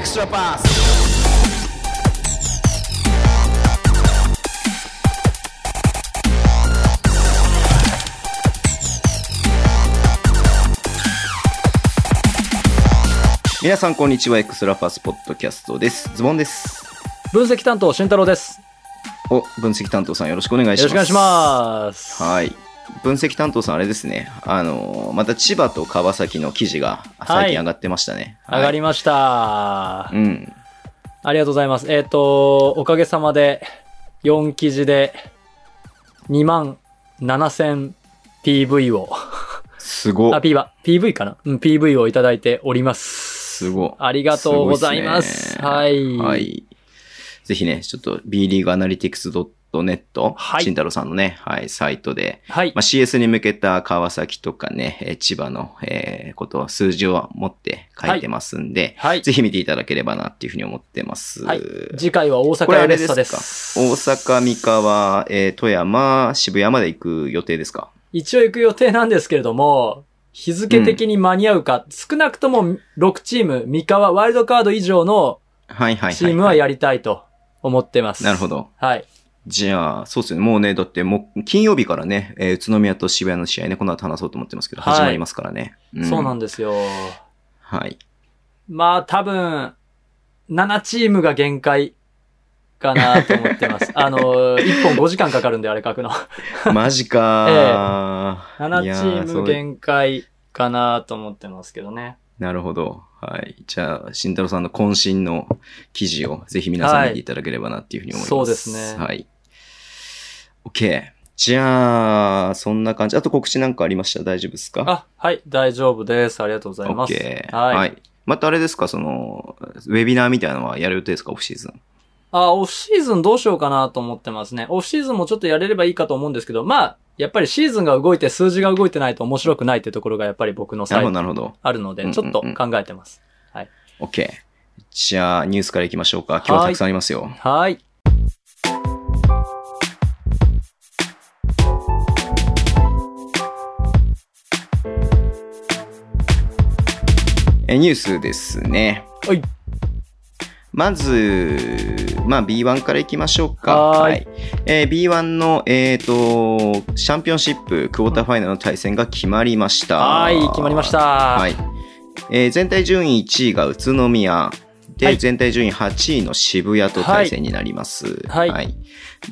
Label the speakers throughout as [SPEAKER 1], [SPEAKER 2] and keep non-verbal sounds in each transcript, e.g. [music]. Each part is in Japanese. [SPEAKER 1] Extra pass.
[SPEAKER 2] 皆さん、こんにちは。エクストラパスポッドキャストです。ズボンです。
[SPEAKER 3] 分析担当、俊太郎です。
[SPEAKER 2] お、分析担当さんよろしくお願いし
[SPEAKER 3] よろ
[SPEAKER 2] ま
[SPEAKER 3] し
[SPEAKER 2] す。
[SPEAKER 3] くお願いします。
[SPEAKER 2] はい。分析担当さん、あれですね。あのー、また千葉と川崎の記事が最近上がってましたね。
[SPEAKER 3] 上がり
[SPEAKER 2] ま
[SPEAKER 3] ました。
[SPEAKER 2] うん。
[SPEAKER 3] ありがとうございます。えっ、と、おかげさまで、4記事で、2万7000 PV を、
[SPEAKER 2] すご
[SPEAKER 3] あ、。P は、PV かなうん、PV をいただいております。
[SPEAKER 2] すご。
[SPEAKER 3] ありがとうございます。
[SPEAKER 2] ご
[SPEAKER 3] は
[SPEAKER 2] っす
[SPEAKER 3] い。
[SPEAKER 2] ねはい。ぜひね、ちょっと B リーグアナリティクス .net、
[SPEAKER 3] はい
[SPEAKER 2] 慎太郎さんのね、はい、サイトで、
[SPEAKER 3] はい
[SPEAKER 2] まあ、CS に向けた川崎とかね、えー千葉の、えーことを数字を持って書いてますんで、
[SPEAKER 3] はい
[SPEAKER 2] ぜひ見ていただければなっていうふうに思ってます。
[SPEAKER 3] はい次回は大
[SPEAKER 2] これ
[SPEAKER 3] 阪
[SPEAKER 2] あ
[SPEAKER 3] エ
[SPEAKER 2] れで
[SPEAKER 3] レッ
[SPEAKER 2] すか
[SPEAKER 3] サ
[SPEAKER 2] 大
[SPEAKER 3] で
[SPEAKER 2] 阪、三河、えー富山、渋谷まで行く予定ですか
[SPEAKER 3] 一応行く予定なんですけれども、日付的に間に合うか、少なくとも6チーム、三河、ワイルドカード以上の
[SPEAKER 2] はいはいはい、
[SPEAKER 3] チームはやりたいと思ってます。
[SPEAKER 2] なるほど。
[SPEAKER 3] はい。
[SPEAKER 2] じゃあ、そうですよね。もうね、だってもう金曜日からね、えー宇都宮と渋谷の試合ね、この後話そうと思ってますけど、
[SPEAKER 3] はい
[SPEAKER 2] 始まりますからね。
[SPEAKER 3] そうなん
[SPEAKER 2] だ。
[SPEAKER 3] ですよ。
[SPEAKER 2] はい。
[SPEAKER 3] まあ多分、7チームが限界かなと思って [laughs] ます。あの、1本5時間かかるんで、あれ書く [laughs] の。
[SPEAKER 2] マジ
[SPEAKER 3] [laughs]
[SPEAKER 2] かー、いや
[SPEAKER 3] 7チー
[SPEAKER 2] そ
[SPEAKER 3] ム
[SPEAKER 2] う
[SPEAKER 3] 限界かなと思ってますけどね。
[SPEAKER 2] なるほど。はい。じゃあ、慎太郎さんの渾身の記事をぜひ皆さん見ていただければなっていうふうに思います。
[SPEAKER 3] はいそうですね
[SPEAKER 2] はい。OK。じゃあ、そんな感じ。あと告知なんかありました大丈夫ですか
[SPEAKER 3] あ、はい、大丈夫です。ありがとうございます。
[SPEAKER 2] OK。
[SPEAKER 3] はい。
[SPEAKER 2] はい。またあれですかその、ウェビナーみたいなのはやる予定ですかオフシーズン。
[SPEAKER 3] あ、オフシーズンどうしようかなと思ってますね。オフシーズンもちょっとやれればいいかと思うんですけど、まあ、やっぱりシーズンが動いて数字が動いてないと面白くないってところがやっぱり僕の
[SPEAKER 2] な
[SPEAKER 3] サ
[SPEAKER 2] る
[SPEAKER 3] イ
[SPEAKER 2] ほど、な
[SPEAKER 3] ト
[SPEAKER 2] るほど。
[SPEAKER 3] あるの
[SPEAKER 2] うんう
[SPEAKER 3] で、
[SPEAKER 2] ん
[SPEAKER 3] ちょっと考えてます。
[SPEAKER 2] OK。じゃあ、ニュースからいきましょうか。今日はたくさんありますよ。
[SPEAKER 3] はい。
[SPEAKER 2] えニュースですね。
[SPEAKER 3] はい。
[SPEAKER 2] まず、まあ、B1 からいきましょうか。
[SPEAKER 3] はーい
[SPEAKER 2] えー B1 の、えっ、と、チャンピオンシップクォーターファイナルの対戦が決まりました。
[SPEAKER 3] はい、決まりました。
[SPEAKER 2] はい。えー全体順位1位が宇都宮。で、
[SPEAKER 3] はい
[SPEAKER 2] 全体順位8位の渋谷と対戦になります。
[SPEAKER 3] はい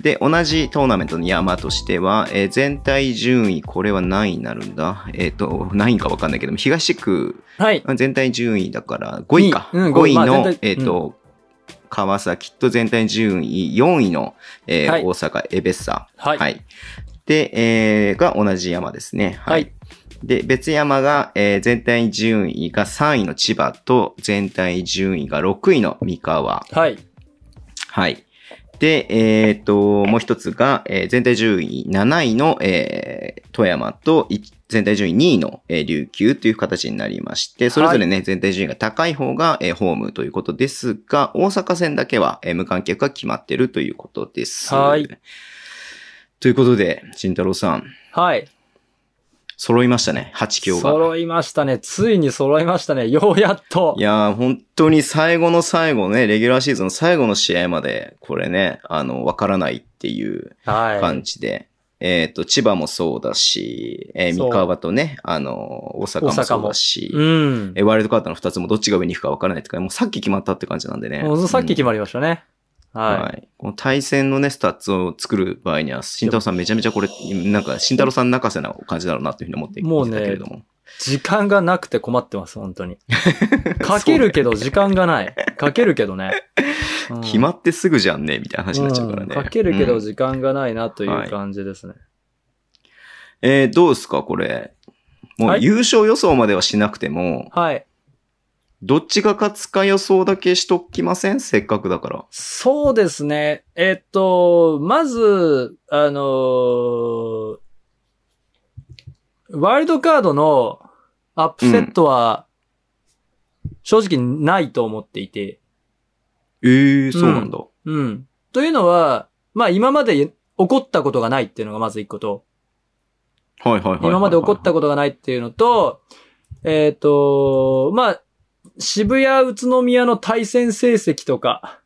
[SPEAKER 2] で、同じトーナメントの山としては、えー全体順位、これは何位になるんだえっ、と、何位かわかんないけども、東区、
[SPEAKER 3] はい。
[SPEAKER 2] 全体順位だから5位か。
[SPEAKER 3] うん
[SPEAKER 2] 5位
[SPEAKER 3] まあ
[SPEAKER 2] の、
[SPEAKER 3] 全体
[SPEAKER 2] えっ、と、川崎と全体順位4位の、えー
[SPEAKER 3] はい
[SPEAKER 2] 大阪エベッサ。
[SPEAKER 3] はい
[SPEAKER 2] で、えーが同じ山ですね。
[SPEAKER 3] はい
[SPEAKER 2] で、別山が、えー全体順位が3位の千葉と全体順位が6位の三河。
[SPEAKER 3] はい。
[SPEAKER 2] はい。で、えっ、と、もう一つが、えー全体順位7位の、えー富山と、い全体順位2位の、えー琉球という形になりまして、それぞれね、全体順位が高い方が、えーホームということですが、大阪戦だけは、えー無観客が決まってるということです。
[SPEAKER 3] はい。
[SPEAKER 2] ということで、慎太郎さん、
[SPEAKER 3] はい。
[SPEAKER 2] 揃いましたね、8強が。
[SPEAKER 3] 揃いましたね。ついに揃いましたね。ようやっと。
[SPEAKER 2] いやー、本当に最後の最後ね、レギュラーシーズンの最後の試合まで、これね、あの、わからないっていう
[SPEAKER 3] はい。
[SPEAKER 2] 感じで、えっ、と、千葉もそうだし、えー
[SPEAKER 3] そう
[SPEAKER 2] 三河とね、あの、大阪もそうだし、
[SPEAKER 3] うん
[SPEAKER 2] え。ーワイルドカードの2つもどっちが上に行くか分からないとか、もうさっき決まったって感じなんでね。
[SPEAKER 3] もうさっき決
[SPEAKER 2] まっ
[SPEAKER 3] まりましたね。
[SPEAKER 2] た
[SPEAKER 3] はい。
[SPEAKER 2] この対戦のね、スタッツを作る場合には、慎太郎さんめちゃめちゃこれ、なんか、慎太郎さん泣かせな感じだろうなというふうに思って
[SPEAKER 3] もう
[SPEAKER 2] 見
[SPEAKER 3] ね
[SPEAKER 2] てたけれども。
[SPEAKER 3] 時間がなくて困ってます、本
[SPEAKER 2] [laughs]
[SPEAKER 3] 当に。かけるけど時間がない。かける
[SPEAKER 2] [laughs]
[SPEAKER 3] けどね。うん
[SPEAKER 2] 決まってすぐじゃんね、みたいな話になっちゃうからね。
[SPEAKER 3] うんかけるけ
[SPEAKER 2] う
[SPEAKER 3] ど
[SPEAKER 2] ん
[SPEAKER 3] 時間がないなとい
[SPEAKER 2] はいう
[SPEAKER 3] 感じですね。
[SPEAKER 2] えーどうですか、これ。も
[SPEAKER 3] は
[SPEAKER 2] う
[SPEAKER 3] い
[SPEAKER 2] 優勝予想まではしなくても、
[SPEAKER 3] はい。
[SPEAKER 2] どっちが勝つか予想だけしときませんせっかくだから。
[SPEAKER 3] そうですね。えっと、まず、あのーワイルドカードのアップセットは、正直ないと思っていて、
[SPEAKER 2] ええそうなんだ。
[SPEAKER 3] うん。というのは、まあ今まで起こったことがないっていうのがまず一個と、
[SPEAKER 2] はいはいはいはいはい。
[SPEAKER 3] 今まで起こった
[SPEAKER 2] こ
[SPEAKER 3] ことがないっていうのと、えっ、と、まあ、渋谷、宇都宮の対戦成績とか、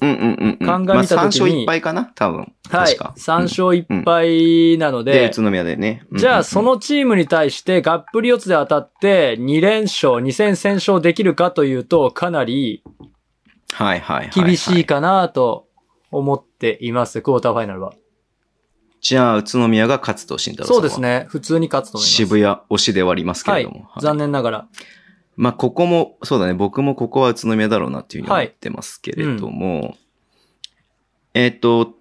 [SPEAKER 2] うんうんうんうん。
[SPEAKER 3] 鑑みた時に
[SPEAKER 2] まあ、3勝1敗かな多分。
[SPEAKER 3] は
[SPEAKER 2] 確
[SPEAKER 3] い。
[SPEAKER 2] か。
[SPEAKER 3] 3勝1敗なの
[SPEAKER 2] うんで、
[SPEAKER 3] で
[SPEAKER 2] 宇、都宮でね。うん
[SPEAKER 3] じゃ
[SPEAKER 2] うんう
[SPEAKER 3] あ
[SPEAKER 2] ん
[SPEAKER 3] そのチームに対してがっぷり四つで当たって2連勝、2戦戦勝できるかというと、かなり
[SPEAKER 2] はいはいはいはい。
[SPEAKER 3] 厳しいかなと思っています、クォーターファイナルは。
[SPEAKER 2] じゃあ、宇都宮が勝つと慎太郎さん
[SPEAKER 3] そう
[SPEAKER 2] は。
[SPEAKER 3] です。ね。普通に勝つと思います。
[SPEAKER 2] 渋谷推しで割りますけ
[SPEAKER 3] は
[SPEAKER 2] れ
[SPEAKER 3] い
[SPEAKER 2] ども。はい。
[SPEAKER 3] 残念ながら。
[SPEAKER 2] まあ、ここも、そうだね、僕もここは宇都宮だろうなっていうふうに思ってますけれども、えっ、と、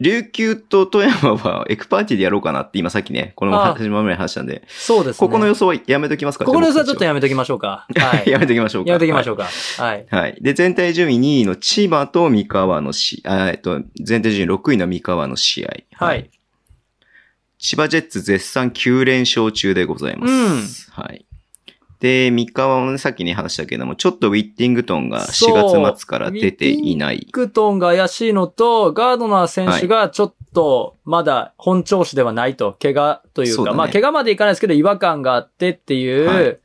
[SPEAKER 2] 琉球と富山はエクパーティーでやろうかなって今さっきね、この
[SPEAKER 3] ああ
[SPEAKER 2] 始まる前に話したんで、
[SPEAKER 3] そうですね。
[SPEAKER 2] ここの予想はやめときますか
[SPEAKER 3] ここの予想はちょっと
[SPEAKER 2] や
[SPEAKER 3] やめときましょうか。
[SPEAKER 2] [laughs]
[SPEAKER 3] はい。
[SPEAKER 2] やめときましょうか。
[SPEAKER 3] やめときましょ
[SPEAKER 2] う。
[SPEAKER 3] うか。はい。
[SPEAKER 2] はい。で、全体順位2位の千葉と三河の試合、あえっと、全体順位6位の三河の試合。
[SPEAKER 3] はい。
[SPEAKER 2] 千葉ジェッツ絶賛9連勝中でございます。はい。で、三河もね、さっきね、話したけども、ちょっとウィッティングトンが
[SPEAKER 3] そう
[SPEAKER 2] 4月末から出ていない。
[SPEAKER 3] クトンが怪しいのと、ガードナー選手がちょっとまだ本調子ではないと、怪我という
[SPEAKER 2] そう
[SPEAKER 3] か、
[SPEAKER 2] だね
[SPEAKER 3] まあ怪我までいかないですけど違和感があってっていう、
[SPEAKER 2] はい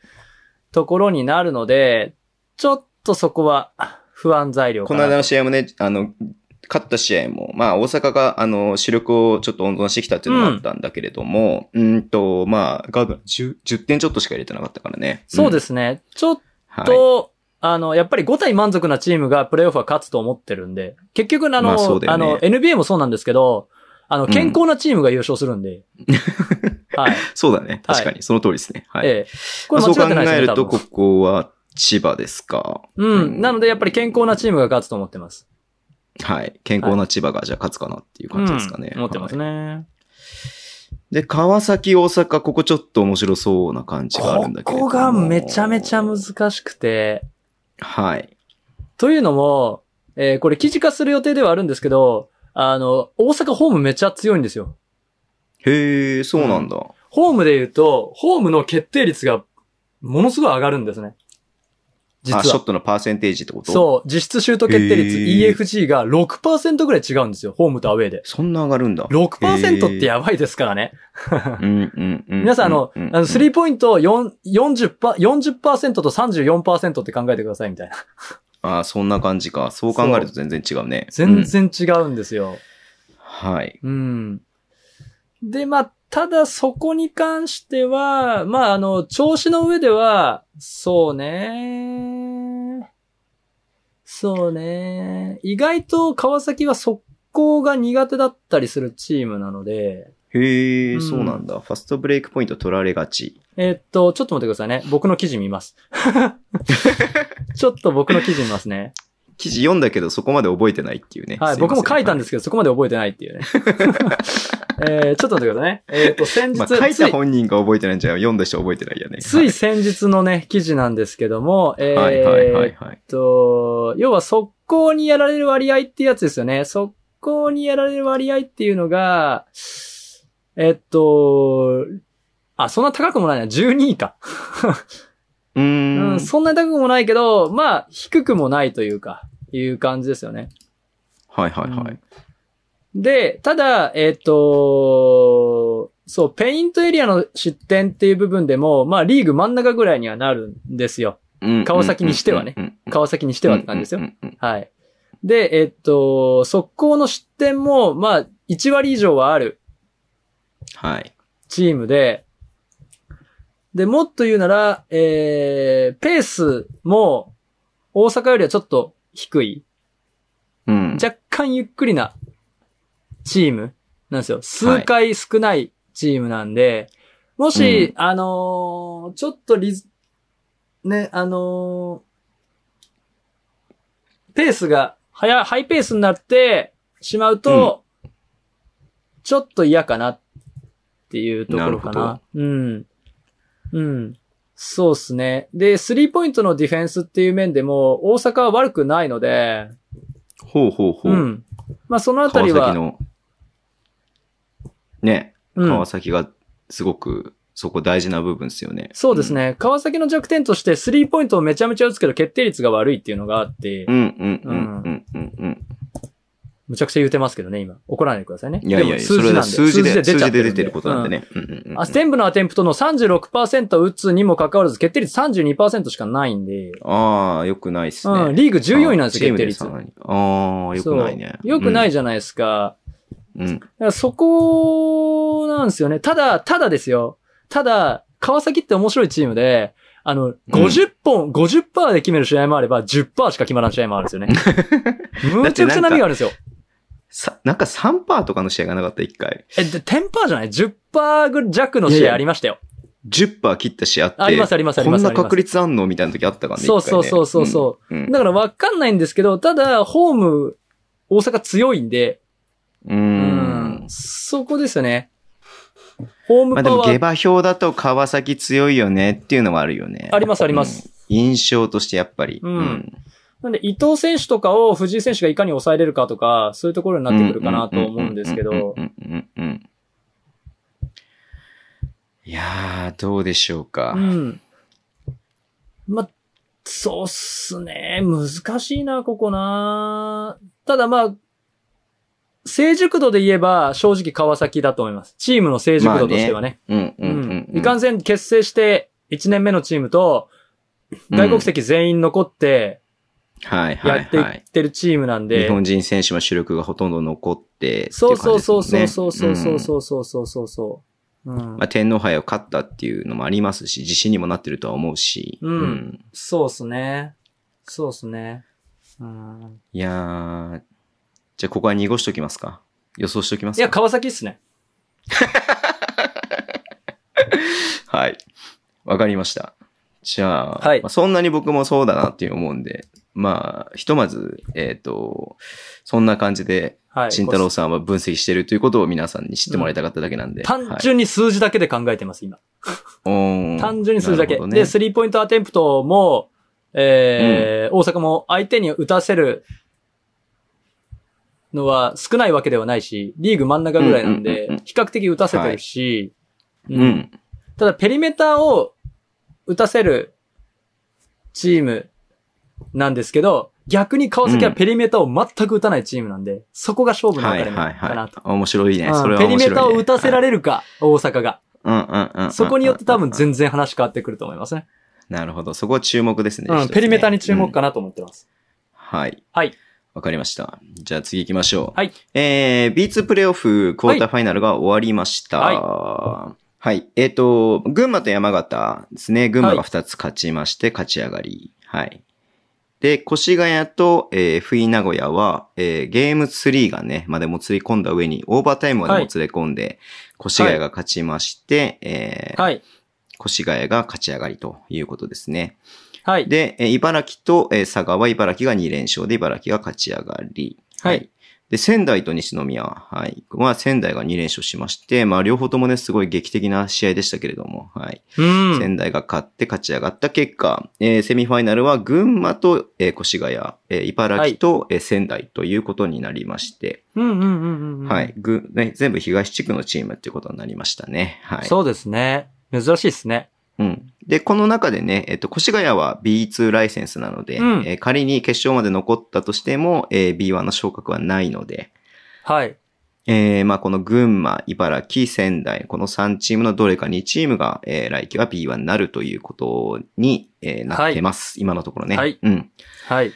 [SPEAKER 3] ところになるので、ちょっとそこは不安材料
[SPEAKER 2] こ
[SPEAKER 3] か
[SPEAKER 2] の
[SPEAKER 3] な。
[SPEAKER 2] 間の試合もね、あの、勝った試合も、まあ、大阪が、あの、主力をちょっと温存してきたっていうのもあったんだけれども、うん、と、まあ、ガードナー 10, 10点ちょっとしか入れてなかったからね。。
[SPEAKER 3] そうですすね。ちょっ
[SPEAKER 2] はい。
[SPEAKER 3] と、あの、やっぱり5対満足なチームがプレイオフは勝つと思ってるんで、結局あの、
[SPEAKER 2] まあそうだ
[SPEAKER 3] あ
[SPEAKER 2] よね
[SPEAKER 3] の、NBA もそうなんですけど、あの、
[SPEAKER 2] うん
[SPEAKER 3] 健康なチームが優勝する
[SPEAKER 2] [laughs]
[SPEAKER 3] んで。はい。
[SPEAKER 2] そうだね。
[SPEAKER 3] はい
[SPEAKER 2] 確かに、その通りですね。はい。
[SPEAKER 3] ええ。こ
[SPEAKER 2] まあ
[SPEAKER 3] れ間
[SPEAKER 2] そう考
[SPEAKER 3] 違ってないです
[SPEAKER 2] え
[SPEAKER 3] ね、
[SPEAKER 2] る
[SPEAKER 3] 多
[SPEAKER 2] と、
[SPEAKER 3] 分
[SPEAKER 2] ここは千葉ですか。
[SPEAKER 3] うん。なので、やっぱり健康なチームが勝つと思ってます。
[SPEAKER 2] はい。健康な千葉が、じゃあ勝つかなっていう感じですかね。
[SPEAKER 3] うん思ってますね。
[SPEAKER 2] で、川崎、大阪、ここちょっと面白そうな感じがあるんだけれど
[SPEAKER 3] ここ
[SPEAKER 2] も。
[SPEAKER 3] がめちゃめちゃ難しくて、
[SPEAKER 2] はい。
[SPEAKER 3] というのも、えーこれ記事化する予定ではあるんですけど、あの、大阪ホームめっちゃ強いんですよ。
[SPEAKER 2] へえ、そうなんだ。
[SPEAKER 3] ホームで言うと、ホームの決定率がものすごい上がるんですね。実
[SPEAKER 2] あ、ショ
[SPEAKER 3] は
[SPEAKER 2] ッ。トのパーセンテージってことう。
[SPEAKER 3] そう、実質シュート決定率
[SPEAKER 2] へー
[SPEAKER 3] EFG が6%ぐらい違うんですよ、ホームとアウェーで。
[SPEAKER 2] そんな上がるんだ。
[SPEAKER 3] 6%ってやばいですからね。
[SPEAKER 2] うんうんうん。
[SPEAKER 3] 皆さん、あの、
[SPEAKER 2] うう
[SPEAKER 3] あの、スリーポイントを4 40%パ、40%と34%って考えてくださいみたいな。
[SPEAKER 2] あ、そんな感じか。そう考えると全然違うね。
[SPEAKER 3] 全
[SPEAKER 2] うん。
[SPEAKER 3] 然違うんですよ。
[SPEAKER 2] はい。
[SPEAKER 3] うん。で、まあ、ただそこに関しては、まあ、あの、調子の上では、そうね。そうね。意外と川崎は速攻が苦手だったりするチームなので、
[SPEAKER 2] へ
[SPEAKER 3] う
[SPEAKER 2] え、
[SPEAKER 3] ん
[SPEAKER 2] そうなんだ。ファストブレイクポイント取られがち。
[SPEAKER 3] えーっと、ちょっと待ってくださいね。僕の記事
[SPEAKER 2] [laughs]
[SPEAKER 3] 見ます。ちょっと僕の記事見ますね。
[SPEAKER 2] 記事読んだけどそこまで覚えてないっていうね。
[SPEAKER 3] はい、僕も書いたんですすけど、そこまで覚えてないっ
[SPEAKER 2] [laughs]
[SPEAKER 3] ていうね。えーちょっと待ってくださいね。えーっ、と、先
[SPEAKER 2] い
[SPEAKER 3] 日、
[SPEAKER 2] ません。まあ、書いた
[SPEAKER 3] つい
[SPEAKER 2] 本人が覚えてないんじゃ読んだ人覚えてないやね。
[SPEAKER 3] つい先日のね、記事なんですけども、えー
[SPEAKER 2] はいはいはいはい。
[SPEAKER 3] えっと、要は速攻にやられる割合ってやつですよね。速攻にやられる割合っていうのが、えっと、あ、そんな高くもないな。12位か。
[SPEAKER 2] うー
[SPEAKER 3] うんん、。そんなに高くもないけど、まあ、低くもないというか、いう感じですよね。
[SPEAKER 2] はいはいはい。
[SPEAKER 3] で、ただ、えっ、と、そう、ペイントエリアの失点っていう部分でも、まあ、リーグ真ん中ぐらいにはなるんですよ。川崎にしてはね
[SPEAKER 2] うんうんうんうん。
[SPEAKER 3] 川崎にしてはって感じですよ
[SPEAKER 2] う。んうんうん
[SPEAKER 3] はい。で、えっ、と、速攻の失点も、まあ、1割以上はある
[SPEAKER 2] はい。
[SPEAKER 3] チームで、で、もっと言うなら、えー、ペースも、大阪よりはちょっと低い。
[SPEAKER 2] うん。
[SPEAKER 3] 若干ゆっくりなチームなんですよ。数回少ないチームなんで、もし、あのーちょっとリズ、ね、あのーペースが、はや、ハイペースになってしまうと、ちょっと嫌かなっていうところかな。
[SPEAKER 2] なる
[SPEAKER 3] うん。うん。そうっすね。で、スリーポイントのディフェンスっていう面でも、大阪は悪くないので、
[SPEAKER 2] ほうほうほう。
[SPEAKER 3] うん。まあ、そのあた
[SPEAKER 2] 川
[SPEAKER 3] り
[SPEAKER 2] 崎
[SPEAKER 3] は、
[SPEAKER 2] の、ね、
[SPEAKER 3] うん
[SPEAKER 2] 川、崎がすごくそこ大事な部分ですよね。
[SPEAKER 3] そうですね。川崎の弱点として、スリーポイントをめちゃめちゃ打つけど、決定率が悪いっていうのがあって
[SPEAKER 2] う、ん。うんうんうんうんうん。
[SPEAKER 3] むちゃくちゃ言うてますけどね、今。怒らないでくださいね。
[SPEAKER 2] いやいやいや、
[SPEAKER 3] でも
[SPEAKER 2] それ
[SPEAKER 3] なん
[SPEAKER 2] は
[SPEAKER 3] で
[SPEAKER 2] 数字で、数
[SPEAKER 3] ちゃっ
[SPEAKER 2] 字
[SPEAKER 3] て
[SPEAKER 2] で
[SPEAKER 3] る
[SPEAKER 2] 出
[SPEAKER 3] ん
[SPEAKER 2] てることなんで
[SPEAKER 3] う
[SPEAKER 2] ね。うんうんうん
[SPEAKER 3] アステンブのアテンプトの36%打つにもかかわらず、決定率32%しかないんで、
[SPEAKER 2] ああ、よくないっすね。
[SPEAKER 3] うん、リーグ14位なんですよ、
[SPEAKER 2] あ
[SPEAKER 3] 決定率
[SPEAKER 2] チー。ムで3割ああ、よくないね。
[SPEAKER 3] よくないじゃないですか。
[SPEAKER 2] うん。うん。
[SPEAKER 3] だからそこなんですよね。ただ、ただですよ。ただ、川崎って面白いチームで、あの、50本、50%で決める試合もあれば、10%しか決まらん試合もあるんですよね。
[SPEAKER 2] [laughs]
[SPEAKER 3] むちゃくちゃ波があるんですよ。
[SPEAKER 2] さ、なんか3%とかの試合がなかった、一回。
[SPEAKER 3] え、で、10%じゃない ?10% ぐ弱の
[SPEAKER 2] い
[SPEAKER 3] 試
[SPEAKER 2] やい
[SPEAKER 3] 合
[SPEAKER 2] や
[SPEAKER 3] ありましたよ。
[SPEAKER 2] 10%切った試合って。
[SPEAKER 3] ありますありますあり
[SPEAKER 2] こ
[SPEAKER 3] ま
[SPEAKER 2] ん
[SPEAKER 3] す。
[SPEAKER 2] な確率あんのみたいな時あったからね。
[SPEAKER 3] そう
[SPEAKER 2] 一回ね。
[SPEAKER 3] そうそうそう
[SPEAKER 2] うん
[SPEAKER 3] だからわかんないんですけど、ただ、ホーム、大阪強いんで、
[SPEAKER 2] う。
[SPEAKER 3] うんそこですよね。ホー
[SPEAKER 2] ま
[SPEAKER 3] ムパ
[SPEAKER 2] あでも
[SPEAKER 3] ワ
[SPEAKER 2] 下
[SPEAKER 3] ー、
[SPEAKER 2] 馬評だと川崎強いよねっていうのはあるよね。
[SPEAKER 3] ありますあります
[SPEAKER 2] うん。印象としてやっぱり。
[SPEAKER 3] うんなんで、伊藤選手とかを藤井選手がいかに抑えれるかとか、そういうところになってくるかなと思うんですけど
[SPEAKER 2] う、んうんうんうんうんうんいやー、どうでしょうか
[SPEAKER 3] う。ん。ま、そうっすね。難しいな、ここな。ただまあ、成熟度で言えば、正直川崎だと思います。チームの成熟度としてはね。
[SPEAKER 2] うんうん
[SPEAKER 3] うん
[SPEAKER 2] うん。
[SPEAKER 3] いかんせん結成して1年目のチームと、外国籍全員残って
[SPEAKER 2] はいは
[SPEAKER 3] や
[SPEAKER 2] い
[SPEAKER 3] ってい
[SPEAKER 2] は
[SPEAKER 3] っ
[SPEAKER 2] い。
[SPEAKER 3] てるチームなんで、
[SPEAKER 2] 日本人選手の主力がほとんど残ってってい
[SPEAKER 3] そううそ
[SPEAKER 2] 感
[SPEAKER 3] う
[SPEAKER 2] じですも
[SPEAKER 3] そ
[SPEAKER 2] ん
[SPEAKER 3] うそう
[SPEAKER 2] ね
[SPEAKER 3] そうそ
[SPEAKER 2] うん
[SPEAKER 3] うそうそうそうそうそうそう。うん
[SPEAKER 2] まあ、天皇杯を勝ったっていうのもありますし、自信にもなってるとは思うし。
[SPEAKER 3] うんそうっすね。そうっすね。うん
[SPEAKER 2] いやー、じゃあここは濁しときますか。予想しときます
[SPEAKER 3] い
[SPEAKER 2] か。
[SPEAKER 3] や、川崎っすね。
[SPEAKER 2] はい。わかりました。じゃあ、
[SPEAKER 3] はい
[SPEAKER 2] まあ、そんなに僕もそうだなっていう思うんで、まあ、ひとまず、えっ、と、そんな感じで、
[SPEAKER 3] はい。
[SPEAKER 2] 慎太郎
[SPEAKER 3] こ
[SPEAKER 2] さんは分析してるということを皆さんに知ってもらいたかっただけなんで。
[SPEAKER 3] う単純に数字だけで考えてます、今。
[SPEAKER 2] はい、
[SPEAKER 3] 単純に数字だけ。
[SPEAKER 2] なるほどね
[SPEAKER 3] で、スリーポイントアテンプトも、えー大阪も相手に打たせるのは少ないわけではないし、リーグ真ん中ぐらいなん
[SPEAKER 2] うんうんうん
[SPEAKER 3] で
[SPEAKER 2] うん、
[SPEAKER 3] 比較的打たせてるし、
[SPEAKER 2] う。ん。
[SPEAKER 3] ただ、ペリメーターを打たせるチームなんですけど、逆に川崎はペリメーターを全く打たないチームなんで、そこが勝負の
[SPEAKER 2] は
[SPEAKER 3] 分
[SPEAKER 2] い
[SPEAKER 3] かれ目
[SPEAKER 2] はい
[SPEAKER 3] かな
[SPEAKER 2] は
[SPEAKER 3] と。
[SPEAKER 2] い。面白いね。それは
[SPEAKER 3] うんペリ
[SPEAKER 2] 面白い、ね。
[SPEAKER 3] メーターを打たせら
[SPEAKER 2] れ
[SPEAKER 3] れるか、大阪が。
[SPEAKER 2] うんうんうんうん。
[SPEAKER 3] そこによって多分全然話変わってくると思いますね。
[SPEAKER 2] なるほど。そこは注目ですね。
[SPEAKER 3] う
[SPEAKER 2] 一
[SPEAKER 3] ん、
[SPEAKER 2] つね
[SPEAKER 3] ペリメーターに注目かなと思ってます。
[SPEAKER 2] はい。
[SPEAKER 3] はい。
[SPEAKER 2] わかりました。じゃあ次行きましょう。
[SPEAKER 3] はい。
[SPEAKER 2] えー、B2 プレイオフクォーターファイナルが終わりました。はい。えっ、と、群馬と山形ですね。群馬が2つ勝ちまして、勝ち上がり。はい。で、越谷と、えー、FE 名古屋は、えー、ゲーム3がね、までもつれ込んだ上に、オーバータイムまでもつれ込んで、越谷が勝ちまして、えー
[SPEAKER 3] はい。
[SPEAKER 2] 越谷が勝ち上がりということですね。
[SPEAKER 3] はい。
[SPEAKER 2] で、えー茨城とえー佐賀は茨城が2連勝で茨城が勝ち上がり。
[SPEAKER 3] はい
[SPEAKER 2] で、仙台と西宮、はい。は仙台が2連勝しまして、まあ両方ともね、すごい劇的な試合でしたけれども、はい。
[SPEAKER 3] うん。
[SPEAKER 2] 仙台が勝って勝ち上がった結果、えーセミファイナルは群馬と、えー越谷、えー茨城と、えー仙台ということになりまして、
[SPEAKER 3] うんうんうんうんうん。
[SPEAKER 2] はい。ぐね、全部東地区のチームっていうことになりましたね。はい。
[SPEAKER 3] そうですね。珍しいですね。
[SPEAKER 2] うん。で、この中でね、えっと、越谷は B2 ライセンスなので、
[SPEAKER 3] うん
[SPEAKER 2] えー仮に決勝まで残ったとしても、えー B1 の昇格はないので、
[SPEAKER 3] はい。
[SPEAKER 2] えーまあ、この群馬、茨城、仙台、この3チームのどれか2チームが、えー来季は B1 になるということに、えーなってます、今のところね。
[SPEAKER 3] はい
[SPEAKER 2] うん。
[SPEAKER 3] はい。
[SPEAKER 2] い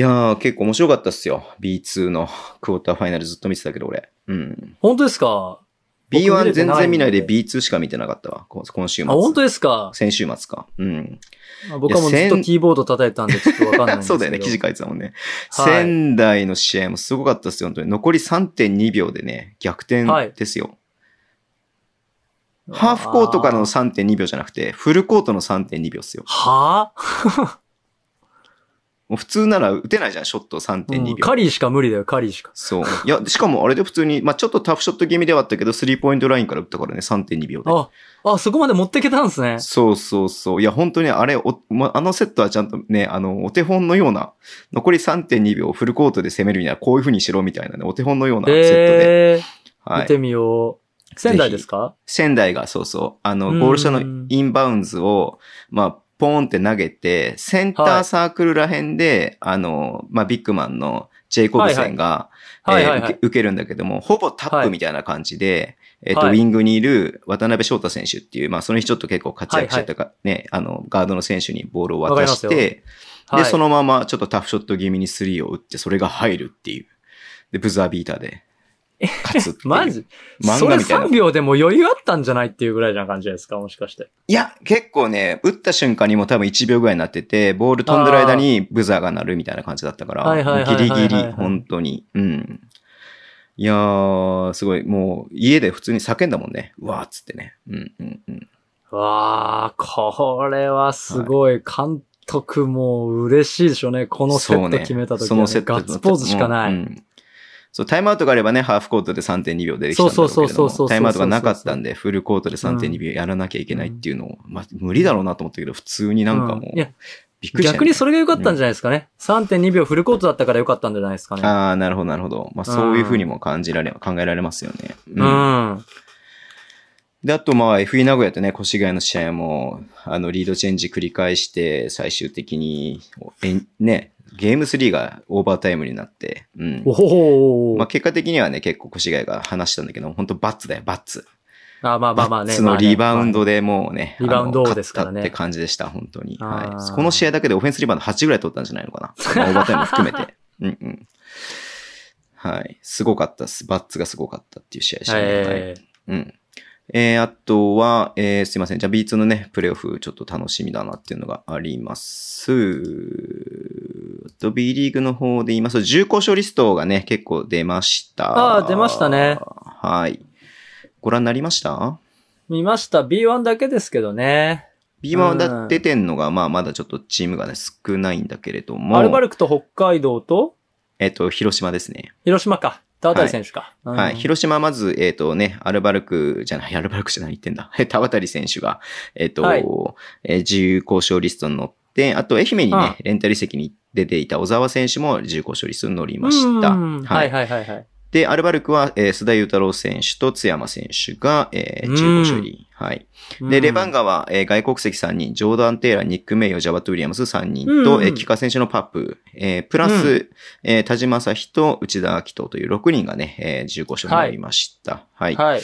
[SPEAKER 2] やー、結構面白かったっすよ。B2 のクォーターファイナルずっと見てたけど、俺。うん。
[SPEAKER 3] 本当ですか
[SPEAKER 2] B1 全然見ないで
[SPEAKER 3] 僕見
[SPEAKER 2] B2 しか見てなかったわ、こ今週
[SPEAKER 3] あ、
[SPEAKER 2] 末。
[SPEAKER 3] 本当ですか
[SPEAKER 2] 先週末か。うん。
[SPEAKER 3] 僕はもうずっとキーボード叩いたんでちょっとわかんないんですけど。
[SPEAKER 2] [laughs] そうだよね、記事書いてたもんね。
[SPEAKER 3] [laughs] はい
[SPEAKER 2] 仙台の試合もすごかったですよ、本当に。残り3.2秒でね、逆転
[SPEAKER 3] はい
[SPEAKER 2] ですよ。ハーフコートからの3.2秒じゃなくて、フルコートの3.2秒ですよ。
[SPEAKER 3] はぁ、
[SPEAKER 2] もう普通なら打てないじゃん、ショット3.2
[SPEAKER 3] うん
[SPEAKER 2] 秒。
[SPEAKER 3] カリーしか無理だよ、カリーしか。
[SPEAKER 2] そう。いや、しかもあれで普通に、まあちょっとタフショット気味ではあったけど、スリーポイントラインから打ったからね、3.2秒で。
[SPEAKER 3] あ、あ、そこまで持ってけたんですね。
[SPEAKER 2] そうそうそう。いや、本当にあれ、おま、あのセットはちゃんとね、あの、お手本のような、残り3.2秒フルコートで攻めるにはこういう風にしろみたいなね、お手本のようなセットで。
[SPEAKER 3] えー、
[SPEAKER 2] は
[SPEAKER 3] 見
[SPEAKER 2] い
[SPEAKER 3] て。みよう。仙台ですか
[SPEAKER 2] 仙台がそうそう、あの、
[SPEAKER 3] うん
[SPEAKER 2] ゴール下のインバウンズを、まあ、ポーンって投げて、センターサークルら辺で、あの、まあ、ビッグマンのジェイコブセンが、
[SPEAKER 3] はい
[SPEAKER 2] え
[SPEAKER 3] は
[SPEAKER 2] ー
[SPEAKER 3] い
[SPEAKER 2] 受
[SPEAKER 3] はい
[SPEAKER 2] け。受けるんだけども、ほぼタップみたいな感じで、えっ、と、
[SPEAKER 3] はい
[SPEAKER 2] ウィングにいる渡辺翔太選手っていう、まあ、その日ちょっと結構活躍してたか、ね、あの、ガードの選手にボールを渡し
[SPEAKER 3] わかり
[SPEAKER 2] て、
[SPEAKER 3] は
[SPEAKER 2] で、
[SPEAKER 3] い、
[SPEAKER 2] そのままちょっとタフショット気味にスリーを打って、それが入るっていう。で、ブザービーターで、勝つっていう。
[SPEAKER 3] マジ
[SPEAKER 2] 漫
[SPEAKER 3] そ
[SPEAKER 2] 画
[SPEAKER 3] れ
[SPEAKER 2] みたいな
[SPEAKER 3] 3。秒でも余裕あったんじゃないっていうぐらいな感じですかもしかして。
[SPEAKER 2] いや、結構ね、打った瞬間にもう多分1秒ぐらいになってて、ボール飛んでる間にブザーが鳴るみたいな感じだったから、
[SPEAKER 3] はいはいはい
[SPEAKER 2] もうギリギ
[SPEAKER 3] はいはいは
[SPEAKER 2] リ、
[SPEAKER 3] い
[SPEAKER 2] 本当に。うん。いやー、すごい、もう家で普通に叫んだもんね。うわーっつってね。うんうんうん。
[SPEAKER 3] わあ、これはすごい。監督も嬉しいでしょうね。このセット決めた時、
[SPEAKER 2] そのセット
[SPEAKER 3] ガッツポーズしかない。
[SPEAKER 2] もううんそう、タイムアウトがあればね、ハーフコートで3.2秒出てきたんだろうけ
[SPEAKER 3] そう
[SPEAKER 2] れ
[SPEAKER 3] そうそ
[SPEAKER 2] ども、
[SPEAKER 3] うそうそうそうそう
[SPEAKER 2] タイムアウトがなかったんで、フルコートで3.2秒やらなきゃいけないっていうのを、まあ、無理だろうなと思ったけど、普通になんかもう
[SPEAKER 3] う、いや、
[SPEAKER 2] びっくりしたよね
[SPEAKER 3] 逆にそれが良かったんじゃないですかね。3.2秒フルコートだったから良かったんじゃないですかね。
[SPEAKER 2] ああ、なるほど、なるほど。まあ、そういうふうにも感じられ、考えられますよね。
[SPEAKER 3] う
[SPEAKER 2] うん。
[SPEAKER 3] ん。
[SPEAKER 2] で、あと、まあ、FE 名古屋とね、越谷の試合も、あの、リードチェンジ繰り返して、最終的に、えんね、ゲーム3がオーバータイムになって、うん。
[SPEAKER 3] おお、
[SPEAKER 2] まあ、結果的にはね、結構越谷が話したんだけど、本当バッツだよ、バッツ。
[SPEAKER 3] あ、まあまあまあね。
[SPEAKER 2] バッツのリバウン
[SPEAKER 3] ま
[SPEAKER 2] ドでもうね、
[SPEAKER 3] リバウンド
[SPEAKER 2] あの
[SPEAKER 3] ですからね
[SPEAKER 2] 勝ったって感じでした、本当に。
[SPEAKER 3] あ
[SPEAKER 2] はい。
[SPEAKER 3] ー
[SPEAKER 2] この試合だけでオフェンスリバウンド8ぐらい取ったんじゃないのかな。
[SPEAKER 3] [laughs]
[SPEAKER 2] まあオーバータイム含めて。うんうん。はい。すごかったです。バッツがすごかったっていう試合でし
[SPEAKER 3] あ
[SPEAKER 2] た
[SPEAKER 3] ね
[SPEAKER 2] ね。はい
[SPEAKER 3] ええ
[SPEAKER 2] うん。えー、あとは、えー、すいません。じゃあ B2 のね、プレイオフちょっと楽しみだなっていうのがあります。あと B リーグの方で言いますと、重厚勝リストがね、結構出ました。
[SPEAKER 3] あー出ましたね。
[SPEAKER 2] はい。ご覧になりました
[SPEAKER 3] 見ました。B1 だけですけどね。
[SPEAKER 2] B1
[SPEAKER 3] う
[SPEAKER 2] だ
[SPEAKER 3] ん
[SPEAKER 2] 出てんのが、まあまだちょっとチームがね、少ないんだけれども、
[SPEAKER 3] アルバルクと北海道と
[SPEAKER 2] えっ、と、広島ですね。
[SPEAKER 3] 広島か。田渡選手か。
[SPEAKER 2] は
[SPEAKER 3] う
[SPEAKER 2] い。
[SPEAKER 3] ん
[SPEAKER 2] 広島まず、えっ、とね、アルバルクじゃない、アルバルクじゃない言ってんだ。え [laughs] 田渡選手が、えっ、と、
[SPEAKER 3] はい
[SPEAKER 2] えー自由交渉リストに乗って、あと愛媛にね、
[SPEAKER 3] ああ
[SPEAKER 2] レンタル移籍に出ていた小沢選手も自由交渉リストに乗りました。
[SPEAKER 3] うん
[SPEAKER 2] は
[SPEAKER 3] はいい。はいはいはい。
[SPEAKER 2] で、アルバルクは、えー須田雄太郎選手と津山選手が、えー、自由交渉入り。はい。で、レバン
[SPEAKER 3] が、
[SPEAKER 2] ガは、えー外国籍3人、ジョーダン・テイラー、ニック・メイヨ、ジャバット・ウィリアムス3人と、
[SPEAKER 3] うんうん
[SPEAKER 2] えー、キカ選手のパップ、えープラス、
[SPEAKER 3] う
[SPEAKER 2] えー田島朝日と内田明人という6人がね、えー、15勝になりました。はい。
[SPEAKER 3] はい。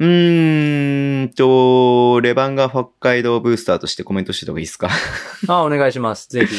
[SPEAKER 2] うーんと、レバンガ北海道ブースターとしてコメントしてた方がいいですか
[SPEAKER 3] あ、お願いします。
[SPEAKER 2] [laughs]
[SPEAKER 3] ぜひ。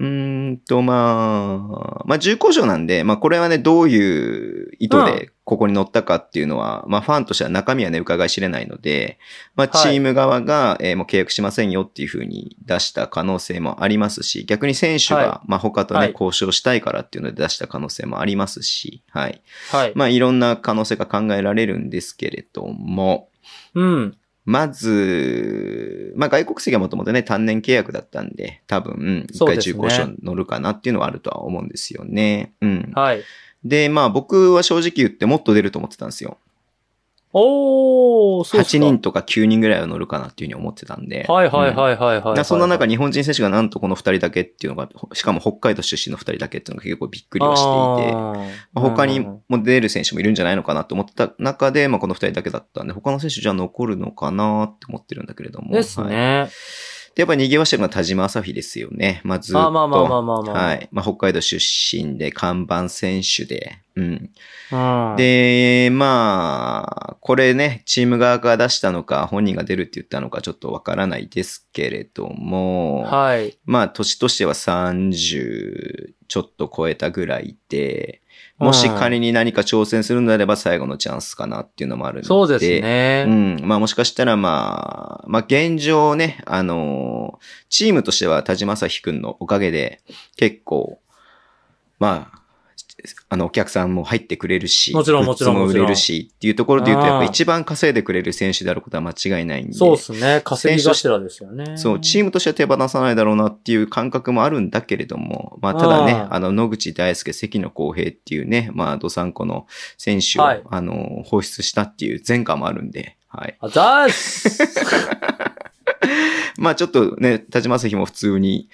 [SPEAKER 2] うーんと、まあ、まあ、重厚賞なんで、まあ、これはね、どういう意図でここに乗ったかっていうのは、まあ、ファンとしては中身はね、伺い知れないので、まあ、チ
[SPEAKER 3] はい
[SPEAKER 2] ーム側が、えーもう契約しませんよっていうふうに出した可能性もありますし、逆に選手が、
[SPEAKER 3] は
[SPEAKER 2] まあ、他とね、
[SPEAKER 3] はい
[SPEAKER 2] 交渉したいからっていうので出した可能性もありますし、はい。
[SPEAKER 3] はい。
[SPEAKER 2] まあ、いろんな可能性が考えられるんですけれども、
[SPEAKER 3] うん。
[SPEAKER 2] まず、まあ外国籍はもともとね、単年契約だったんで、多分、一
[SPEAKER 3] そう
[SPEAKER 2] 回
[SPEAKER 3] です
[SPEAKER 2] 中
[SPEAKER 3] ね
[SPEAKER 2] 古車に乗るかなっていうのはあるとは思うんですよね。うん。
[SPEAKER 3] はい。
[SPEAKER 2] で、まあ僕は正直言ってもっと出ると思ってたんですよ。
[SPEAKER 3] おー、そうっす
[SPEAKER 2] 8
[SPEAKER 3] か
[SPEAKER 2] 人。とか9人ぐらいは乗るかなっていうふうに思ってたんで。
[SPEAKER 3] はいはいはいはいはい、
[SPEAKER 2] う
[SPEAKER 3] は
[SPEAKER 2] ん
[SPEAKER 3] い
[SPEAKER 2] なそんな中
[SPEAKER 3] に
[SPEAKER 2] 日本人選手がなんとこの2人だけっていうのが、しかも北海道出身の2人だけっていうのが結構びっくりはしていて、まあ他にも出る選手もいるんじゃないのかなと思ってた中で、まあこの2人だけだったんで、他の選手じゃあ残るのかなって思ってるんだけれども。
[SPEAKER 3] です
[SPEAKER 2] はい
[SPEAKER 3] ね。
[SPEAKER 2] で、やっぱ賑わしてるのは田島朝日ですよね。まあ、ずっと。
[SPEAKER 3] あまあまあまあまあまあ。
[SPEAKER 2] はい。まあ、北海道出身で、看板選手で。うん。
[SPEAKER 3] うん、
[SPEAKER 2] で、まあ、これね、チーム側が出したのか、本人が出るって言ったのか、ちょっとわからないですけれども、
[SPEAKER 3] はい。
[SPEAKER 2] まあ、年としては30ちょっと超えたぐらいで、もし仮に何か挑戦するのであれば、最後のチャンスかなっていうのもあるので、
[SPEAKER 3] そうですね。
[SPEAKER 2] うん。まあもしかしたらまあ、まあ現状ね、あのーチームとしては田島朝日くんのおかげで、結構、まあ、あの、お客さんも入ってくれるし、
[SPEAKER 3] もちろん
[SPEAKER 2] グッズ
[SPEAKER 3] もちろん
[SPEAKER 2] 売れるし、っていうところで言うと、
[SPEAKER 3] あー
[SPEAKER 2] やっぱ一番稼いでくれる選手であることは間違いないんで。
[SPEAKER 3] そうですね。稼ぎ頭ですよね。
[SPEAKER 2] そう、チームとしては手放さないだろうなっていう感覚もあるんだけれども、まあ、ただね、
[SPEAKER 3] あ
[SPEAKER 2] あ
[SPEAKER 3] あ
[SPEAKER 2] の、野口大輔、関野公平っていうね、まあ、ドサンコの選手を、
[SPEAKER 3] はい
[SPEAKER 2] あの、放出したっていう前科もあるんで、はい。
[SPEAKER 3] あざーす
[SPEAKER 2] まあちょっとね、田島朝日も普通に、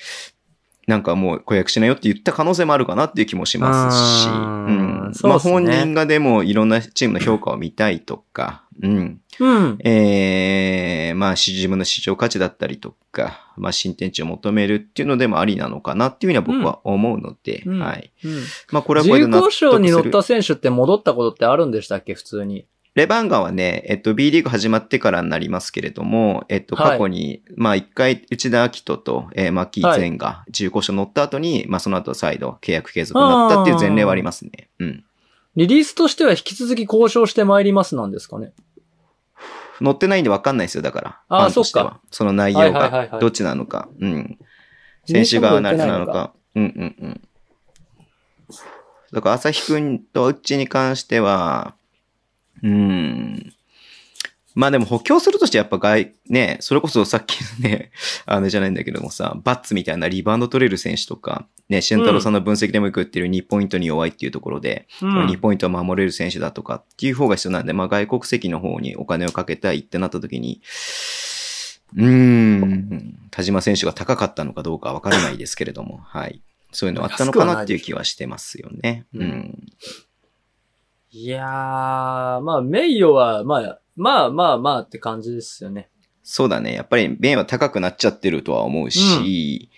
[SPEAKER 2] なんかもう公約しなよって言った可能性もあるかなっていう気もしますし、
[SPEAKER 3] う
[SPEAKER 2] うんん。
[SPEAKER 3] そう
[SPEAKER 2] ま
[SPEAKER 3] っ
[SPEAKER 2] あ
[SPEAKER 3] すね
[SPEAKER 2] 本人がでもいろんなチームの評価を見たいとか、うん。
[SPEAKER 3] うん。
[SPEAKER 2] ええまあ、し自分の市場価値だったりとか、まあ、新天地を求めるっていうのでもありなのかなっていうふうには僕は思うので、
[SPEAKER 3] うん
[SPEAKER 2] はい。
[SPEAKER 3] うん。
[SPEAKER 2] まあ、これはこれで
[SPEAKER 3] 自由
[SPEAKER 2] 納
[SPEAKER 3] 交
[SPEAKER 2] 得す
[SPEAKER 3] 渉に乗っ
[SPEAKER 2] る。
[SPEAKER 3] た選手って戻ったことってあるんでしたっけ普通に。
[SPEAKER 2] レバンガはね、えっと、B リーグ始まってからになりますけれども、えっと、
[SPEAKER 3] はい
[SPEAKER 2] 過去に、まあ、一回、内田明人と、えー、マッキー前が自由交渉に乗った後に、まあ、その後再度契約継続になったっていう前例はありますね。うん。
[SPEAKER 3] リリースとしては引き続き交渉してまいりますなんですかね。
[SPEAKER 2] 乗ってないんで分かんないですよ、だから。
[SPEAKER 3] あ
[SPEAKER 2] フ
[SPEAKER 3] ー
[SPEAKER 2] ァンとしては
[SPEAKER 3] そっ
[SPEAKER 2] その内
[SPEAKER 3] は
[SPEAKER 2] 容
[SPEAKER 3] いはいはいは
[SPEAKER 2] が
[SPEAKER 3] い、
[SPEAKER 2] どっちなのか。うん。選手側ななのか。うんうんうん。だから、朝日くんとうちに関しては、うーん。まあでも補強するとしてやっぱ外、ね、それこそさっきのね、 [laughs] あれじゃないんだけどもさ、バッツみたいなリバウンド取れる選手とか、ね、慎太郎さんの分析でもよく言ってる2ポイントに弱いっていうところで、
[SPEAKER 3] う
[SPEAKER 2] その2
[SPEAKER 3] ん。
[SPEAKER 2] ポイントを守れる選手だとかっていう方が必要なんで、まあ外国籍の方にお金をかけたいってなった時に、うーん、田島選手が高かったのかどうかわからないですけれど
[SPEAKER 3] [laughs]
[SPEAKER 2] も、はい。そういうのあったのかなっていう気はしてますよね。
[SPEAKER 3] 安
[SPEAKER 2] う
[SPEAKER 3] くはない
[SPEAKER 2] ん。
[SPEAKER 3] いやー、まあ、名誉は、まあ、まあまあまあって感じですよね。
[SPEAKER 2] そうだね。やっぱり面は高くなっちゃってるとは思うし、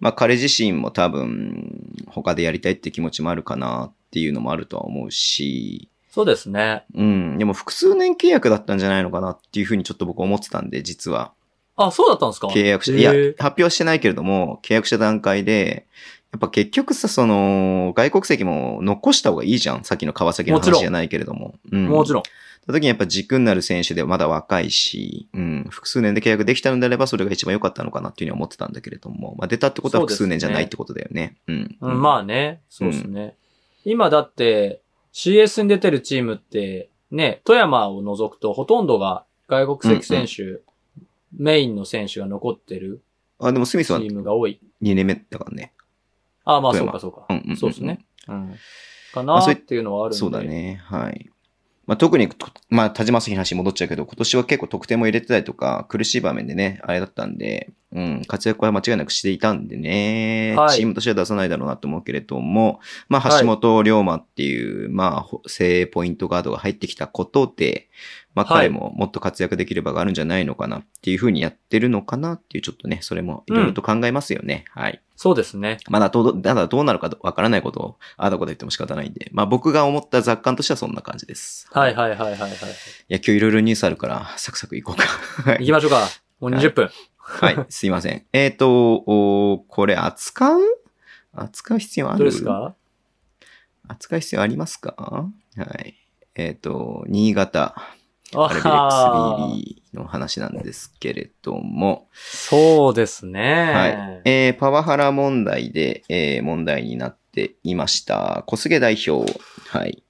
[SPEAKER 2] まあ彼自身も多分他でやりたいって気持ちもあるかなっていうのもあるとは思うし、
[SPEAKER 3] そうですね。
[SPEAKER 2] うん。でも複数年契約だったんじゃないのかなっていうふうにちょっと僕思ってたんで、実は。
[SPEAKER 3] あ、そうだったんですか
[SPEAKER 2] 契約し、
[SPEAKER 3] へー
[SPEAKER 2] いや、発表はしてないけれども、契約した段階で、やっぱ結局さ、その、外国籍も残した方がいいじゃん。さっきの川崎の
[SPEAKER 3] もちろん
[SPEAKER 2] 話じゃないけれども。うん。
[SPEAKER 3] もちろん。
[SPEAKER 2] その時にやっぱ軸になる選手でまだ若いし、うん、複数年で契約できたのであれば、それが一番良かったのかなっていうふうには思ってたんだけれども、まあ出たってことは
[SPEAKER 3] そうで
[SPEAKER 2] 複
[SPEAKER 3] すね
[SPEAKER 2] 数年じゃないってことだよね。うん。
[SPEAKER 3] うん、まあね、そうですね。今だって、CS に出てるチームって、ね、富山を除くとほとんどが外国籍選手、メインの選手が残ってる
[SPEAKER 2] あ。でもスミス
[SPEAKER 3] チ
[SPEAKER 2] は
[SPEAKER 3] ームが多い。
[SPEAKER 2] 2年目だからね。
[SPEAKER 3] あまあそ
[SPEAKER 2] 富
[SPEAKER 3] う
[SPEAKER 2] 山
[SPEAKER 3] かそうか
[SPEAKER 2] うんうんうんう。ん
[SPEAKER 3] そうですね。うん。
[SPEAKER 2] ま
[SPEAKER 3] かな
[SPEAKER 2] あそう
[SPEAKER 3] っ
[SPEAKER 2] い
[SPEAKER 3] ていうのはあるんで。
[SPEAKER 2] そうだね。はい。まあ、特にと、まあ、田島朝日の話に戻っちゃうけど、今年は結構得点も入れてたりとか、苦しい場面でね、あれだったんで、うん、活躍は間違いなくしていたんでね、
[SPEAKER 3] はい
[SPEAKER 2] チームとしては出さないだろうなと思うけれども、ま
[SPEAKER 3] は
[SPEAKER 2] あ、
[SPEAKER 3] い
[SPEAKER 2] 橋本龍馬っていう、まあほ、正ポイントガードが入ってきたことで、まあ、
[SPEAKER 3] はい
[SPEAKER 2] 彼ももっと活躍できる場があるんじゃないのかなっていうふうにやってるのかなっていう、ちょっとね、それもいろいろと考えますよね。はい。
[SPEAKER 3] そうですね。
[SPEAKER 2] まだどう、ただどうなるかわからないことを、ああだこと言っても仕方ないんで、まあ僕が思った雑感としてはそんな感じです。
[SPEAKER 3] はい
[SPEAKER 2] い。
[SPEAKER 3] はいはいはいはい。
[SPEAKER 2] いや、今日いろいろニュースあるから、サクサクいこうか。は
[SPEAKER 3] 行
[SPEAKER 2] い。
[SPEAKER 3] きましょうか。もう20分。
[SPEAKER 2] はい、すいません。えっ、と、おこれ扱う扱う必要ある
[SPEAKER 3] どうですか
[SPEAKER 2] 扱う必要ありますかはい。えっ、と、新潟、
[SPEAKER 3] あ
[SPEAKER 2] アルビレック
[SPEAKER 3] はー
[SPEAKER 2] ス BB の話なんですけれども、
[SPEAKER 3] そうです
[SPEAKER 2] はい
[SPEAKER 3] ね。。
[SPEAKER 2] えーパワハラ問題で、えー問題になっていました。小菅代表。はい。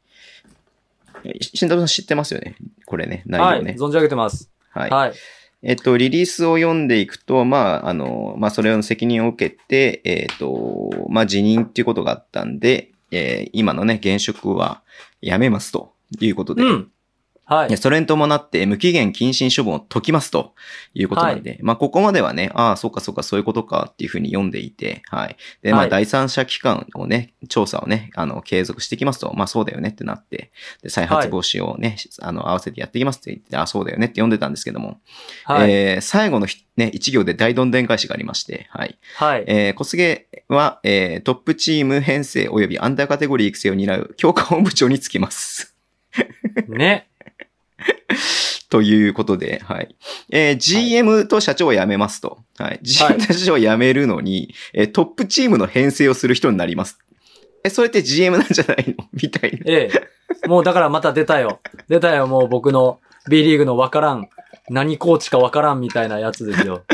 [SPEAKER 2] え慎太郎さん知ってますよねこれね、内容ね。
[SPEAKER 3] 存じ上げてます。
[SPEAKER 2] はい。
[SPEAKER 3] はい。
[SPEAKER 2] えっと、リリースを読んでいくと、まあ、あの、まあ、それの責任を受けて、えっと、まあ、辞任っていうことがあったんで、えー今のね、現職はやめますということで。
[SPEAKER 3] うん。はい
[SPEAKER 2] や
[SPEAKER 3] い。
[SPEAKER 2] それに伴って無期限謹慎処分を解きますということなんで、まあ、ここまではね、ああ、そうかそうか、そういうことかっていうふうに読んでいて、はい。で、ま
[SPEAKER 3] は
[SPEAKER 2] あ、
[SPEAKER 3] い
[SPEAKER 2] 第三者機関をね、調査をね、あの、継続していきますと、まあ、そうだよねってなって、で、再発防止をね、あの、合わせてやっていきますって言って、ああ、そうだよねって読んでたんですけども、
[SPEAKER 3] はい。
[SPEAKER 2] えー最後のひね、一行で大どんでん返しがありまして、はい。
[SPEAKER 3] はい。
[SPEAKER 2] えー小菅は、えートップチーム編成及びアンダーカテゴリー育成を担う強化本部長につきます。
[SPEAKER 3] ね。
[SPEAKER 2] ということで、はい。えー GM と社長は辞めますと。はい。
[SPEAKER 3] はい
[SPEAKER 2] GM と社長は辞めるのに、えートップチームの編成をする人になります。え、それって GM なんじゃないの [laughs] みたいな。
[SPEAKER 3] ええ。もうだからまた出たよ。出たよ、もう僕の B リーグのわからん。何コーチかわからんみたいなやつで
[SPEAKER 2] [laughs]
[SPEAKER 3] すよ。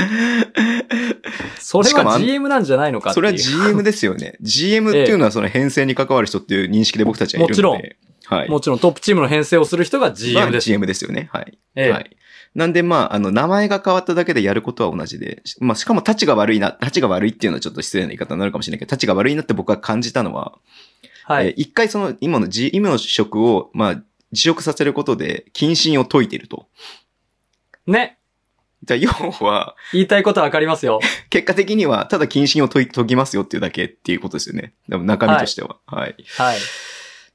[SPEAKER 3] それ
[SPEAKER 2] しかも
[SPEAKER 3] は
[SPEAKER 2] あん
[SPEAKER 3] GM なんじゃないのかっ
[SPEAKER 2] そ
[SPEAKER 3] ていう。
[SPEAKER 2] れは GM ですよ
[SPEAKER 3] [laughs]
[SPEAKER 2] ね。GM っていうのはその編成に関わる人っていう認識で僕たちはいるので。
[SPEAKER 3] もち
[SPEAKER 2] はい。
[SPEAKER 3] もちろんトップチームの編成をする人が GM です。
[SPEAKER 2] まあ GM ですよね。はい。
[SPEAKER 3] え
[SPEAKER 2] は
[SPEAKER 3] え。
[SPEAKER 2] い。なんで、まあ、あの、名前が変わっただけでやることは同じで、しまあ、しかも、立ちが悪いな、立ちが悪いっていうのはちょっと失礼な言い方になるかもしれないけど、立ちが悪いなって僕は感じたのは、
[SPEAKER 3] は
[SPEAKER 2] えー
[SPEAKER 3] い。
[SPEAKER 2] 一回その、今の、じ今の職を、まあ、辞職させることで、謹慎を解いてると。
[SPEAKER 3] ね。
[SPEAKER 2] じゃあ、要は、
[SPEAKER 3] 言いたいことはわかりますよ。
[SPEAKER 2] 結果的には、ただ謹慎を解い解きますよっていうだけっていうことですよね。でも中身としては。はい。い
[SPEAKER 3] はい。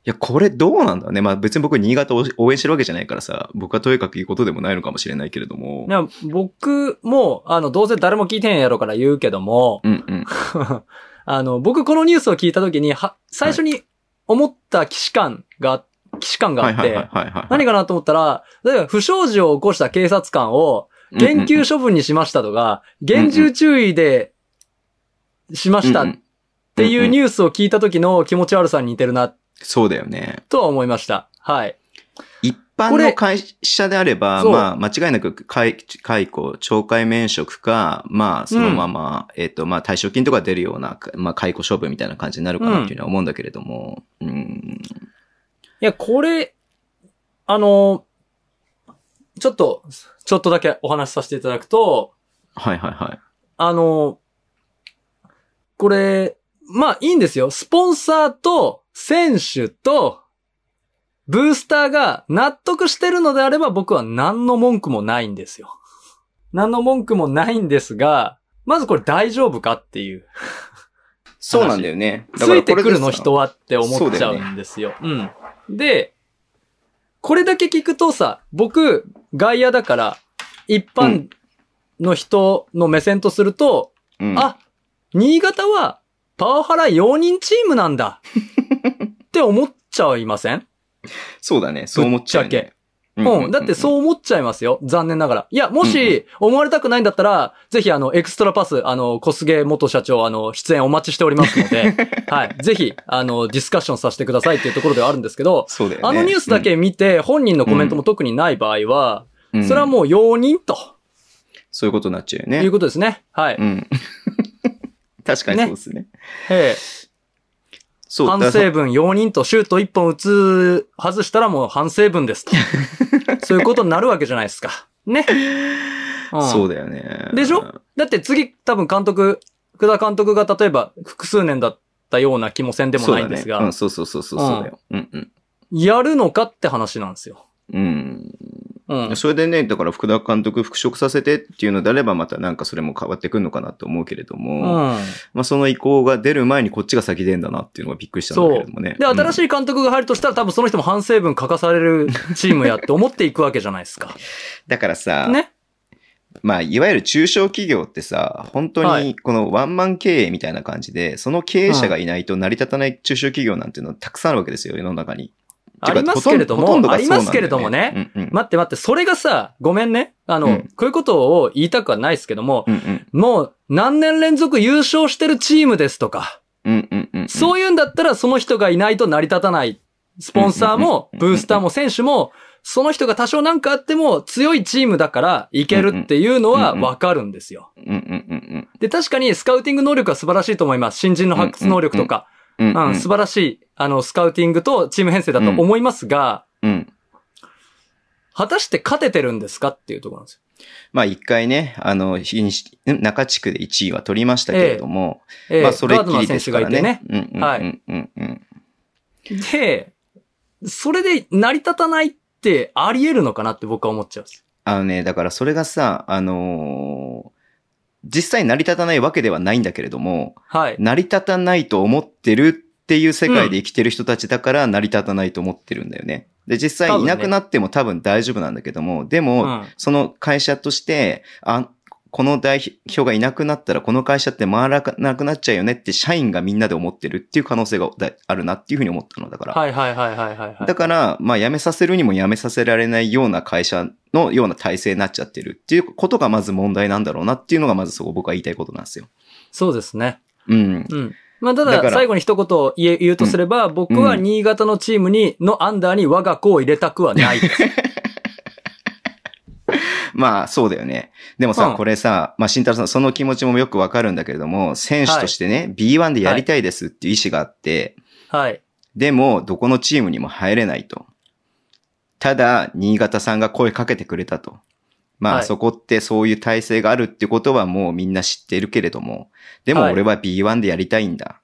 [SPEAKER 2] や、これどうなんだろうね。まあ別に僕新潟を応援してるわけじゃないからさ、僕はとにかく言うことでもないのかもしれないけれども。
[SPEAKER 3] でも僕も、あの、どうせ誰も聞いてへんやろから言うけども、 [laughs]
[SPEAKER 2] うんうん。
[SPEAKER 3] あの、僕このニュースを聞いたときに、は、最初に思った騎士官が、騎士官が
[SPEAKER 2] は
[SPEAKER 3] あっ
[SPEAKER 2] いはいはい
[SPEAKER 3] て、
[SPEAKER 2] はいはい。
[SPEAKER 3] 何かなと思ったら、例えば不祥事を起こした警察官を、減給処分にしましたとか、厳重注意で、しましたっっていうニ
[SPEAKER 2] ュー
[SPEAKER 3] ュースを聞いた時の気持ち悪さに似てるな、
[SPEAKER 2] ス。そうだよね。
[SPEAKER 3] とは思いました。はい。
[SPEAKER 2] 一般
[SPEAKER 3] こ
[SPEAKER 2] の
[SPEAKER 3] れ
[SPEAKER 2] 会社であれば、
[SPEAKER 3] そう
[SPEAKER 2] まあ、間違いなく解、解雇、懲戒免職か、まあ、そのまま、えっ、と、まあ、退職金とか出るような、まあ、解雇処分みたいな感じになるかなっていうのは思うんだけれども、うん。
[SPEAKER 3] いや、これ、あの、ちょっと、ちょっとだけお話しさせていただくと、
[SPEAKER 2] はいはいはい。
[SPEAKER 3] あの、これ、まあいいんですよ。スポンサーと選手とブースターが納得してるのであれば僕は何の文句もないんですよ。何の文句もないんですが、まずこれ大丈夫かっていう。
[SPEAKER 2] そうなんだよね。
[SPEAKER 3] ついてくるの人
[SPEAKER 2] は。
[SPEAKER 3] はって思っちゃうんですよ。うん。で、これだけ聞くとさ、僕、外野だから、一般の人の目線とすると、
[SPEAKER 2] うん、
[SPEAKER 3] あ、新潟はパワハラ容認チームな
[SPEAKER 2] [laughs]
[SPEAKER 3] んだって思っちゃいません
[SPEAKER 2] そうだね。そう思っちゃう、ね。
[SPEAKER 3] ぶっちゃ
[SPEAKER 2] う
[SPEAKER 3] うん。だってそう思っちゃいますよ。残念ながら。いや、もし思われたくないんだったら、ぜひあの、エクストラパス、あの、小菅元社長、あの、出演お待ちしておりますの
[SPEAKER 2] [laughs]
[SPEAKER 3] で、はい。ぜひ、あの、ディスカッションさせてくださいっていうところではあるんですけど、
[SPEAKER 2] そうだよね。
[SPEAKER 3] あのニュースだけ見て、本人のコメントも特にない場合は、
[SPEAKER 2] うん、うん
[SPEAKER 3] それはもう容認と
[SPEAKER 2] そういうことになっちゃうよね。
[SPEAKER 3] いうことですね。はい。
[SPEAKER 2] [laughs] うん。確かにそうですね。
[SPEAKER 3] ええ
[SPEAKER 2] そう
[SPEAKER 3] 反省文容認とシュート1本打つ、外したらもう反省文
[SPEAKER 2] [laughs]
[SPEAKER 3] ですと。そういうことになるわけじゃないですか。ね。うん
[SPEAKER 2] そうだよね。
[SPEAKER 3] でしょだって次、多分監督、福田監督が例えば複数年だったような気もせんでもないんです
[SPEAKER 2] そう
[SPEAKER 3] が、
[SPEAKER 2] だねうん、そうそうそうそうそうだよ。うんうん。
[SPEAKER 3] やるのかって話なんですよ。
[SPEAKER 2] うん。
[SPEAKER 3] うん。
[SPEAKER 2] それでね、だから福田監督復職させてっていうのであれば、またなんかそれも変わってくるのかなと思うけれど
[SPEAKER 3] う
[SPEAKER 2] も、
[SPEAKER 3] ん。
[SPEAKER 2] まあその意向が出る前にこっちが先出んだなっていうのがびっくりしたんだけれどもね。
[SPEAKER 3] で、新し
[SPEAKER 2] い、
[SPEAKER 3] い監督が入るとしたら多分その人も反省文書かされるチームやって思っていくわけじゃないですか。
[SPEAKER 2] だからさ、
[SPEAKER 3] ね。
[SPEAKER 2] まあいわゆる中小企業ってさ、本当
[SPEAKER 3] は
[SPEAKER 2] に
[SPEAKER 3] い
[SPEAKER 2] このワンマン経営みたいな感じで、その経営者がいないと成り立たない中小企業なんていうのはたくさんあるわけですよ、世の中に。
[SPEAKER 3] ありますけれど
[SPEAKER 2] てかほとん
[SPEAKER 3] も、
[SPEAKER 2] ど
[SPEAKER 3] あ
[SPEAKER 2] が
[SPEAKER 3] り
[SPEAKER 2] そうな
[SPEAKER 3] ま
[SPEAKER 2] ん
[SPEAKER 3] す
[SPEAKER 2] だよ
[SPEAKER 3] けれどもね。。
[SPEAKER 2] うんうん。
[SPEAKER 3] 待って待って、それがさ、ごめんね。あの、
[SPEAKER 2] うん
[SPEAKER 3] こういうことを言いたくはないですけども、
[SPEAKER 2] うんうん
[SPEAKER 3] もう何年連続優勝してるチームですとか、
[SPEAKER 2] うんうんうんうん。
[SPEAKER 3] そういうんだったらその人がいないと成り立たない。スポンサー
[SPEAKER 2] うん
[SPEAKER 3] も、
[SPEAKER 2] うんうんうん
[SPEAKER 3] ブースターも、選手も、その人が多少なんかあっても強いチームだからいけるっていうのはわかるんですよ。
[SPEAKER 2] うんうんうん
[SPEAKER 3] で、確かにスカウティング能力は素晴らしいと思います。新人の発掘能力とか、
[SPEAKER 2] うん。うん
[SPEAKER 3] う
[SPEAKER 2] うん
[SPEAKER 3] ん、素晴らしい、あの、スカウティングとチーム編成だと思いますが、
[SPEAKER 2] うん。
[SPEAKER 3] 果たして勝ててるんですかっていうところなんですよ。
[SPEAKER 2] まあ一回ね、あの、東ん中地区で1位は取りましたけれども、
[SPEAKER 3] ええ
[SPEAKER 2] まあそれっ
[SPEAKER 3] ガード
[SPEAKER 2] き
[SPEAKER 3] ナー
[SPEAKER 2] りで
[SPEAKER 3] 選
[SPEAKER 2] す
[SPEAKER 3] 手
[SPEAKER 2] か
[SPEAKER 3] がい
[SPEAKER 2] ら
[SPEAKER 3] てね
[SPEAKER 2] ね。。うんうん
[SPEAKER 3] はい
[SPEAKER 2] うんうん
[SPEAKER 3] で、それで成り立たないってあり得るのかなって僕は思っちゃうんです。
[SPEAKER 2] あのね、だからそれがさ、あのー実際成り立たないわけではないんだけれども、
[SPEAKER 3] はい。
[SPEAKER 2] 成り立たないと思ってるっていう世界で生きてる人たちだから成り立たないと思ってるんだよね。で、実際いなくなっても多分大丈夫なんだけども、でも、
[SPEAKER 3] うん
[SPEAKER 2] その会社として、あ、この代表がいなくなったらこの会社って回らなくなっちゃうよねって社員がみんなで思ってるっていう可能性がだあるなっていうふうに思ったのだから。
[SPEAKER 3] はいはいはいはいはい、はい。
[SPEAKER 2] だから、まあ辞めさせるにも辞めさせられないような会社のような体制になっちゃってるっていうことがまず問題なんだろうなっていうのがまずそこ僕は言いたいことなんですよ。
[SPEAKER 3] そうですね。
[SPEAKER 2] うん。
[SPEAKER 3] うん。まあ、た
[SPEAKER 2] だから
[SPEAKER 3] だ、最後に一言言え言うとすれば、僕は新潟のチームに、のアンダーに我が子を入れたく
[SPEAKER 2] [laughs]
[SPEAKER 3] はないです。
[SPEAKER 2] まあそうだよね。でもさ、
[SPEAKER 3] うん
[SPEAKER 2] これさ、まあ慎太郎さんその気持ちもよくわかるんだけれども、選手としてね、B1 でやりたいですっていう意思があって、
[SPEAKER 3] はい。
[SPEAKER 2] でも、どこのチームにも入れないと。ただ、新潟さんが声かけてくれたと。まあ、
[SPEAKER 3] はい
[SPEAKER 2] そこってそういう体制があるってことはもうみんな知ってるけれども、でも
[SPEAKER 3] はい
[SPEAKER 2] 俺は B1 でやりたいんだ。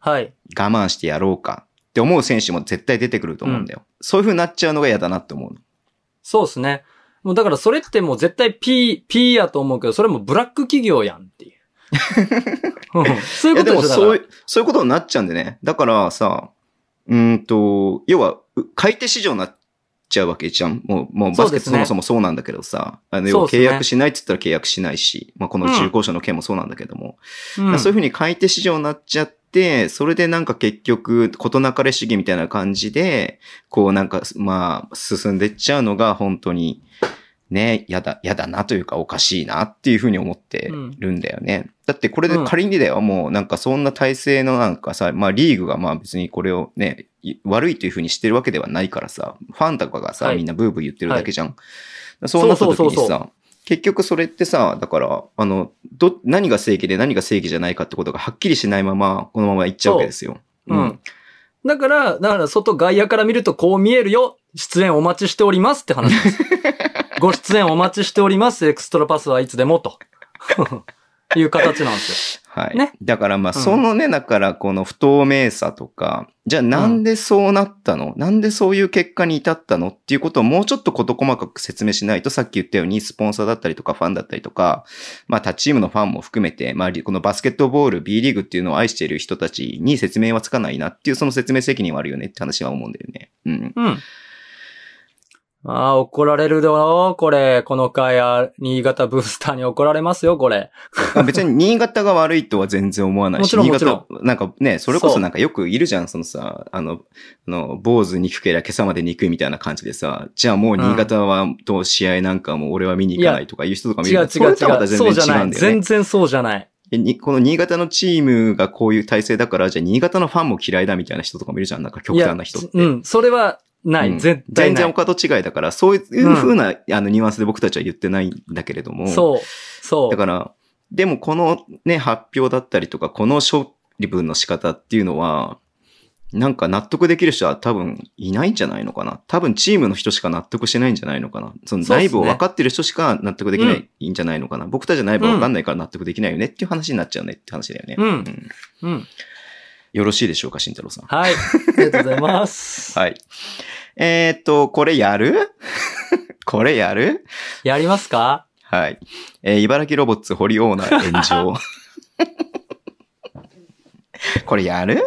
[SPEAKER 3] はい。
[SPEAKER 2] 我慢してやろうか。って思う選手も絶対出てくると思うんだよ。そういう風になっちゃうのが嫌だなって思うの。
[SPEAKER 3] そうですね。もうだからそれってもう絶対 P、P やと思うけど、それもブラック企業や
[SPEAKER 2] [laughs]
[SPEAKER 3] んっていう。うんそう
[SPEAKER 2] い
[SPEAKER 3] いう
[SPEAKER 2] やで
[SPEAKER 3] ことで
[SPEAKER 2] も
[SPEAKER 3] しょ
[SPEAKER 2] そうい
[SPEAKER 3] だか
[SPEAKER 2] う、そういうことになっちゃうんでね。だからさ、うーんと、要は、う買い手市場になっちゃうわけじゃん。もう、もうバ
[SPEAKER 3] そう
[SPEAKER 2] スケ
[SPEAKER 3] で
[SPEAKER 2] ット
[SPEAKER 3] す
[SPEAKER 2] そ
[SPEAKER 3] ね
[SPEAKER 2] もそもそうなんだけどさ、あの、要
[SPEAKER 3] そう
[SPEAKER 2] は
[SPEAKER 3] です
[SPEAKER 2] 契
[SPEAKER 3] ね
[SPEAKER 2] 約しないって言ったら契約しないし、まあこの
[SPEAKER 3] うん
[SPEAKER 2] 中古車の件もそうなんだけども、
[SPEAKER 3] ら
[SPEAKER 2] だからそういう
[SPEAKER 3] う
[SPEAKER 2] ふうに買い手市場になっちゃって、それでなんか結局、事なかれ主義みたいな感じで、こうなんか、まあ、進んでっちゃうのが本当に、ね、やだ、やだなというかおかしいなっていうふうに思ってるんだよね。だってこれで仮にだよ、もうなんかそんな体制のなんかさ、まあリーグがまあ別にこれをね、い悪いというふうにしてるわけではないからさ、ファンとかがさ、
[SPEAKER 3] はい
[SPEAKER 2] みんなブーブー言ってるだけじゃん。そうなった時に
[SPEAKER 3] そうそうそう
[SPEAKER 2] さ、結局それってさ、だから、あの、ど、何が正義で何が正義じゃないかってことがはっきりしないまま、このままいっちゃうわけですよ。
[SPEAKER 3] ん。うん。だから、だから外外野から見るとこう見えるよ。出演お待ちしておりますっ
[SPEAKER 2] [laughs]
[SPEAKER 3] て話です。ご出演お待ちしております。エクストラパスはいつでもと。 [laughs] いう形なんです
[SPEAKER 2] はい。
[SPEAKER 3] ね
[SPEAKER 2] だからまあ、
[SPEAKER 3] うん
[SPEAKER 2] そのね、だからこの不透明さとか、じゃあなんでそうなったの、なんでそういう結果に至ったのっていうことをもうちょっと事細かく説明しないと、さっき言ったように、スポンサーだったりとか、ファンだったりとか、まあ、他チームのファンも含めて、まあ、リこのバスケットボール B リーグっていうのを愛している人たちに説明はつかないなっていう、その説明責任はあるよねって話は思うんだよね。うん。
[SPEAKER 3] よ。うん。ああ、怒られるよ、これ。この回、あ新潟ブースターに怒られますよ、これ。
[SPEAKER 2] まあ別
[SPEAKER 3] [laughs]
[SPEAKER 2] に新潟が悪いとは全然思わないし、
[SPEAKER 3] もち
[SPEAKER 2] 新
[SPEAKER 3] ろんもちろ
[SPEAKER 2] 潟
[SPEAKER 3] ん、
[SPEAKER 2] なんかね、それこ
[SPEAKER 3] そ
[SPEAKER 2] そうなんかよくいるじゃん、そのさ、あの、あの、坊主憎けりゃ今朝まで憎いみたいな感じでさ、じゃあもう新潟は、と試合なんかもう俺は見に行かないとかいう人とかもい
[SPEAKER 3] 違う違
[SPEAKER 2] る
[SPEAKER 3] う違う。
[SPEAKER 2] それとはまた全然
[SPEAKER 3] そうじゃ
[SPEAKER 2] 違
[SPEAKER 3] な
[SPEAKER 2] うん
[SPEAKER 3] い。
[SPEAKER 2] だよ
[SPEAKER 3] 全
[SPEAKER 2] ね。
[SPEAKER 3] 然そうじゃない。
[SPEAKER 2] えにこの新潟のチームがこういう体制だから、じゃあ新潟のファンも嫌いだみたいな人とかもいるじゃん、なんか極端な人って。
[SPEAKER 3] いやうん、それはない。
[SPEAKER 2] うん
[SPEAKER 3] 絶対
[SPEAKER 2] 全
[SPEAKER 3] な
[SPEAKER 2] 然
[SPEAKER 3] い。
[SPEAKER 2] 他と違いだから、そういう風な、あの、ニュアンスで僕たちは言ってないんだけれども。
[SPEAKER 3] そう。そう。
[SPEAKER 2] だから、でもこのね、発表だったりとか、この処理分の仕方っていうのは、なんか納得できる人は多分いないんじゃないのかな。多分チームの人しか納得しないんじゃないのかな。その
[SPEAKER 3] そうっすね
[SPEAKER 2] 内部を分かってる人しか納得できない,、
[SPEAKER 3] うん
[SPEAKER 2] ん、じゃないのかな。僕たちは内部分かんないから納得できないよねっていう話になっちゃうねって話だよね。
[SPEAKER 3] うんうん。
[SPEAKER 2] よろしいでしょうか、慎太郎さん。
[SPEAKER 3] はい。ありがとうございます。
[SPEAKER 2] [laughs] はい。えーっと、これやる [laughs] これやる
[SPEAKER 3] やりますか
[SPEAKER 2] はい。えー茨城ロボッツ堀オーナー炎上。これやる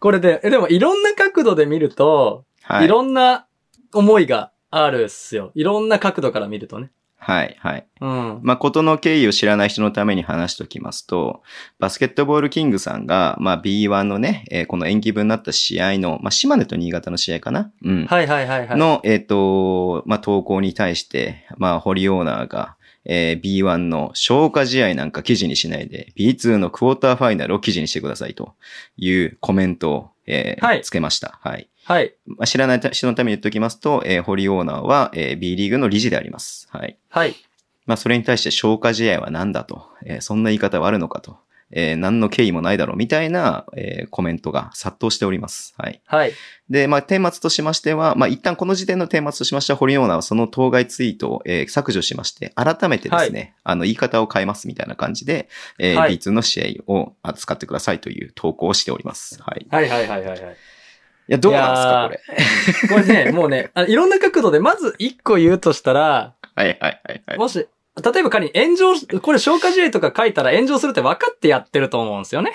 [SPEAKER 3] これで、え、でもいろんな角度で見ると、、
[SPEAKER 2] はいい。
[SPEAKER 3] ろんな思いがあるっすよ。いろんな角度から見るとね。
[SPEAKER 2] はい、はい。
[SPEAKER 3] うん。
[SPEAKER 2] まあ、ことの経緯を知らない人のために話しておきますと、バスケットボールキングさんが、まあ、B1 のね、えーこの延期分になった試合の、まあ、島根と新潟の試合かなうん。
[SPEAKER 3] はいはいはいはい。
[SPEAKER 2] の、えっ、と、まあ、投稿に対して、まあ、堀オーナーが、えー B1 の消化試合なんか記事にしないで、B2 のクォーターファイナルを記事にしてくださいというコメントを、えー
[SPEAKER 3] はい
[SPEAKER 2] つけました。はい。
[SPEAKER 3] はい。
[SPEAKER 2] まあ、知らない人のために言っておきますと、えー堀オーナーは、えー B リーグの理事であります。はい。
[SPEAKER 3] はい。
[SPEAKER 2] まあ、それに対して消化試合は何だと、えーそんな言い方はあるのかと、えー何の経緯もないだろうみたいな、えーコメントが殺到しております。はい。
[SPEAKER 3] はい。
[SPEAKER 2] で、まあ、顛末としましては、まあ、一旦この時点の顛末としましては、堀オーナーはその当該ツイートを、えー削除しまして、改めてですね、あの、言い方を変えますみたいな感じで、えー
[SPEAKER 3] はい
[SPEAKER 2] B2 の試合を扱ってくださいという投稿をしております。はい。い
[SPEAKER 3] はいはいはいはいはい。
[SPEAKER 2] や、どうなんですか、これ。
[SPEAKER 3] これ
[SPEAKER 2] [laughs]
[SPEAKER 3] ね、もうね、あいろんな角度で、まず一個言うとしたら、
[SPEAKER 2] はいはいはいはい。
[SPEAKER 3] もし、例えば仮に炎上、これ消化試合とか書いたら炎上するって分かってやってると思うんですよね。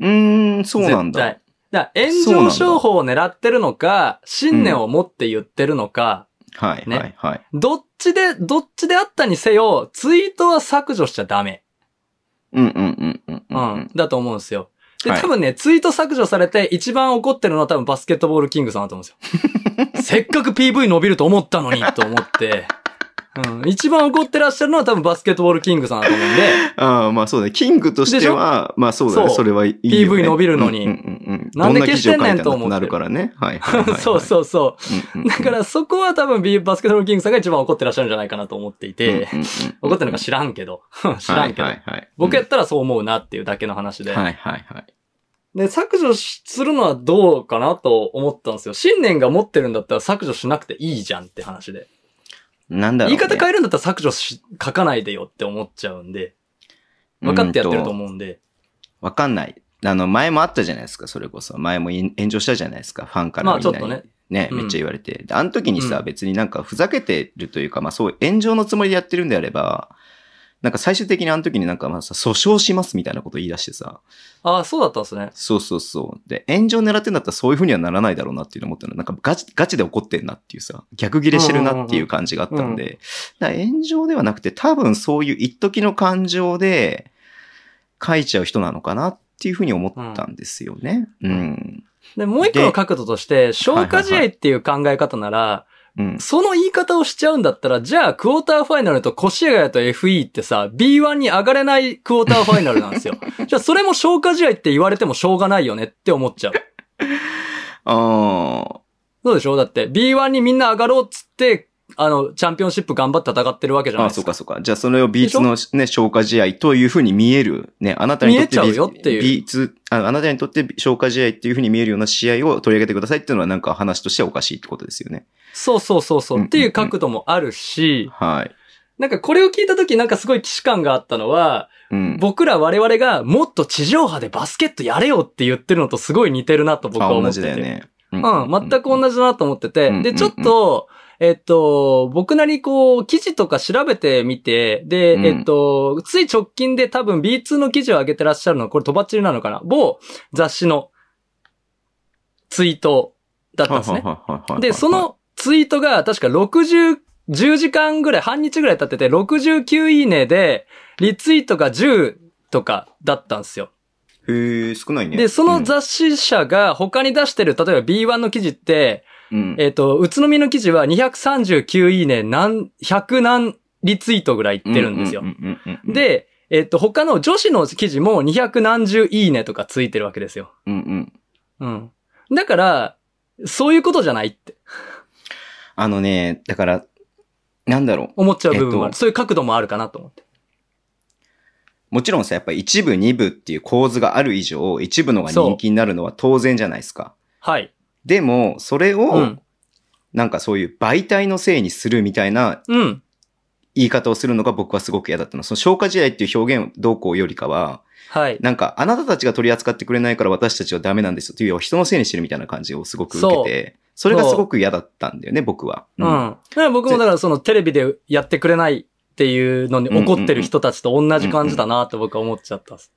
[SPEAKER 2] うーん、そうなんだ。
[SPEAKER 3] 絶対。だから炎上商法を狙ってるのか、信念を持って言ってるのか、
[SPEAKER 2] はい
[SPEAKER 3] ね
[SPEAKER 2] はいはい。
[SPEAKER 3] どっちで、どっちであったにせよ、ツイートは削除しちゃダメ。
[SPEAKER 2] うんうんうんうんうん
[SPEAKER 3] う。
[SPEAKER 2] んうん。
[SPEAKER 3] だと思うんですよ。で、
[SPEAKER 2] はい
[SPEAKER 3] 多分ね、ツイート削除されて一番怒ってるのは多分バスケットボールキングさんだと思うん
[SPEAKER 2] [laughs]
[SPEAKER 3] ですよ。せっかく PV 伸びると思ったのに、と思って。うん。一番怒ってらっしゃるのは多分バスケットボールキングさんだと思うんで、
[SPEAKER 2] ああ、まあそうだね。キングとしては、まあそうだね。
[SPEAKER 3] そう
[SPEAKER 2] それはいいよ、ね。
[SPEAKER 3] PV 伸びるのに
[SPEAKER 2] うんうんうん、
[SPEAKER 3] なんで
[SPEAKER 2] ど記事を書いた
[SPEAKER 3] 消してんねんと思って。
[SPEAKER 2] なるからね。はいはいはい、はい
[SPEAKER 3] [laughs] そうそうそう。
[SPEAKER 2] うんうんうん。
[SPEAKER 3] だからそこは多分 B バスケットボールキングさんが一番怒ってらっしゃるんじゃないかなと思っていて、
[SPEAKER 2] うんうんうん
[SPEAKER 3] 怒ってるのか知らんけど。 [laughs] 知らんけど、
[SPEAKER 2] はいはいはい、
[SPEAKER 3] 僕や
[SPEAKER 2] っ
[SPEAKER 3] ったらそう思うなっていうだけの話で。
[SPEAKER 2] はいはいはい。
[SPEAKER 3] で、削除しするのはどうかなと思ったんですよ。信念が持ってるんだったら削除しなくていいじゃんって話で。
[SPEAKER 2] なんだろう、
[SPEAKER 3] 言い
[SPEAKER 2] ね。
[SPEAKER 3] 方変えるんだったら削除し、書かないでよって思っちゃうんで。分かってやってると
[SPEAKER 2] うん
[SPEAKER 3] 思うんで。
[SPEAKER 2] わかんない。あの、前もあったじゃないですか、それこそ。前もい炎上したじゃないですか、ファンから
[SPEAKER 3] まあ
[SPEAKER 2] み
[SPEAKER 3] ちょ
[SPEAKER 2] ん
[SPEAKER 3] っ
[SPEAKER 2] な
[SPEAKER 3] と
[SPEAKER 2] に。
[SPEAKER 3] ね。
[SPEAKER 2] ね、
[SPEAKER 3] うん
[SPEAKER 2] めっちゃ言われて。であの時にさ、
[SPEAKER 3] うん
[SPEAKER 2] 別になんかふざけてるというか、まあそう、炎上のつもりでやってるんであれば、なんか最終的にあの時になんかまあさ、訴訟しますみたいなこと言い出してさ、
[SPEAKER 3] ああ、そうだったんですね。
[SPEAKER 2] そうそうそう。で、炎上狙ってんだったらそういう風にはならないだろうなっていうの思ったの。なんかガチ、ガチで怒ってんなっていうさ、逆ギレしてるなっていう感じがあったんで、だから炎上ではなくて多分そういう一時の感情で書いちゃう人なのかなっていう風に思ったんですよね。うんん。
[SPEAKER 3] で、もう一個の角度として、消化試合っていう考え方なら、
[SPEAKER 2] うん。
[SPEAKER 3] その言い方をしちゃうんだったら、じゃあ、クォーターファイナルと越谷と FE ってさ、B1 に上がれないクォーターファイナルなんですよ。じゃあ、それも消化試合って言われてもしょうがないよねって思っちゃう。
[SPEAKER 2] ああ、
[SPEAKER 3] そうでしょだって、B1 にみんな上がろうっつって、あの、チャンピオンシップ頑張って戦ってるわけじゃな
[SPEAKER 2] あ
[SPEAKER 3] い
[SPEAKER 2] あ、
[SPEAKER 3] で
[SPEAKER 2] そ
[SPEAKER 3] す
[SPEAKER 2] う
[SPEAKER 3] か。
[SPEAKER 2] かそうか。じゃあそれを B2 のね、消化試合というふうに見える。ね、あなたにとって
[SPEAKER 3] 見えちゃうよっていう
[SPEAKER 2] B2、ああなたにとって消化試合っていうふうに見えるような試合を取り上げてくださいっていうのはなんか話としてはおかしいってことですよね。
[SPEAKER 3] そうそうそうそう
[SPEAKER 2] うんうんうん
[SPEAKER 3] っていう角度もあるし、
[SPEAKER 2] はい。
[SPEAKER 3] なんかこれを聞いた時なんかすごい既視感があったのは、
[SPEAKER 2] うん。
[SPEAKER 3] 僕ら我々がもっと地上波でバスケットやれよって言ってるのとすごい似てるなと僕
[SPEAKER 2] あ、
[SPEAKER 3] は思
[SPEAKER 2] 同
[SPEAKER 3] っ
[SPEAKER 2] じ
[SPEAKER 3] てて。
[SPEAKER 2] だよね。う
[SPEAKER 3] うん、全
[SPEAKER 2] じ。
[SPEAKER 3] く同じだなと思ってて。
[SPEAKER 2] うん
[SPEAKER 3] で、
[SPEAKER 2] うん
[SPEAKER 3] ちょっと、えっと、僕なりにこう、記事とか調べてみて、で、
[SPEAKER 2] うん
[SPEAKER 3] えっと、つい直近で多分 B2 の記事を上げてらっしゃるのは、これとばっちりなのかな某雑誌のツイートだったんですね。
[SPEAKER 2] ね
[SPEAKER 3] で、そ、のツイートが確か60、10時間ぐらい、半日ぐらい経ってて、69いいねで、リツイートが10とかだったんですよ。
[SPEAKER 2] へえ、少ないね。
[SPEAKER 3] で、その
[SPEAKER 2] ザ、
[SPEAKER 3] 雑誌社が他に出してる、例えば B1 の記事って、
[SPEAKER 2] うん、
[SPEAKER 3] えっ、と、宇都宮の記事は239いいね、何、100何リツイートぐらいいってるんですよ
[SPEAKER 2] う。うんうんうん、
[SPEAKER 3] で、えっ、と、他の女子の記事も200何十いいねとかついてるわけですよ。
[SPEAKER 2] うんうん。
[SPEAKER 3] うん。だから、そういうことじゃないって
[SPEAKER 2] あのね、だから、なんだろう。
[SPEAKER 3] 思っちゃう部分もあ
[SPEAKER 2] え
[SPEAKER 3] る。
[SPEAKER 2] っと
[SPEAKER 3] そういう角度もあるかなと思って。
[SPEAKER 2] もちろんさ、やっぱ一部、二部っていう構図がある以上、一部のが人気になるのは当然じゃないですか。
[SPEAKER 3] はい。
[SPEAKER 2] でも、それ
[SPEAKER 3] う
[SPEAKER 2] を
[SPEAKER 3] ん、。
[SPEAKER 2] なんかそういう媒体のせいにするみたいな
[SPEAKER 3] うん。
[SPEAKER 2] 言い方をするのが僕はすごく嫌だったの。その消化試合っていう表現動向よりかは、
[SPEAKER 3] はい。
[SPEAKER 2] なんかあなたたちが取り扱ってくれないから私たちはダメなんですよっていう人のせいにしてるみたいな感じをすごく受けて、それがすごく嫌だったんだよね、僕は。
[SPEAKER 3] うん。だから僕もだからそのテレビでやってくれないっていうのに怒ってる人たちと同じ感じだなって僕は思っちゃったっす。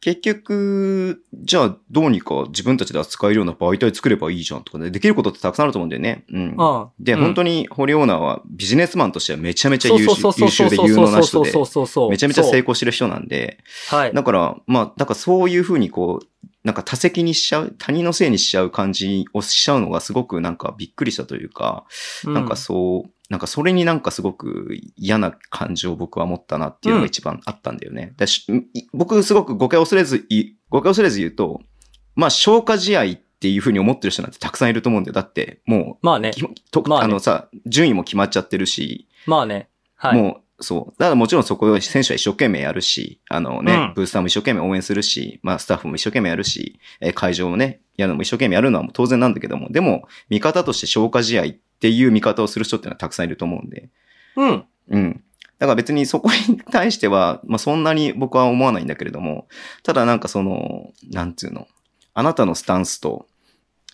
[SPEAKER 2] 結局、じゃあどうにか自分たちで扱えるような媒体作ればいいじゃんとかね、できることってたくさんあると思うんだよね。うん。
[SPEAKER 3] うん。
[SPEAKER 2] で、
[SPEAKER 3] うん
[SPEAKER 2] 本当に堀オーナーはビジネスマンとしてはめちゃめちゃ
[SPEAKER 3] そう
[SPEAKER 2] 優
[SPEAKER 3] そうそ
[SPEAKER 2] 秀優
[SPEAKER 3] うそうそ
[SPEAKER 2] 秀
[SPEAKER 3] う
[SPEAKER 2] で
[SPEAKER 3] そう
[SPEAKER 2] 有能な
[SPEAKER 3] そ
[SPEAKER 2] 人
[SPEAKER 3] う
[SPEAKER 2] で、
[SPEAKER 3] そうそうそう。
[SPEAKER 2] めちゃめちゃ成功してる人なんで、
[SPEAKER 3] はい。
[SPEAKER 2] だから、まあ、だからそういうふうにこう、なんか他責にしちゃう、他人のせいにしちゃう感じをしちゃうのがすごくなんかびっくりしたというか、なんかそう、なんかそれになんかすごく嫌な感情を僕は持ったなっていうのが一番あったんだよね。だしい僕すごく誤解を恐れずい、誤解を恐れず言うと、まあ消化試合っていうふうに思ってる人なんてたくさんいると思うんだよ。だって、も
[SPEAKER 3] まあね
[SPEAKER 2] う、。きと
[SPEAKER 3] まあね
[SPEAKER 2] あのさ、順位も決まっちゃってるし、
[SPEAKER 3] まあね。はい。
[SPEAKER 2] もう、そう。だからもちろんそこを選手は一生懸命やるし、あのね、
[SPEAKER 3] うん
[SPEAKER 2] ブースターも一生懸命応援するし、まあスタッフも一生懸命やるし、えー会場もね、やるのも一生懸命やるのはもう当然なんだけども、でも、味方として消化試合っていう見方をする人っていうのはたくさんいると思うんで、
[SPEAKER 3] うん。
[SPEAKER 2] うん。だから別にそこに対しては、 [laughs] まあそんなに僕は思わないんだけれども、ただなんかその、なんつうの、あなたのスタンスと、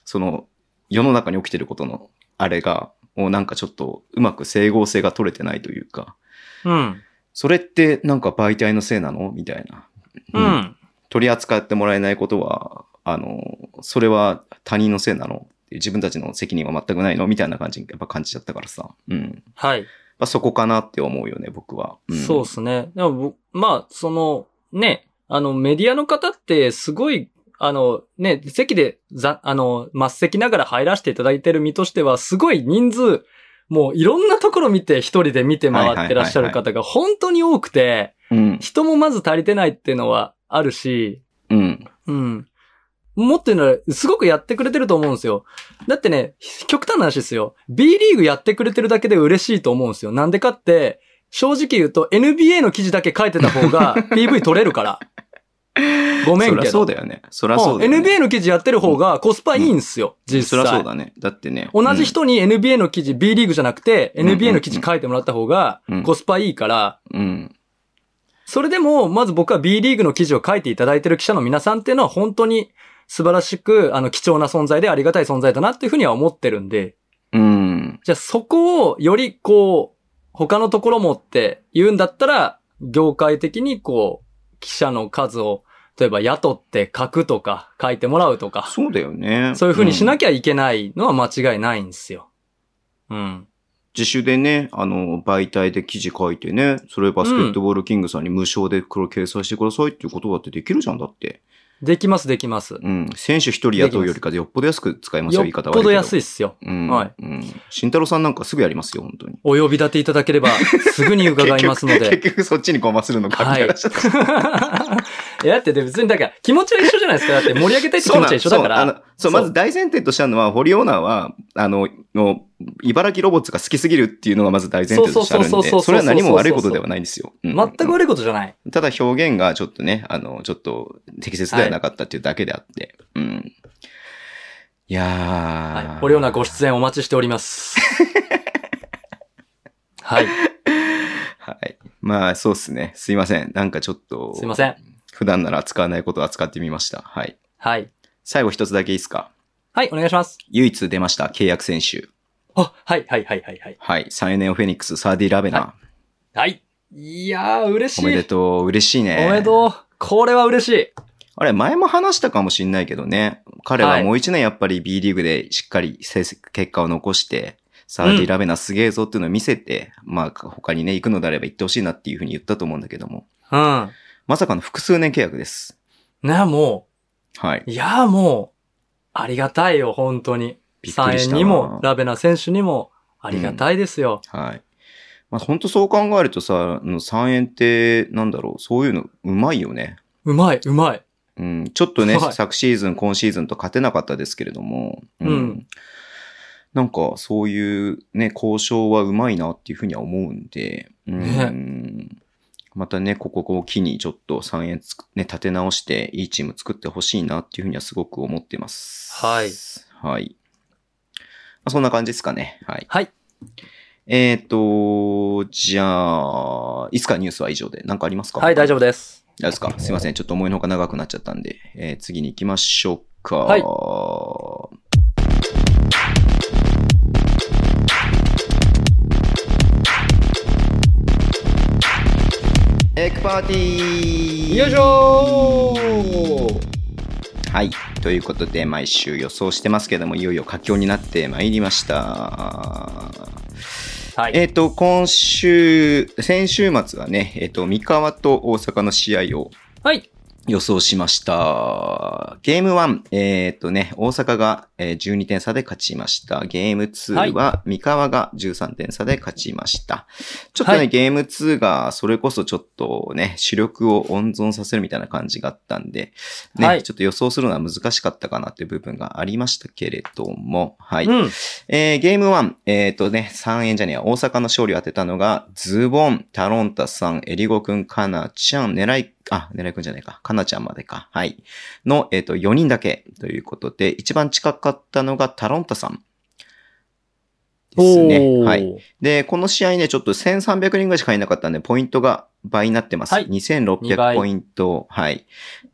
[SPEAKER 2] その、世の中に起きてることの、あれが、もうなんかちょっとうまく整合性が取れてないというか、
[SPEAKER 3] うん。
[SPEAKER 2] それってなんか媒体のせいなのみたいな。
[SPEAKER 3] う。ん。
[SPEAKER 2] 取り扱ってもらえないことは、あの、それは他人のせいなの自分たちの責任は全くないのみたいな感じにやっぱ感じちゃったからさ。うん。
[SPEAKER 3] はい。
[SPEAKER 2] まあ、そこかなって思うよね、僕は。ん
[SPEAKER 3] そうですね。でも僕、まあ、その、ね、あの、メディアの方って、すごい、あの、ね、席で、ざ、あの、末席ながら入らせていただいてる身としては、すごい人数、もういろんなところ見て、一人で見て回ってらっしゃる方が本当に多くて、
[SPEAKER 2] うん。
[SPEAKER 3] 人もまず足りてないっていうのはあるし、
[SPEAKER 2] うん。
[SPEAKER 3] うん。もっと言うなら、すごくやってくれてると思うんですよ。だってね、極端な話ですよ。B リーグやってくれてるだけで嬉しいと思うんですよ。なんでかって、正直言うと NBA の記事だけ書いてた
[SPEAKER 2] [laughs]
[SPEAKER 3] 方が PV 取れるから。ごめ
[SPEAKER 2] そ
[SPEAKER 3] ん
[SPEAKER 2] り
[SPEAKER 3] け
[SPEAKER 2] ゃそ
[SPEAKER 3] ど。
[SPEAKER 2] うだよね。そりゃそうだ
[SPEAKER 3] う
[SPEAKER 2] よ
[SPEAKER 3] ん
[SPEAKER 2] ね。
[SPEAKER 3] NBA の記事やってる方がコスパいいんですよ。実
[SPEAKER 2] そり
[SPEAKER 3] 際。
[SPEAKER 2] ゃそうだね。だってね。
[SPEAKER 3] 同じ人に NBA の記事、B リーグじゃなくて
[SPEAKER 2] んうん
[SPEAKER 3] NBA の記事書いてもらった方が
[SPEAKER 2] うん
[SPEAKER 3] コスパいいから、
[SPEAKER 2] うん。うん。
[SPEAKER 3] それでも、まず僕は B リーグの記事を書いていただいている記者の皆さんっていうのは本当に素晴らしく、あの、貴重な存在でありがたい存在だなっていうふうには思ってるんで、
[SPEAKER 2] うん。
[SPEAKER 3] じゃあそこをよりこう、他のところもって言うんだったら、業界的にこう、記者の数を、例えば雇って書くとか、書いてもらうとか、
[SPEAKER 2] そうだよね。
[SPEAKER 3] そういうふうにし
[SPEAKER 2] きゃ
[SPEAKER 3] なきゃいけないのは間違いないんですよ。うん。
[SPEAKER 2] 自主でね、あの、媒体で記事書いてね、それバスケットボールキングさんに無償でこれ掲載してくださいっていうことだってできるじゃんだって。
[SPEAKER 3] できます、できます。
[SPEAKER 2] うん。選手一人雇うよりかよっぽど安く使いますよ、
[SPEAKER 3] よっ
[SPEAKER 2] 言い方は。
[SPEAKER 3] ぽど安い
[SPEAKER 2] い。
[SPEAKER 3] っすよ。
[SPEAKER 2] うん。
[SPEAKER 3] はい
[SPEAKER 2] うん。慎太郎さんなんかすぐやりますよ、本当に。
[SPEAKER 3] お呼び立ていただければ、すぐに伺いますの
[SPEAKER 2] 結
[SPEAKER 3] で。
[SPEAKER 2] 局結局そっちにごまするのか、み
[SPEAKER 3] は
[SPEAKER 2] た
[SPEAKER 3] い。
[SPEAKER 2] い
[SPEAKER 3] い
[SPEAKER 2] な
[SPEAKER 3] [laughs]
[SPEAKER 2] 話だった。
[SPEAKER 3] や、だって別に、だから、気持ちは一緒じゃないですか。だって盛り上げたいって気
[SPEAKER 2] そう
[SPEAKER 3] 持
[SPEAKER 2] な
[SPEAKER 3] ちは
[SPEAKER 2] ん
[SPEAKER 3] 一緒だか
[SPEAKER 2] そうあの
[SPEAKER 3] ら。
[SPEAKER 2] そう、まず大前提としたのは、堀オーナーは、あの、の茨城ロボッツが好きすぎるっていうのがまず大前提としてあるん
[SPEAKER 3] そうそうそうそうそう
[SPEAKER 2] で、それは何も悪いことではないんですよ。うん
[SPEAKER 3] 全く悪いことじゃない。
[SPEAKER 2] ただ表現がちょっとね、あの、ちょっと適切ではなかったっていうだけであって。うん。いや
[SPEAKER 3] は
[SPEAKER 2] ー。
[SPEAKER 3] い。堀尾なご出演お待ちしてお
[SPEAKER 2] [laughs]
[SPEAKER 3] ります。はい。
[SPEAKER 2] はい。まあ、そうっすね。すいません。なんかちょっと、
[SPEAKER 3] すいません。
[SPEAKER 2] 普段なら扱わないことを扱ってみました。はい。
[SPEAKER 3] はい。
[SPEAKER 2] 最後一つだけいいっすか
[SPEAKER 3] はい、お願いします。
[SPEAKER 2] 唯一出ました。契約選手。
[SPEAKER 3] あ、はい、はい、はい、はい、はい。
[SPEAKER 2] はい。サイネオフェニックス、サーディ・ラベナ。
[SPEAKER 3] ははい。いやー、嬉しい。
[SPEAKER 2] おめでとう。嬉しいね。
[SPEAKER 3] おめでとう。これは嬉しい。
[SPEAKER 2] あれ、前も話したかもしんないけどね。彼ははいもう一年やっぱり B リーグでしっかり成績結果を残して、サーディ・ラベナすげえぞっていうのを見せて、まあ他にね、行くのであれば行ってほしいなっていうふうに言ったと思うんだけども。
[SPEAKER 3] うん。
[SPEAKER 2] まさかの複数年契約です。
[SPEAKER 3] なあ、も
[SPEAKER 2] はい。
[SPEAKER 3] う、いやー、もう、ありがたいよ、本当に。
[SPEAKER 2] びっくりした
[SPEAKER 3] サインにも、ラベナ選手にも、ありがたいですよ。
[SPEAKER 2] はい。まあ本当そう考えるとさ、あの3円って、なんだろう、そういうのうまいよね。
[SPEAKER 3] うまい、うまい。
[SPEAKER 2] うん、ちょっとね、
[SPEAKER 3] はい
[SPEAKER 2] 昨シーズン、今シーズンと勝てなかったですけれども、
[SPEAKER 3] うん
[SPEAKER 2] なんか、そういうね、交渉はうまいなっていうふうには思うんで、うんまたね、ここを機にちょっと3円つく、ね、立て直して、いいチーム作ってほしいなっていうふうにはすごく思ってます。
[SPEAKER 3] はい。
[SPEAKER 2] はい。まあ、そんな感じですかね。はい。
[SPEAKER 3] はい。
[SPEAKER 2] えっ、と、じゃあ、いつかニュースは以上で、何かありますか
[SPEAKER 3] はい、大丈夫です。
[SPEAKER 2] 大丈夫ですかすいません。ちょっと思いのほか長くなっちゃったんで、えー次に行きましょうか。
[SPEAKER 3] はい
[SPEAKER 2] エッグパーティー
[SPEAKER 3] よいしょー
[SPEAKER 2] はい。ということで、毎週予想してますけども、いよいよ佳境になってまいりました。
[SPEAKER 3] はい。
[SPEAKER 2] えっ、と、今週、先週末はね、えっ、と、三河と大阪の試合を
[SPEAKER 3] はい。
[SPEAKER 2] 予想しました。ゲーム1、えっ、とね、大阪がえー12点差で勝ちました。ゲーム2は三河が13点差で勝ちました。ちょっとね、
[SPEAKER 3] はい
[SPEAKER 2] ゲーム2がそれこそちょっとね、主力を温存させるみたいな感じがあったんで、ね、
[SPEAKER 3] はい
[SPEAKER 2] ちょっと予想するのは難しかったかなっていう部分がありましたけれども、はい。
[SPEAKER 3] うん。
[SPEAKER 2] えーゲーム1、えっ、とね、3円じゃねえや、大阪の勝利を当てたのが、ズボン、タロンタさん、エリゴくん、カナちゃん、狙い、あ、狙いくんじゃないか、カナちゃんまでか、はい。の、えっ、と、4人だけということで、一番近かったのがタロンタさん。ですね。
[SPEAKER 3] おー
[SPEAKER 2] はい。。で、この試合ね、ちょっと1300人ぐらいしかいなかったんで、ポイントが倍になってます。
[SPEAKER 3] はい二
[SPEAKER 2] 2600
[SPEAKER 3] 倍
[SPEAKER 2] ポイント。はい。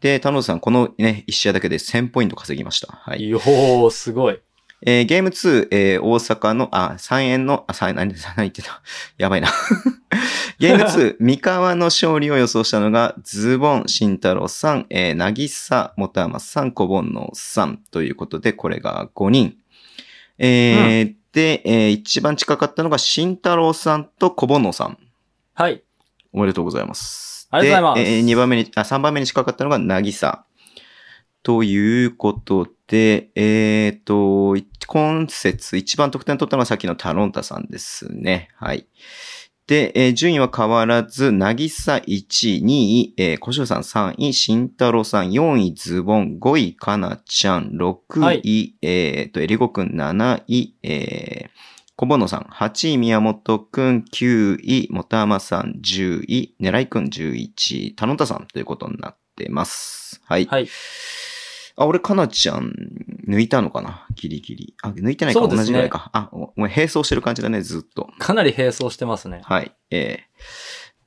[SPEAKER 2] で、タロンタさん、このね、1試合だけで1000ポイント稼ぎました。はい。
[SPEAKER 3] よー、すごい。
[SPEAKER 2] えーゲーム2、えー大阪の、あ、3円の、あ、3円、何、何言ってた。 [laughs] やばいな。ゲーム2、三河の勝利を予想したのが、ズボン、慎太郎さん、えー、なぎさ、もたまさん、こぼんのさん。ということで、これが5人。えーで、えー一番近かったのが、慎太郎さんとこぼんのさん。
[SPEAKER 3] はい。
[SPEAKER 2] おめでとうございます。
[SPEAKER 3] ありがとうございます
[SPEAKER 2] でえー、2番目に、あ、3番目に近かったのが、なぎさ。ということで、えっ、と、い今節一番得点取ったのがさっきのタロンタさんですね。はい。で、えー順位は変わらず、なぎさ1位、2位、えー、小翔さん3位、慎太郎さん4位、ズボン5位、かなちゃん6位、
[SPEAKER 3] はい
[SPEAKER 2] えっ、と、えりごくん7位、えー、小ぼのさん、8位宮本くん、9位もたまさん、10位狙いくん、11位たのたさんということになってます。はい。
[SPEAKER 3] はい。
[SPEAKER 2] あ、俺、かなちゃん、抜いたのかなギリギリ。あ、抜いてないか、
[SPEAKER 3] そうですね
[SPEAKER 2] 同じぐらいか。あ、おお前並走してる感じだね、ずっと。
[SPEAKER 3] かなり並走してますね。
[SPEAKER 2] はい。えー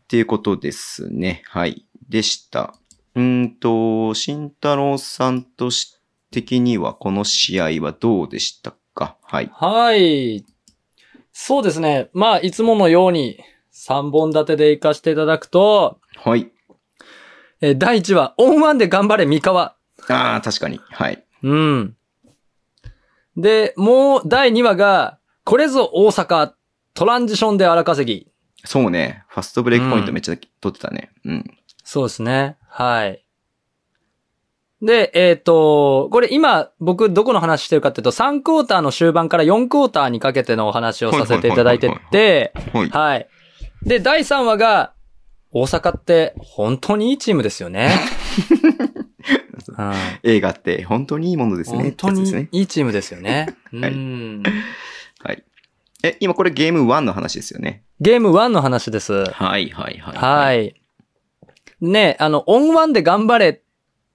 [SPEAKER 2] っていうことですね。はい。でした。うーんと、慎太郎さんとし、的にはこの試合はどうでしたかはい。
[SPEAKER 3] はい。そうですね。まあ、いつものように3本立てで行かせていただくと、
[SPEAKER 2] はい。
[SPEAKER 3] えー第1話、オンワンで頑張れ、三河。
[SPEAKER 2] ああ、確かに。はい。
[SPEAKER 3] うん。で、もう第2話が、これぞ大阪、トランジションで荒稼ぎ。
[SPEAKER 2] そうね。ファストブレイクポイントめっちゃ取ってたね。うん。
[SPEAKER 3] そうですね。はい。で、えっ、と、これ今、僕どこの話してるかっていうと、3クォーターの終盤から4クォーターにかけてのお話をさせていただいてて、
[SPEAKER 2] はい。
[SPEAKER 3] はい。で、第3話が、大阪って本当にいいチームです
[SPEAKER 2] [laughs]
[SPEAKER 3] よね。うん
[SPEAKER 2] 映画って本当にいいものですね。
[SPEAKER 3] 本当
[SPEAKER 2] ってやつ
[SPEAKER 3] に
[SPEAKER 2] ですね。
[SPEAKER 3] いいチームですよね。
[SPEAKER 2] [laughs]
[SPEAKER 3] う
[SPEAKER 2] はい
[SPEAKER 3] ん。
[SPEAKER 2] はい。え、今これゲーム1の話ですよね。
[SPEAKER 3] ゲーム1の話です。
[SPEAKER 2] はい、はい、はい。。
[SPEAKER 3] はいい。ね、あの、オンワンで頑張れ、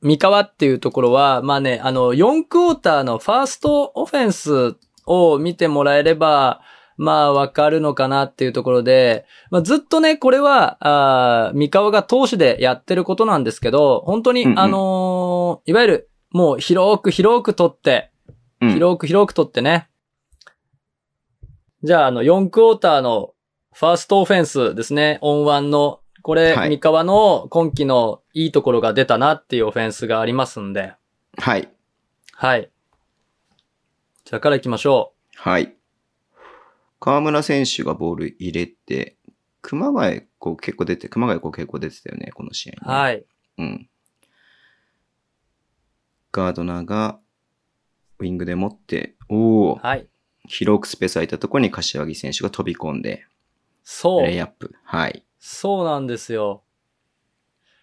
[SPEAKER 3] 三河っていうところは、まあね、あの、4クォーターのファーストオフェンスを見てもらえれば、まあ、わかるのかなっていうところで、まあ、ずっとね、これは、あー三河が投資でやってることなんですけど、本当に、
[SPEAKER 2] うんうん
[SPEAKER 3] あのーいわゆる、もう広く広く取って、
[SPEAKER 2] うん
[SPEAKER 3] 広く広く取ってね。じゃあ、あの、4クォーターのファーストオフェンスですね。オンワンの。これ、
[SPEAKER 2] はい
[SPEAKER 3] 三河の今季のいいところが出たなっていうオフェンスがありますんで。
[SPEAKER 2] はい。
[SPEAKER 3] はい。じゃあから行きましょ
[SPEAKER 2] はい。河村選手がボール入れて、熊谷こう結構出て、熊谷こう結構出てたよね、この試合、ね。。
[SPEAKER 3] う。はいい。
[SPEAKER 2] うん。ガードナーが、ウィングで持って、おお、
[SPEAKER 3] はい。
[SPEAKER 2] 広くスペース空いたところに柏木選手が飛び込んで、
[SPEAKER 3] そう
[SPEAKER 2] レイ。アップ。はい。
[SPEAKER 3] そうなんですよ。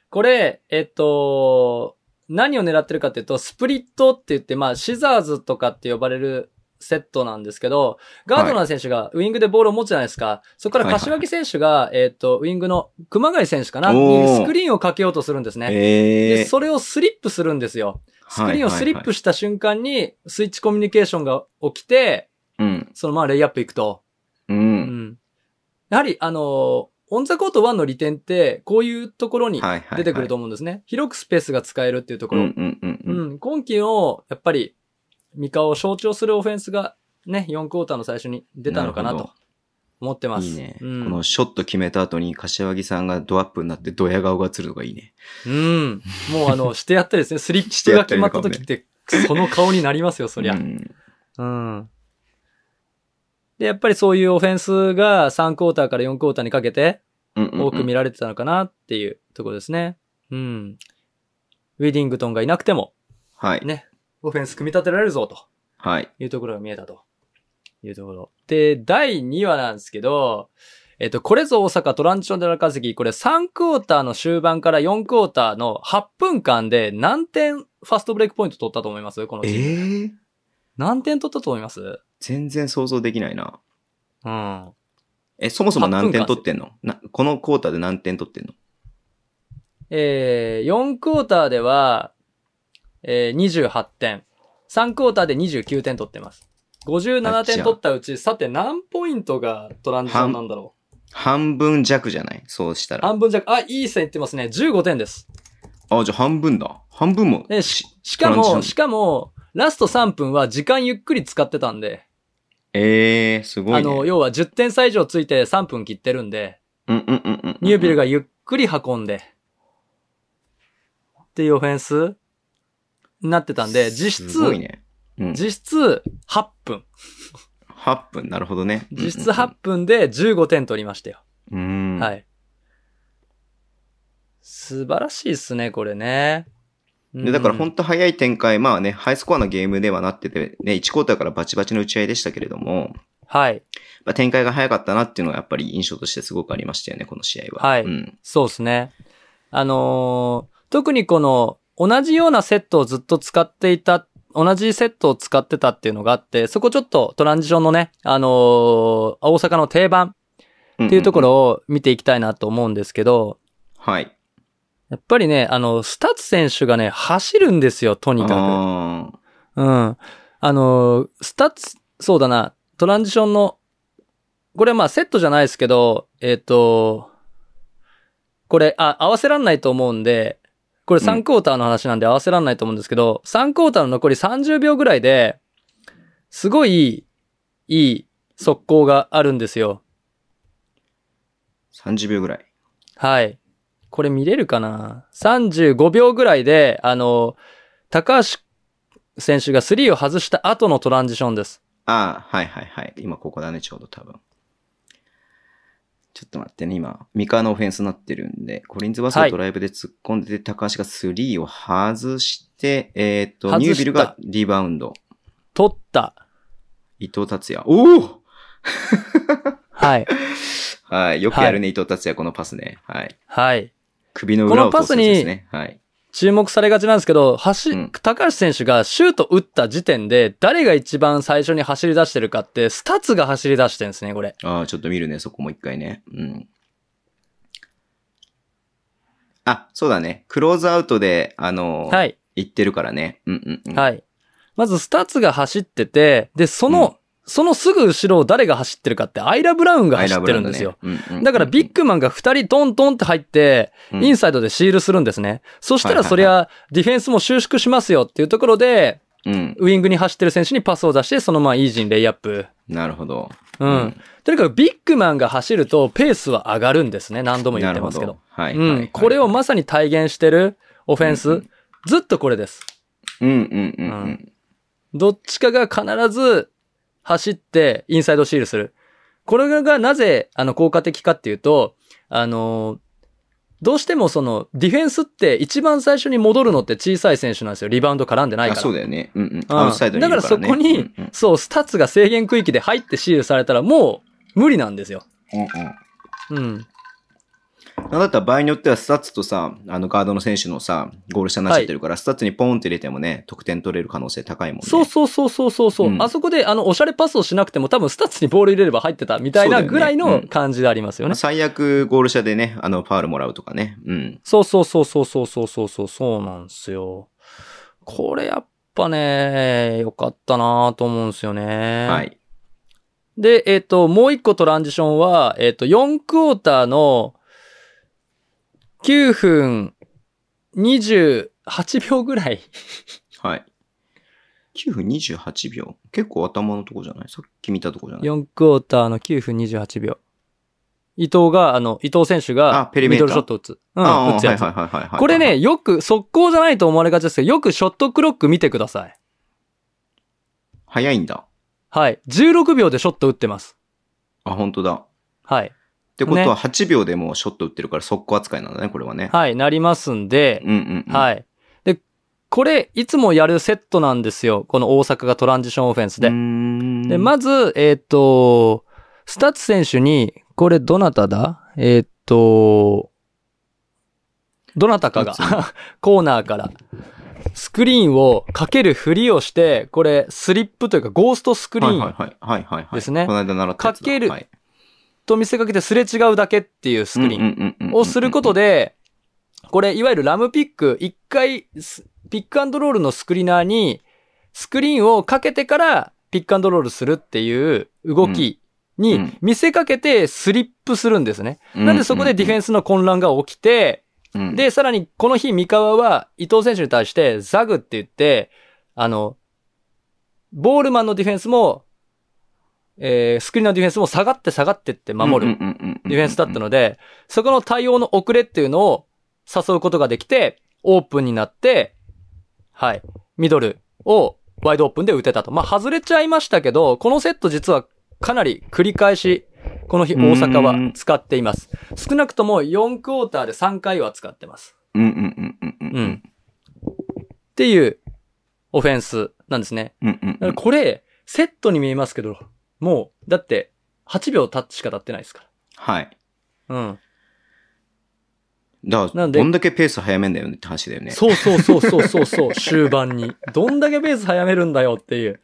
[SPEAKER 3] これ、えっと、何を狙ってるかっていうと、スプリットって言って、まあ、シザーズとかって呼ばれるセットなんですけど、ガードナー選手がウィングでボールを持つじゃないですか。そこから柏木選手が、えっと、ウィングの熊谷選手かな、
[SPEAKER 2] おー
[SPEAKER 3] にスクリーンをかけようとするんですね。
[SPEAKER 2] え
[SPEAKER 3] で、それをスリップするんですよ。スクリーンをスリップ
[SPEAKER 2] し
[SPEAKER 3] した瞬間に、スイッチコミュニケーションが起きて、
[SPEAKER 2] うん。
[SPEAKER 3] そのままレイアップ行くと。
[SPEAKER 2] う。
[SPEAKER 3] うんんやはり、あのーオンザコート1の利点って、こういうところに
[SPEAKER 2] はいはい。
[SPEAKER 3] 出てくると思うんですね。広くスペースが使えるっていうとこ
[SPEAKER 2] うんう
[SPEAKER 3] ろ。うん
[SPEAKER 2] んうんうん。
[SPEAKER 3] 今季の、やっぱり、三河を象徴するオフェンスが、ね、4クォーターの最初に出たのかな
[SPEAKER 2] なる
[SPEAKER 3] と
[SPEAKER 2] ほ
[SPEAKER 3] 思ってます。
[SPEAKER 2] いいね、
[SPEAKER 3] うん、
[SPEAKER 2] このショット決めた後に柏木さんがドアップになってドヤ顔が映るのがいいね。
[SPEAKER 3] うん。もう
[SPEAKER 2] [laughs]
[SPEAKER 3] あの、してやったりですね。スリッ
[SPEAKER 2] して
[SPEAKER 3] プ
[SPEAKER 2] や
[SPEAKER 3] が
[SPEAKER 2] った
[SPEAKER 3] 決
[SPEAKER 2] り
[SPEAKER 3] ま
[SPEAKER 2] と
[SPEAKER 3] った
[SPEAKER 2] かもね
[SPEAKER 3] 時って、その顔になりますよ、そりゃ。
[SPEAKER 2] うん
[SPEAKER 3] うん。で、やっぱりそういうオフェンスが3クォーターから4クォーターにかけて、
[SPEAKER 2] うんうんうん
[SPEAKER 3] 多く見られてたのかなっていうところですね。うん。ウィディングトンがいなくても、
[SPEAKER 2] はい。
[SPEAKER 3] ね、オフェンス組み立てられるぞと
[SPEAKER 2] はい。
[SPEAKER 3] いうところが見えたというところ。で、第2話なんですけど、えっと、これぞ大阪トランジションでラカセキ、これ3クォーターの終盤から4クォーターの8分間で何点ファストブレイクポイント取ったと思いますこの
[SPEAKER 2] え
[SPEAKER 3] チーム。
[SPEAKER 2] ー、
[SPEAKER 3] 何点取ったと思います
[SPEAKER 2] 全然想像できないな。
[SPEAKER 3] うん。
[SPEAKER 2] え、そもそも何点
[SPEAKER 3] 八分間
[SPEAKER 2] 取ってんのなこのクォーターで何点取ってんの
[SPEAKER 3] えー、4クォーターでは、えー、28点。3クォーターで29点取ってます。57点取ったうち、さて何ポイントがトランジションなんだろ
[SPEAKER 2] 半分弱じゃないそうした
[SPEAKER 3] う
[SPEAKER 2] ら。
[SPEAKER 3] 半分弱。あ、いい線いってますね。15点です。
[SPEAKER 2] あ、じゃあ半分だ。半分も。
[SPEAKER 3] えし、しか
[SPEAKER 2] トランジショ
[SPEAKER 3] も、
[SPEAKER 2] ン
[SPEAKER 3] しかも、ラスト3分は時間ゆっくり使ってたんで、
[SPEAKER 2] えー、すご
[SPEAKER 3] あ
[SPEAKER 2] い、ね。
[SPEAKER 3] の、要は10点差以上ついて3分切ってるんで、
[SPEAKER 2] うんうんうんうん。
[SPEAKER 3] ニュービル。がゆっくり運んで、っていうオフェンスになってたんで、実
[SPEAKER 2] すごい
[SPEAKER 3] 質、
[SPEAKER 2] ね。うん。
[SPEAKER 3] 実質8分。
[SPEAKER 2] 8分、なるほどね。
[SPEAKER 3] 実質8分で15点取りましたよ。
[SPEAKER 2] 分。うん。。
[SPEAKER 3] はいい。素晴らしいですね、これね。
[SPEAKER 2] で、だから
[SPEAKER 3] うん
[SPEAKER 2] 本当早い展開、まあね、ハイスコアなゲームではなってて、ね、1クォーターからバチバチの打ち合いでしたけれども、
[SPEAKER 3] はい。
[SPEAKER 2] まあ、展開が早かったなっていうのはやっぱり印象としてすごくありましたよね、この試合は。
[SPEAKER 3] はい
[SPEAKER 2] うん。
[SPEAKER 3] そうですね。あのー特にこの、同じようなセットをずっと使っていた、同じセットを使ってたっていうのがあって、そこちょっとトランジションのね、あのー大阪の定番っていうとこ
[SPEAKER 2] んんん。
[SPEAKER 3] ろを見ていきたいなと思うんですけど、
[SPEAKER 2] はい。
[SPEAKER 3] やっぱりね、あの、スタッツ選手がね、走るんですよ、とにかく。
[SPEAKER 2] あ
[SPEAKER 3] うん。あのー、スタッツ、そうだな、トランジションの、これはまあセットじゃないですけど、えっ、と、これ、あ、合わせらんないと思うんで、これ3クォーターの話なんで合わせらんないと思うんですけど、3クォーターの残り30秒ぐらいで、すごいいい、いい速攻があるんですよ。
[SPEAKER 2] 30秒ぐらい。
[SPEAKER 3] はい。これ見れるかな ?35 秒ぐらいで、あの、高橋選手が3を外した後のトランジションです。
[SPEAKER 2] ああ、はいはいはい。今ここだね、ちょうど多分。ちょっと待ってね、今、ミカのオフェンスになってるんで、コリンズバス
[SPEAKER 3] は
[SPEAKER 2] を
[SPEAKER 3] い
[SPEAKER 2] ドライブで突っ込んでて、高橋が3を外して、えっ、と、
[SPEAKER 3] 外し
[SPEAKER 2] ニュ
[SPEAKER 3] た
[SPEAKER 2] ービルがリバウンド。
[SPEAKER 3] 取った。
[SPEAKER 2] 伊藤達也。おお [laughs]
[SPEAKER 3] はい。
[SPEAKER 2] はい、よくやるね、伊藤達也、このパスね。はい。
[SPEAKER 3] はい。
[SPEAKER 2] 首の裏を通すやつですね。はい。
[SPEAKER 3] 注目されがちなんですけど、走、
[SPEAKER 2] うん
[SPEAKER 3] 高橋選手がシュート打った時点で、誰が一番最初に走り出してるかって、スタッツが走り出してるんですね、これ。
[SPEAKER 2] ああ、ちょっと見るね、そこもう一回ね。うん。あ、そうだね。クローズアウトで、あのー
[SPEAKER 3] はい。
[SPEAKER 2] 言ってるからね。うんうんうん。
[SPEAKER 3] はい。まず、スタッツが走ってて、で、その、
[SPEAKER 2] うん
[SPEAKER 3] そのすぐ後ろを誰が走ってるかって、アイラ・ブラウンが
[SPEAKER 2] アイ
[SPEAKER 3] 走
[SPEAKER 2] ラ
[SPEAKER 3] っ
[SPEAKER 2] ブ
[SPEAKER 3] て
[SPEAKER 2] ラ
[SPEAKER 3] る
[SPEAKER 2] ン
[SPEAKER 3] ん
[SPEAKER 2] ド
[SPEAKER 3] ですよ。
[SPEAKER 2] ね。うんうん
[SPEAKER 3] だから、ビッグマンが二人トントンって入って、
[SPEAKER 2] うん
[SPEAKER 3] インサイドでシールするんですね。そした
[SPEAKER 2] は
[SPEAKER 3] ら、
[SPEAKER 2] いはいはい
[SPEAKER 3] そりゃ、ディフェンスも収縮しますよっていうところで、
[SPEAKER 2] うん。
[SPEAKER 3] ウィングに走ってる選手にパスを出して、そのままイージーにレイアップ。
[SPEAKER 2] なるほど。
[SPEAKER 3] うん。とにかくビッグマンが走るとペースは上がるんですね。何度も言
[SPEAKER 2] な
[SPEAKER 3] って
[SPEAKER 2] るほ
[SPEAKER 3] ますけ
[SPEAKER 2] ど
[SPEAKER 3] ど。。
[SPEAKER 2] はい。
[SPEAKER 3] う
[SPEAKER 2] はいは
[SPEAKER 3] ん。
[SPEAKER 2] い
[SPEAKER 3] これをまさに体現してるオフェンス。
[SPEAKER 2] うんうん
[SPEAKER 3] ずっとこれです。
[SPEAKER 2] うんうんうんう。
[SPEAKER 3] うんどっちかが必ず走ってインサイドシールする。これがなぜ、あの、効果的かっていうと、あのーどうしてもその、ディフェンスって一番最初に戻るのって小さい選手なんですよ。リバウンド絡んでないか
[SPEAKER 2] あ、
[SPEAKER 3] ら。
[SPEAKER 2] そうだよね。うんうん。
[SPEAKER 3] うん
[SPEAKER 2] アウトサイドにい
[SPEAKER 3] だ
[SPEAKER 2] る
[SPEAKER 3] から
[SPEAKER 2] ね
[SPEAKER 3] そこに、
[SPEAKER 2] うんうん
[SPEAKER 3] そう、スタッツが制限区域で入ってシールされたらもう無理なんですよ。
[SPEAKER 2] うんうん
[SPEAKER 3] うん。
[SPEAKER 2] なんだったら場合によってはスタッツとさ、あのガードの選手のさ、ゴール下になっちゃってるから、スタッツにポンって入れてもね、得点取れる可能性高いもんね。
[SPEAKER 3] そうそうそうそうそうそう、
[SPEAKER 2] うん
[SPEAKER 3] あそこであのおしゃれパスをしなくても多分スタッツにボール入れれば入ってたみたいなぐら
[SPEAKER 2] そ
[SPEAKER 3] い
[SPEAKER 2] うだ
[SPEAKER 3] の
[SPEAKER 2] よねうん
[SPEAKER 3] 感じでありますよ
[SPEAKER 2] ま
[SPEAKER 3] ね
[SPEAKER 2] あ。最悪、ゴール下でね、あの、ファールもらうとかね。うん。
[SPEAKER 3] そうそうそうそうそうそうそうそうそうなんですよ。これやっぱね、良かったなと思うんですよね。
[SPEAKER 2] はい。
[SPEAKER 3] で、えっ、と、もう一個トランジションは、えっ、と、4クォーターの9分28秒ぐらい。
[SPEAKER 2] はい。9分28秒。結構頭のとこじゃないさっき見たとこじゃない
[SPEAKER 3] 4クォーターの9分28秒。伊藤が、あの、伊藤選手
[SPEAKER 2] あ
[SPEAKER 3] が、
[SPEAKER 2] ペリメ
[SPEAKER 3] ミ
[SPEAKER 2] ータ
[SPEAKER 3] ド
[SPEAKER 2] ー
[SPEAKER 3] ルショット打つ。うん、
[SPEAKER 2] ああ
[SPEAKER 3] 打つやつ
[SPEAKER 2] は。いはいはいはいはい。
[SPEAKER 3] これね、、よく、速攻じゃないと思われがちですけど、よくショットクロック見てください。
[SPEAKER 2] 早いんだ。
[SPEAKER 3] はい。16秒でショット打ってます。
[SPEAKER 2] あ、本当だ。っ
[SPEAKER 3] はい。
[SPEAKER 2] てこと
[SPEAKER 3] ね
[SPEAKER 2] は8秒でもうショット打ってるから速攻扱いなんだね、これはね。
[SPEAKER 3] はい、なりますんで
[SPEAKER 2] う、んうん。。
[SPEAKER 3] はいい。で、これ、いつもやるセットなんですよ。この大阪がトランジションオフェンスで。
[SPEAKER 2] で
[SPEAKER 3] で、まず、えっ、と、スタッツ選手に、これどなただえっ、と、どなたかが
[SPEAKER 2] スタッ、
[SPEAKER 3] [laughs] コーナーから、スクリーンをかけるふりをして、これ、スリップというか、ゴーストスクリ
[SPEAKER 2] はい
[SPEAKER 3] ー
[SPEAKER 2] はい
[SPEAKER 3] ン
[SPEAKER 2] はいはいはいはい。
[SPEAKER 3] ですね
[SPEAKER 2] この間習ったやつだ
[SPEAKER 3] かける
[SPEAKER 2] はい
[SPEAKER 3] と見せかけてすれ違うだけっていうスクリーン
[SPEAKER 2] ン
[SPEAKER 3] をすることで、これ、いわゆるラムピック、一回ス、ピックアンドロールのスクリーナーに、スクリーンをかけてから、ピックアンドロールするっていう動き
[SPEAKER 2] う
[SPEAKER 3] に
[SPEAKER 2] ん、
[SPEAKER 3] 見せかけてスリップするんですね。
[SPEAKER 2] で
[SPEAKER 3] なんでそこでディフェンスの混乱が起きて、
[SPEAKER 2] ン、
[SPEAKER 3] で、さらにこの日、三河は伊藤選手に対してザグって言って、あの、ボールマンのディフェンスも、えー、スクリーンのディフェンスも下がって下がってって守
[SPEAKER 2] デ
[SPEAKER 3] る
[SPEAKER 2] ィ
[SPEAKER 3] ディフェンスだった
[SPEAKER 2] の。
[SPEAKER 3] ので、そこの対応の遅れっていうのを誘うことができて、オープンになって、はい、ミドルをワイドオープンで打てたと。まあ、外れちゃいましたけど、このセット実はかなり繰り返し、この日大阪は使っています。少なくとも4クォーターで3回は使ってます。
[SPEAKER 2] うんうんうんうん
[SPEAKER 3] うん。っていうオフェンスなんですね。
[SPEAKER 2] うんうん
[SPEAKER 3] だからこれ、セットに見えますけど、もう、だって8秒経っしか経ってないですか
[SPEAKER 2] はい。
[SPEAKER 3] ら。うん。
[SPEAKER 2] だか
[SPEAKER 3] な
[SPEAKER 2] ら、
[SPEAKER 3] んで
[SPEAKER 2] どんだけペース早めんだよねって話だよね。
[SPEAKER 3] そうそうそうそうそ
[SPEAKER 2] [laughs]
[SPEAKER 3] うそう、終盤に。どんだけペース早めるんだよっていう。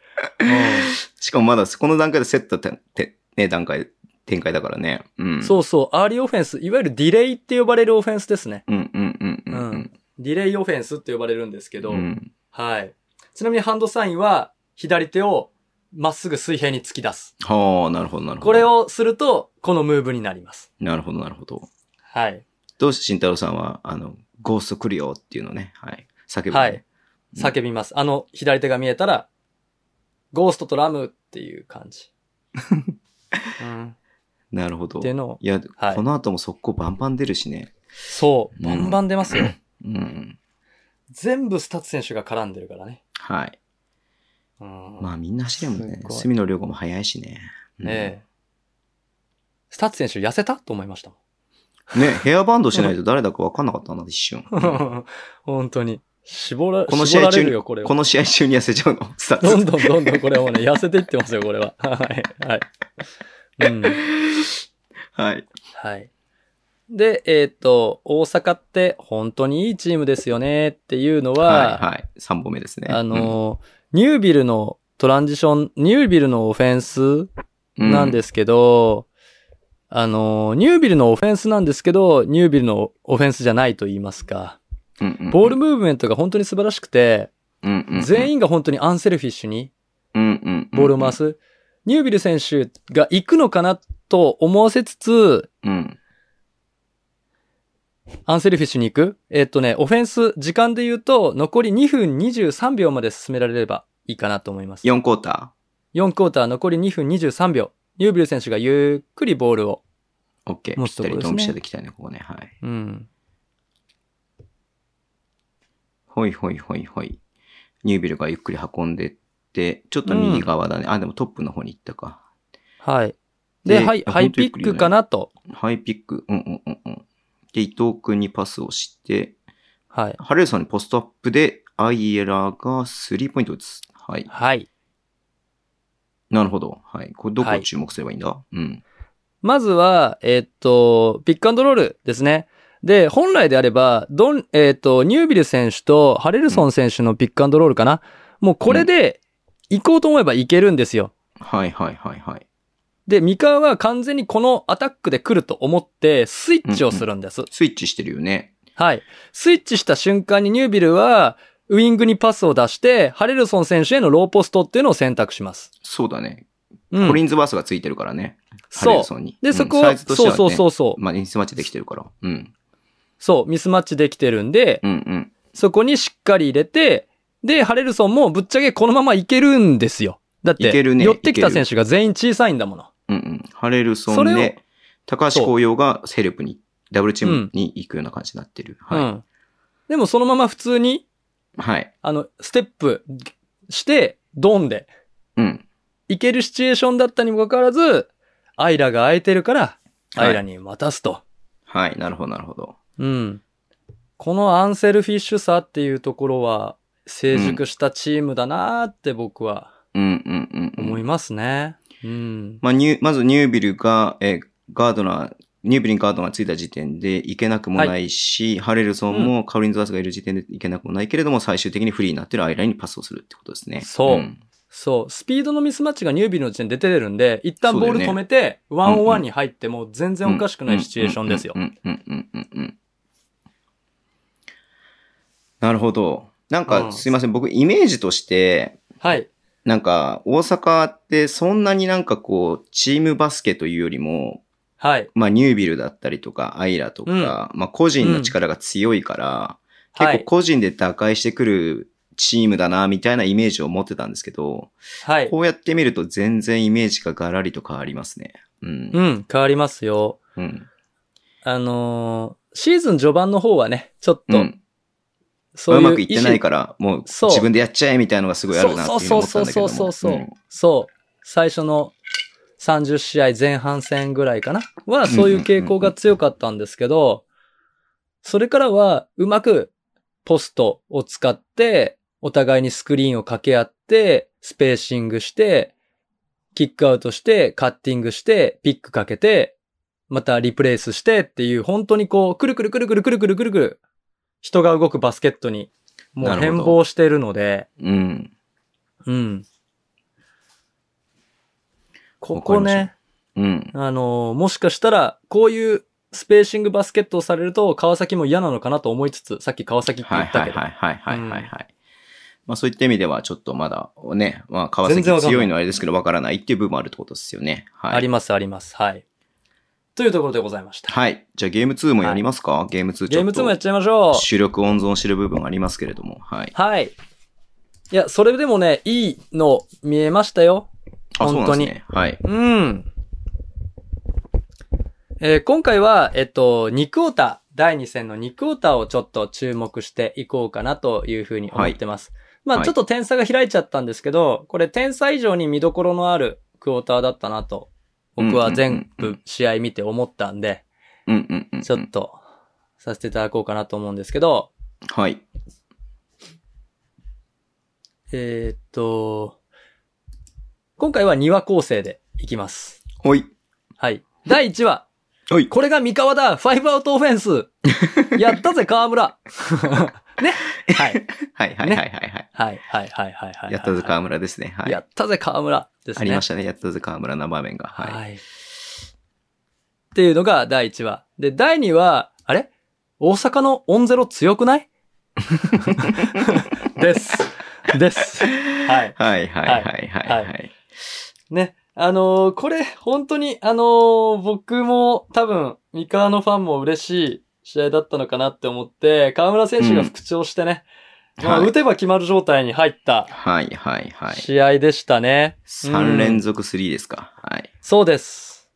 [SPEAKER 2] しかもまだこの段階でセットって、てね、段階、展開だからね。うん。
[SPEAKER 3] そうそう、アーリーオフェンス、いわゆるディレイって呼ばれるオフェンスですね。
[SPEAKER 2] う。うんうんうんうんうん。
[SPEAKER 3] ディレイオフェンスって呼ばれるんですけど、
[SPEAKER 2] うん
[SPEAKER 3] はい。ちなみにハンドサインは、左手をまっすぐ水平に突き出す。
[SPEAKER 2] はあ、なるほどなるほど。
[SPEAKER 3] これ。をすると、このムーブになります。
[SPEAKER 2] なるほどなるほど。
[SPEAKER 3] はい。
[SPEAKER 2] と、慎太郎さんは、あの、ゴースト来るよっていうのをね、はい。叫ぶ、ね。
[SPEAKER 3] はい
[SPEAKER 2] うん
[SPEAKER 3] 叫びます。あの、左手が見えたら、ゴーストとラムっていう感
[SPEAKER 2] [laughs]
[SPEAKER 3] じ。うん、
[SPEAKER 2] なるほど。
[SPEAKER 3] っていう
[SPEAKER 2] い
[SPEAKER 3] のを、
[SPEAKER 2] や、
[SPEAKER 3] はい
[SPEAKER 2] この後も速攻バンバン出るしね。
[SPEAKER 3] そう、
[SPEAKER 2] う
[SPEAKER 3] バ
[SPEAKER 2] ん
[SPEAKER 3] ンバン出ますよ。
[SPEAKER 2] うん。
[SPEAKER 3] 全部スタッツ選手が絡んでるからね。
[SPEAKER 2] はい。
[SPEAKER 3] うん、
[SPEAKER 2] まあみんな走れもんね
[SPEAKER 3] す。ごい
[SPEAKER 2] 隅野良子も速いしね。うん
[SPEAKER 3] ねえ。スタッツ選手痩せたと思いましたもん。
[SPEAKER 2] ね、ヘアバンドしないと誰だか分かんなかったな、一瞬。
[SPEAKER 3] [laughs] 本当に。絞ら、
[SPEAKER 2] この試合中に
[SPEAKER 3] 絞られるよ、これは
[SPEAKER 2] この試合中に痩せちゃうの、スタッツ
[SPEAKER 3] [laughs] どんどんどんどんこれはもうね、痩せていってますよ、これは。はい。はい。うん。
[SPEAKER 2] はい。
[SPEAKER 3] はい。で、えーっ、と、大阪って本当にいいチームですよねっていうのは、
[SPEAKER 2] はい、はい。3本目ですね。
[SPEAKER 3] あのー、ニュービルのトランジション、ニュービルのオフェンス
[SPEAKER 2] うん、
[SPEAKER 3] なんですけど、あのー、ニュービルのオフェンスなんですけど、ニュービルのオフェンスじゃないと言いますか。
[SPEAKER 2] うん、うんうん、
[SPEAKER 3] ボールムーブメントが本当に素晴らしくて、
[SPEAKER 2] うんうんうん、
[SPEAKER 3] 全員が本当にアンセルフィッシュに
[SPEAKER 2] 員
[SPEAKER 3] ボールを回
[SPEAKER 2] す。
[SPEAKER 3] す。ニュービル選手が行くのかなと思わせつつ、
[SPEAKER 2] うん。
[SPEAKER 3] アンセルフィッシュに行くえっとね、オフェンス、時間で言うと、残り2分23秒まで進められればいいかなと思います。
[SPEAKER 2] 4クォータ
[SPEAKER 3] 4クォーター残り2分23秒。ニュービル選手がゆっくりボールを。
[SPEAKER 2] ー。オッケー。
[SPEAKER 3] もう
[SPEAKER 2] ぴっ
[SPEAKER 3] そ
[SPEAKER 2] た
[SPEAKER 3] こで
[SPEAKER 2] り
[SPEAKER 3] すね
[SPEAKER 2] ドンピシャできたね、ここね。はい。
[SPEAKER 3] うん。
[SPEAKER 2] ほいほいほいほい。ニュービルがゆっくり運んでって、ちょっと右側だね。あ、でもトップの方に行ったか。
[SPEAKER 3] はい。で、はい、ハイピックか。
[SPEAKER 2] ほんとゆっくりだね
[SPEAKER 3] なと。
[SPEAKER 2] ハイピック。うんうんうんうん。で、伊藤くんにパスをして、
[SPEAKER 3] はい。
[SPEAKER 2] ハレルさんにポストアップで、アイエラがスリーポイント打つ。はい。
[SPEAKER 3] はい。
[SPEAKER 2] なるほど。はい。これどこ
[SPEAKER 3] は
[SPEAKER 2] を
[SPEAKER 3] い
[SPEAKER 2] 注目すればいいんだ、うん。
[SPEAKER 3] まずは、えっと、ピックアンドロールですね。で、本来であれば、ドン、えっと、ニュービル選手とハレルソン選手のピックアンドロールかな。もうこれで、行こうと思えば行けるんですよ。
[SPEAKER 2] はいはいはいはい。
[SPEAKER 3] で、三河は完全にこのアタックで来ると思って、スイッチをするんです。
[SPEAKER 2] スイッチしてるよね。
[SPEAKER 3] はい。スイッチした瞬間にニュービルは、ウィングにパスを出して、ハレルソン選手へのローポストっていうのを選択します。
[SPEAKER 2] そうだね。
[SPEAKER 3] う
[SPEAKER 2] コリ
[SPEAKER 3] ん。
[SPEAKER 2] ンズバースがついてるからね。ハレ
[SPEAKER 3] そ
[SPEAKER 2] ルソンに。
[SPEAKER 3] う。で、そ
[SPEAKER 2] う
[SPEAKER 3] こ
[SPEAKER 2] んサ
[SPEAKER 3] を、
[SPEAKER 2] イズとして
[SPEAKER 3] そ
[SPEAKER 2] は
[SPEAKER 3] う
[SPEAKER 2] ね、。
[SPEAKER 3] そうそううそう。
[SPEAKER 2] まあ、ニスマッチできてるから。うん。
[SPEAKER 3] そう、ミスマッチできてるんで、
[SPEAKER 2] うんうん。
[SPEAKER 3] そこにしっかり入れて、で、ハレルソンもぶっちゃけこのままいけるんですよ。だって、
[SPEAKER 2] いけるね
[SPEAKER 3] 寄ってき
[SPEAKER 2] い
[SPEAKER 3] た
[SPEAKER 2] ける
[SPEAKER 3] 選手が全員小さいんだもの。
[SPEAKER 2] うんうん。ハレルソ
[SPEAKER 3] そ
[SPEAKER 2] ン
[SPEAKER 3] れを
[SPEAKER 2] で、高橋光陽がセルプに、ダブルチームに行くような感じになってる。
[SPEAKER 3] う
[SPEAKER 2] は
[SPEAKER 3] ん。でもそのまま普通に、
[SPEAKER 2] い。はい。
[SPEAKER 3] あの、ステップして、ドンで、
[SPEAKER 2] うん。
[SPEAKER 3] いけるシチュエーションだったにもかかわらず、アイラが空いてるから、
[SPEAKER 2] はい
[SPEAKER 3] アイラに渡すと。
[SPEAKER 2] はい。なるほど、なるほど。
[SPEAKER 3] うん。このアンセルフィッシュさっていうところは、成熟したチームだなーって僕は
[SPEAKER 2] うんうんうん、うん。
[SPEAKER 3] 思いますね。うん。
[SPEAKER 2] まあ、ニューまずニュービルが、えーガードナー、ニュービルにガードナーがついた時点で行けなくもないし、ハレルソンもカロリンズ・ワースがいる時点で行けなくもないけれども、最終的にフリーになってるアイラインにパスをするってことですね。
[SPEAKER 3] そうんそう、スピードのミスマッチがニュービルの時点で出てるんで、一旦ボー
[SPEAKER 2] そう
[SPEAKER 3] ル
[SPEAKER 2] だよね
[SPEAKER 3] 止めて、ワンオンワンに入っても全然おかしくないシチュエーションですよ
[SPEAKER 2] う。んうんうんうんうんうん。なるほど。なん
[SPEAKER 3] う
[SPEAKER 2] か、
[SPEAKER 3] ん
[SPEAKER 2] すいません。僕、イメージとして、
[SPEAKER 3] はい。
[SPEAKER 2] なんか、大阪ってそんなになんかこう、チームバスケというよりも、
[SPEAKER 3] はい。
[SPEAKER 2] まあ、ニュービルだったりとか、アイラとか、まあ、個人の力が強いから、
[SPEAKER 3] は
[SPEAKER 2] 結構
[SPEAKER 3] い。
[SPEAKER 2] 個人で打開してくるチームだな、みたいなイメージを持ってたんですけど、
[SPEAKER 3] はい。
[SPEAKER 2] こうやって見ると全然イメージがガラリと変わりますね。うん。
[SPEAKER 3] うん、変わりますよ。
[SPEAKER 2] うん。
[SPEAKER 3] あのーシーズン序盤の方はね、ちょっ
[SPEAKER 2] う
[SPEAKER 3] と、
[SPEAKER 2] ん。ま
[SPEAKER 3] そ
[SPEAKER 2] あ
[SPEAKER 3] う
[SPEAKER 2] う
[SPEAKER 3] いう
[SPEAKER 2] まくいってない
[SPEAKER 3] ら
[SPEAKER 2] から、もう
[SPEAKER 3] そう
[SPEAKER 2] 自分でやっちゃえみたいなのがすごいあるなっていうのを思ったんだけども。
[SPEAKER 3] そうそうそうそうそうそう、
[SPEAKER 2] ん
[SPEAKER 3] そう。最初の30試合前半戦ぐらいかなは、そういう傾向が強かったんですけど、それからは、うまくポストを使って、お互いにスクリーンを掛け合って、スペーシングして、キックアウトして、カッティングして、ピックかけて、またリプレイスしてっていう、本当にこう、くるくるくるくるくるくるくるくる、人が動くバスケットに、も
[SPEAKER 2] な
[SPEAKER 3] う
[SPEAKER 2] る
[SPEAKER 3] 変
[SPEAKER 2] ほど
[SPEAKER 3] 貌しているので、
[SPEAKER 2] うん。
[SPEAKER 3] うん。こ
[SPEAKER 2] わ
[SPEAKER 3] こ
[SPEAKER 2] かりまし
[SPEAKER 3] ね、
[SPEAKER 2] うん。
[SPEAKER 3] あのーもしかしたら、こういうスペーシングバスケットをされると、川崎も嫌なのかなと思いつつ、さっき川崎って
[SPEAKER 2] は
[SPEAKER 3] 言
[SPEAKER 2] い
[SPEAKER 3] った
[SPEAKER 2] はい
[SPEAKER 3] けど。
[SPEAKER 2] はいはいはいはい、は
[SPEAKER 3] う
[SPEAKER 2] いまあそういった意味ではちょっとまだね、まあ川崎
[SPEAKER 3] 全然わかんない
[SPEAKER 2] 強いのはあれですけどわからないっていう部分もあるってことですよね。はい。
[SPEAKER 3] ありますあります。はい。というところでございました。
[SPEAKER 2] はい。じゃあゲーム2もやりますか、ゲーム2ち
[SPEAKER 3] ゲー
[SPEAKER 2] ょ
[SPEAKER 3] ム
[SPEAKER 2] っ
[SPEAKER 3] 2もやっ
[SPEAKER 2] と
[SPEAKER 3] ちゃいましょう。
[SPEAKER 2] 主力温存してる部分ありますけれども。はい。
[SPEAKER 3] はい。いや、それでもね、いいの見えましたよ。
[SPEAKER 2] あ、そう
[SPEAKER 3] 本
[SPEAKER 2] な
[SPEAKER 3] 当
[SPEAKER 2] ん
[SPEAKER 3] に
[SPEAKER 2] ですね。はい。
[SPEAKER 3] うん。えー今回は、えっと、2クォーター、第2戦の2クォーターをちょっと注目していこうかなというふうに思ってます。ま
[SPEAKER 2] は
[SPEAKER 3] あ、
[SPEAKER 2] い
[SPEAKER 3] ちょっと点差が開いちゃったんですけど、これ点差以上に見どころのあるクォーターだったなと、僕は全
[SPEAKER 2] うんうんうん
[SPEAKER 3] 部試合見て思ったんで、
[SPEAKER 2] うんうんうんうん。
[SPEAKER 3] ちょっとさせていただこうかなと思うんですけど、
[SPEAKER 2] はい。
[SPEAKER 3] えーっと、今回は2話構成でいきます。
[SPEAKER 2] ほい。
[SPEAKER 3] はい。第1話。
[SPEAKER 2] はい
[SPEAKER 3] これが三河だファイブアウトオフェ
[SPEAKER 2] [laughs]
[SPEAKER 3] ンスやったぜ、河村ねはい。
[SPEAKER 2] はいはいはいはいはい。
[SPEAKER 3] はい、はい、はい、はい、はい。
[SPEAKER 2] やったず河村ですね。はい。
[SPEAKER 3] やったぜ、河村ですね。
[SPEAKER 2] ありましたね。やったず河村な場面が。はい。
[SPEAKER 3] はい。っていうのが第1話。で、第2話、あれ大阪のオンゼロ強くない
[SPEAKER 2] [laughs]
[SPEAKER 3] です。です。はい。
[SPEAKER 2] はいはいはいはいは。
[SPEAKER 3] はいね。あのーこれ、本当に、あのー僕も多分、三河のファンも嬉しい試合だったのかなって思って、河村選手が復調してね、まあ
[SPEAKER 2] はい
[SPEAKER 3] 打てば決まる状態に入った
[SPEAKER 2] はいはいはい。
[SPEAKER 3] 試合でしたね。
[SPEAKER 2] 3連続3ですか。はい。
[SPEAKER 3] そうです。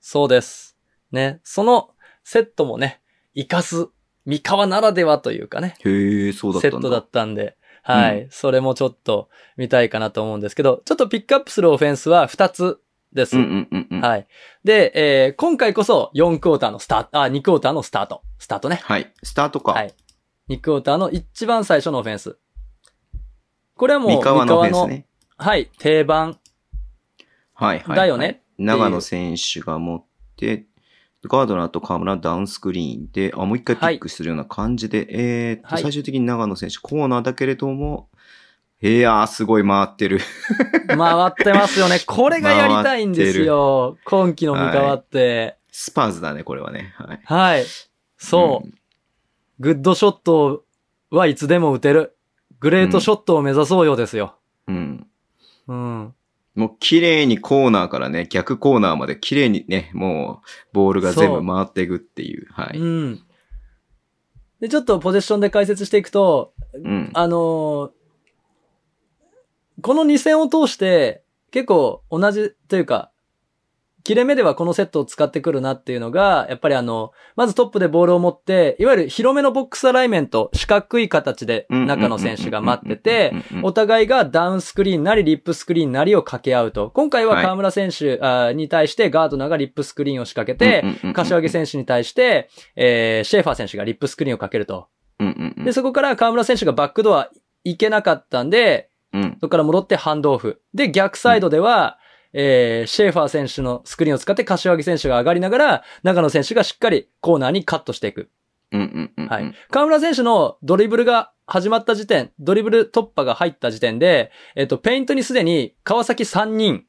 [SPEAKER 3] そうです。ね。そのセットもね、生かす三河ならではというかね、
[SPEAKER 2] へえ、そうだった
[SPEAKER 3] セ
[SPEAKER 2] んだ。
[SPEAKER 3] ットだったんで、はい、それもちょっと見たいかなと思うんですけど、ちょっとピックアップするオフェンスは2つです。
[SPEAKER 2] うんうんうんうん。はい。
[SPEAKER 3] はい。で、えー今回こそ4クォーターのスタート、あ、2クォーターのスタート。スタートね。
[SPEAKER 2] スタートか。
[SPEAKER 3] はい。2クォーターの一番最初のオフェンス。これはもう、
[SPEAKER 2] 三河のフェンス
[SPEAKER 3] 三
[SPEAKER 2] ね。
[SPEAKER 3] 河のはい、定番。
[SPEAKER 2] はいはいはい。
[SPEAKER 3] だよねっていう
[SPEAKER 2] 長野選手が持って、ガードナーと河村ダウンスクリーンで、あ、もう一回ピックするような感じで、えーっと、
[SPEAKER 3] はい
[SPEAKER 2] 最終的に長野選手コーナーだけれども、いやー、すごい回ってる。
[SPEAKER 3] 回ってま
[SPEAKER 2] [laughs]
[SPEAKER 3] すよね。これがやりたいんですよ。今季の三河って。
[SPEAKER 2] スパーズだね、これはね。はい。
[SPEAKER 3] はい。そう、
[SPEAKER 2] うん
[SPEAKER 3] グッドショットはいつでも打てる。グレートショットを目指そうようですよ。
[SPEAKER 2] うん。
[SPEAKER 3] うん。
[SPEAKER 2] もう綺麗にコーナーからね、逆コーナーまで綺麗にね、もう、ボールが全部回っていくっていう。は
[SPEAKER 3] う
[SPEAKER 2] い。
[SPEAKER 3] ん。で、ちょっとポゼッションで解説していくと、
[SPEAKER 2] うん。
[SPEAKER 3] あのーこの2戦を通して、結構同じというか、切れ目ではこのセットを使ってくるなっていうのが、やっぱりあの、まずトップでボールを持って、いわゆる広めのボックスアライメント、四角い形で中野選手が待ってて、
[SPEAKER 2] うん、
[SPEAKER 3] お互いがダウンスクリーンなりリップスクリーンなりを掛け合うと。今回は
[SPEAKER 2] はい
[SPEAKER 3] 河村選手、あーに対してガードナーがリップスクリーンを仕掛けて、柏木選手に対して、えーシェーファー選手がリップスクリーンをかけると。
[SPEAKER 2] 手。うんうんうん
[SPEAKER 3] で、そこから河村選手がバックドア行けなかったんで、
[SPEAKER 2] うん
[SPEAKER 3] そこから戻ってハンドオフ。で、逆サイドでは、えー、シェーファー選手のスクリーンを使って柏木選手が上がりながら、長野選手がしっかりコーナーにカットしていく。
[SPEAKER 2] うんうんうん。
[SPEAKER 3] はい。。河村選手のドリブルが始まった時点、ドリブル突破が入った時点で、えっ、と、ペイントにすでに川崎3人、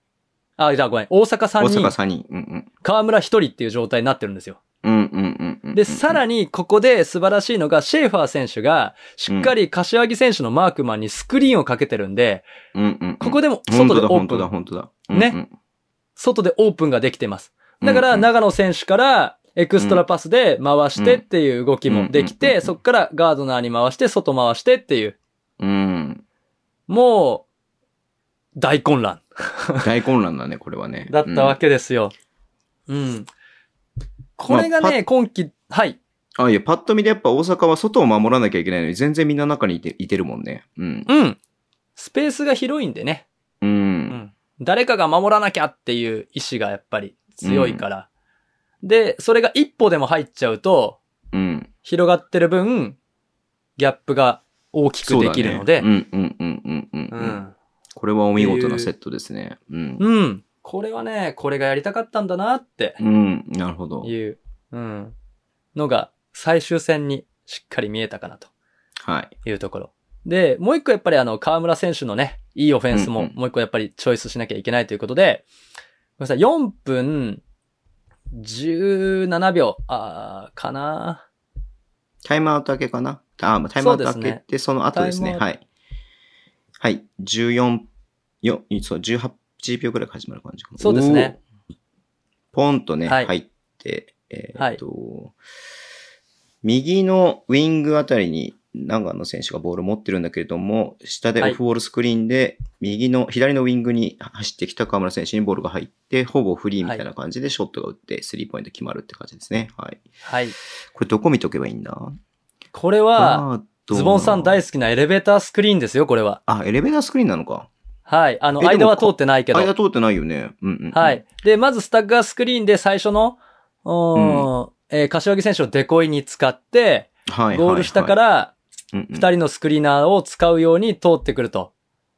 [SPEAKER 3] あ、じゃあごめん、大阪
[SPEAKER 2] 大阪
[SPEAKER 3] 3人、
[SPEAKER 2] 3人。うん
[SPEAKER 3] 河村1人っていう状態になってるんですよ。
[SPEAKER 2] うん。うんうんうんうん。
[SPEAKER 3] で、さらにここで素晴らしいのが、シェーファー選手が、しっかり柏木選手のマークマンにスクリーンをかけてるんで、
[SPEAKER 2] うんうんうん、
[SPEAKER 3] ここでも
[SPEAKER 2] 本
[SPEAKER 3] 外
[SPEAKER 2] 当
[SPEAKER 3] で
[SPEAKER 2] だ、
[SPEAKER 3] オー
[SPEAKER 2] 本
[SPEAKER 3] プ
[SPEAKER 2] 当だ、
[SPEAKER 3] ン、
[SPEAKER 2] 本当だ。
[SPEAKER 3] ね
[SPEAKER 2] うんうん
[SPEAKER 3] 外でオープンができてます。だか
[SPEAKER 2] うん
[SPEAKER 3] ら、
[SPEAKER 2] うん
[SPEAKER 3] 長野選手から、エクストラパスで回してっていう動きもで
[SPEAKER 2] う
[SPEAKER 3] きて、
[SPEAKER 2] ん
[SPEAKER 3] そこからガードナーに回して、外回してっていう、
[SPEAKER 2] うん。
[SPEAKER 3] もう、大混乱
[SPEAKER 2] 大混乱だね、これはね。
[SPEAKER 3] だったわ
[SPEAKER 2] け。
[SPEAKER 3] けですよ。うん。これが
[SPEAKER 2] まあパ
[SPEAKER 3] ね、今季、はい。
[SPEAKER 2] あ、いや、パッと見でやっぱ大阪は外を守らなきゃいけないのに、全然みんな中にいていてるもんね。うん。
[SPEAKER 3] うん。スペースが広いんでね。
[SPEAKER 2] う。
[SPEAKER 3] うんん誰かが守らなきゃっていう意志がやっぱり強いから。で、それが一歩でも入っちゃうと、
[SPEAKER 2] うん。
[SPEAKER 3] 広がってる分、ギャップが大きく
[SPEAKER 2] そう
[SPEAKER 3] で
[SPEAKER 2] だね
[SPEAKER 3] きるので。
[SPEAKER 2] う
[SPEAKER 3] うん
[SPEAKER 2] うんうんうんうんうん。
[SPEAKER 3] ん
[SPEAKER 2] これはお見事なセットですね。うん。
[SPEAKER 3] うん。これはね、これがやりたかったんだなって
[SPEAKER 2] うん。なるほど。
[SPEAKER 3] いう、うん。のが、最終戦にしっかり見えたかなと
[SPEAKER 2] はい。
[SPEAKER 3] いうところ。で、もう一個やっぱりあの、河村選手のね、いいオフェンス
[SPEAKER 2] うん
[SPEAKER 3] も
[SPEAKER 2] うん
[SPEAKER 3] もう一個やっぱりチョイスしなきゃいけないということで、ごめんなさい、4分17秒、あーかな。
[SPEAKER 2] タイムアウト明けかなあ、まあタイムアウト明
[SPEAKER 3] そう
[SPEAKER 2] け
[SPEAKER 3] です
[SPEAKER 2] て、その後ですね。
[SPEAKER 3] タ
[SPEAKER 2] はい。はい。14、よそう、18秒くらい始まる感じかな
[SPEAKER 3] そうですね。
[SPEAKER 2] おーポンとね、
[SPEAKER 3] はい
[SPEAKER 2] 入って、え
[SPEAKER 3] は
[SPEAKER 2] ーっ
[SPEAKER 3] い
[SPEAKER 2] と、右のウィングあたりに長野選手がボールを持ってるんだけれども、下でオ
[SPEAKER 3] はい
[SPEAKER 2] フボールスクリーンで、右の、左のウィングに走ってきた河村選手にボールが入って、ほぼフリーみたいな感じでショットが打って、スリーポイント決まるって感じですね。はい。
[SPEAKER 3] はい。
[SPEAKER 2] これどこ見とけばいいんだ
[SPEAKER 3] これは、
[SPEAKER 2] ガードの
[SPEAKER 3] ズボンさん大好きなエレベータースクリーンですよ、これは。
[SPEAKER 2] あ、エレベータースクリーンなのか。
[SPEAKER 3] はい。あの、
[SPEAKER 2] えでも
[SPEAKER 3] 間は通ってないけど。
[SPEAKER 2] 間通ってないよね。うんうん、うん。
[SPEAKER 3] はい。。で、まずスタッガースクリーンで最初の、うーん、えー柏木選手をデコイに使って、
[SPEAKER 2] はい。
[SPEAKER 3] ゴール下か、ら
[SPEAKER 2] うんうん
[SPEAKER 3] 2人のスクリーナーを使うように通ってくると。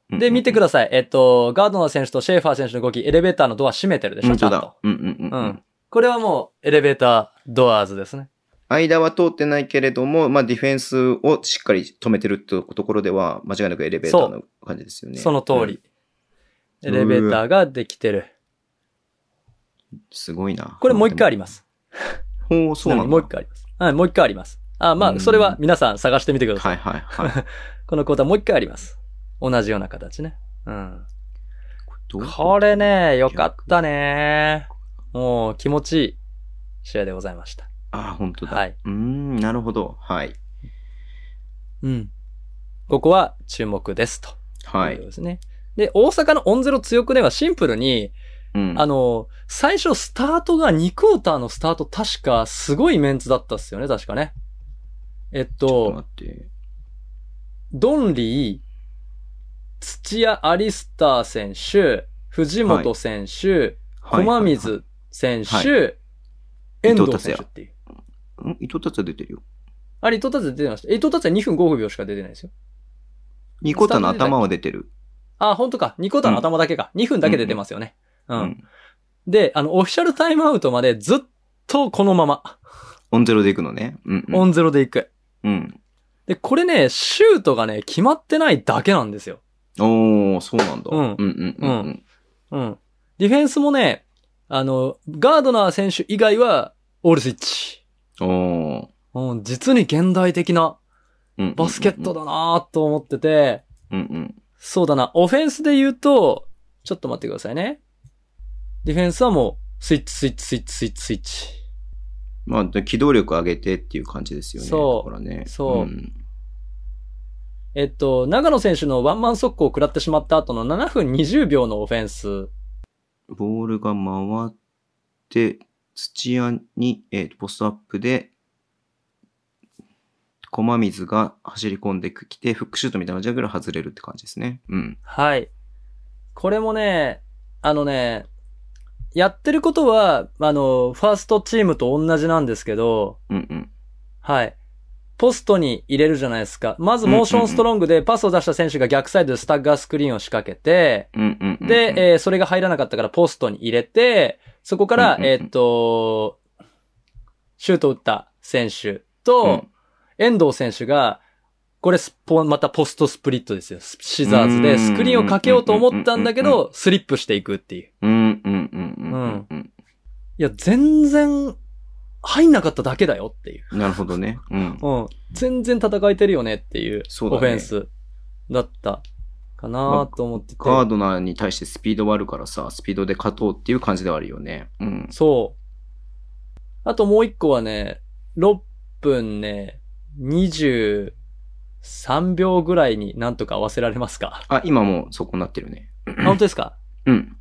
[SPEAKER 3] で、見てく
[SPEAKER 2] だ
[SPEAKER 3] ださい。えっと、ガードナー選手とシェーファー選手の動き、エレベーターのドア閉めてるでしょ、
[SPEAKER 2] 本
[SPEAKER 3] ちゃ
[SPEAKER 2] 当
[SPEAKER 3] ん
[SPEAKER 2] だ
[SPEAKER 3] と。。
[SPEAKER 2] うんうんうん。う
[SPEAKER 3] うんん、。これはもう、エレベータードアーズですね。
[SPEAKER 2] 間は通ってないけれども、まあ、ディフェンスをしっかり止めてるとところでは、間違いなくエレベーターの感じですよね。
[SPEAKER 3] その通り。
[SPEAKER 2] うん
[SPEAKER 3] エレベーターができてる。
[SPEAKER 2] うん。すごいな。
[SPEAKER 3] これもう一回あります。
[SPEAKER 2] ほう、そうなんだ。
[SPEAKER 3] もう一回あります。はい、もう一回あります。あ、ま
[SPEAKER 2] うん
[SPEAKER 3] あ、それは皆さん探してみてください。
[SPEAKER 2] はいはいはい。
[SPEAKER 3] このクォーターもう一回あります。同じような形ね。うん。
[SPEAKER 2] どう
[SPEAKER 3] これね、よかったね。もう気持ちいい試合でございました。
[SPEAKER 2] あ本当だ。。
[SPEAKER 3] はいい。
[SPEAKER 2] うーん、なるほど。はい。
[SPEAKER 3] うん。ここは注目ですと。
[SPEAKER 2] は
[SPEAKER 3] うこと
[SPEAKER 2] い。
[SPEAKER 3] ですね。で、大阪のオンゼロ強くねはシンプルに、
[SPEAKER 2] うん。
[SPEAKER 3] あの、最初スタートが2クォーターのスタート確かすごいメンツだったっすよね、確かね。えっ
[SPEAKER 2] ちょっと
[SPEAKER 3] と、
[SPEAKER 2] 待って。
[SPEAKER 3] ドンリー、土屋アリスター選手、藤本選手、
[SPEAKER 2] はい
[SPEAKER 3] 駒。水選手、
[SPEAKER 2] はい
[SPEAKER 3] 遠藤選手っていう。
[SPEAKER 2] はいん伊藤達也出てるよ。
[SPEAKER 3] あれ、伊藤達也出てました。伊藤達也2分5秒しか出てないですよ。
[SPEAKER 2] ニコタの頭は出てる。
[SPEAKER 3] あ、本当か。ニコタの頭だけか。2分だけ出てますよね。う。
[SPEAKER 2] うんん。
[SPEAKER 3] で、あの、オフィシャルタイムアウトまでずっとこのまま、
[SPEAKER 2] オンゼロで行くのね。うん、う
[SPEAKER 3] オ
[SPEAKER 2] ん。
[SPEAKER 3] ンゼロでいく。
[SPEAKER 2] うん。
[SPEAKER 3] で、これね、シュートがね、決まってないだけなんですよ。
[SPEAKER 2] おー、そうなんだ。
[SPEAKER 3] うん
[SPEAKER 2] うんうんうん。
[SPEAKER 3] うん。ディフェンスもね、あの、ガードナー選手以外は、オールスイッチ。
[SPEAKER 2] うん、おー
[SPEAKER 3] うん、実に現代的な
[SPEAKER 2] うん。
[SPEAKER 3] バスケット。だなーと思ってて、
[SPEAKER 2] うんうん。
[SPEAKER 3] そうだな。オフェンスで言うと、ちょっと待ってくださいね。ディフェンスはもう、スイッチ、スイッチ、スイッチ、スイッチ、スイッチ。
[SPEAKER 2] まあ、で機動力上げてっていう感じですよね。
[SPEAKER 3] そう
[SPEAKER 2] だからね。
[SPEAKER 3] そうんえっと、長野選手のワンマン速攻を食らってしまった後の7分20秒のオフェンス。
[SPEAKER 2] ボールが回って、土屋に、えーポストアップで、駒水が走り込んできて、フックシュートみたいな感じだけど外れるって感じですね。うん。
[SPEAKER 3] はい。これもね、あのね、やってることは、あの、ファーストチームと同じなんですけど、
[SPEAKER 2] うんうん。
[SPEAKER 3] はい。ポストに入れるじゃないですか。まずモーションストロングでパスを出した選手が逆サイドでスタッガースクリーンを仕掛けて、
[SPEAKER 2] うんうんうんうん。
[SPEAKER 3] で、えーそれが入らなかったからポストに入れて、そこから
[SPEAKER 2] う、んうんうん
[SPEAKER 3] えーっと、シュートを打った選手と、遠藤選手が、これスポ、またポストスプリットですよ。スシザーズ
[SPEAKER 2] う
[SPEAKER 3] で
[SPEAKER 2] ん
[SPEAKER 3] スクリーンをかけようと思ったんだけ
[SPEAKER 2] うんうん
[SPEAKER 3] ど、スリップしていくっていう。
[SPEAKER 2] うん、うんうんうんうんうんうん。
[SPEAKER 3] いや、全然、入んなかっただけだよっていう。
[SPEAKER 2] なるほどね。うん。
[SPEAKER 3] うん。全然戦えてるよねっていう、
[SPEAKER 2] そうだ
[SPEAKER 3] オ
[SPEAKER 2] ね
[SPEAKER 3] フェンスだったかなと思ってて。
[SPEAKER 2] ガードナーに対してスピードはあるからさ、スピードで勝とうっていう感じではあるよね。うん。
[SPEAKER 3] そう。あともう一個はね、6分ね、23秒ぐらいになんとか合わせられま
[SPEAKER 2] [coughs]
[SPEAKER 3] すか
[SPEAKER 2] あ、今もうそこになってるね。
[SPEAKER 3] あ本当ですか
[SPEAKER 2] うん。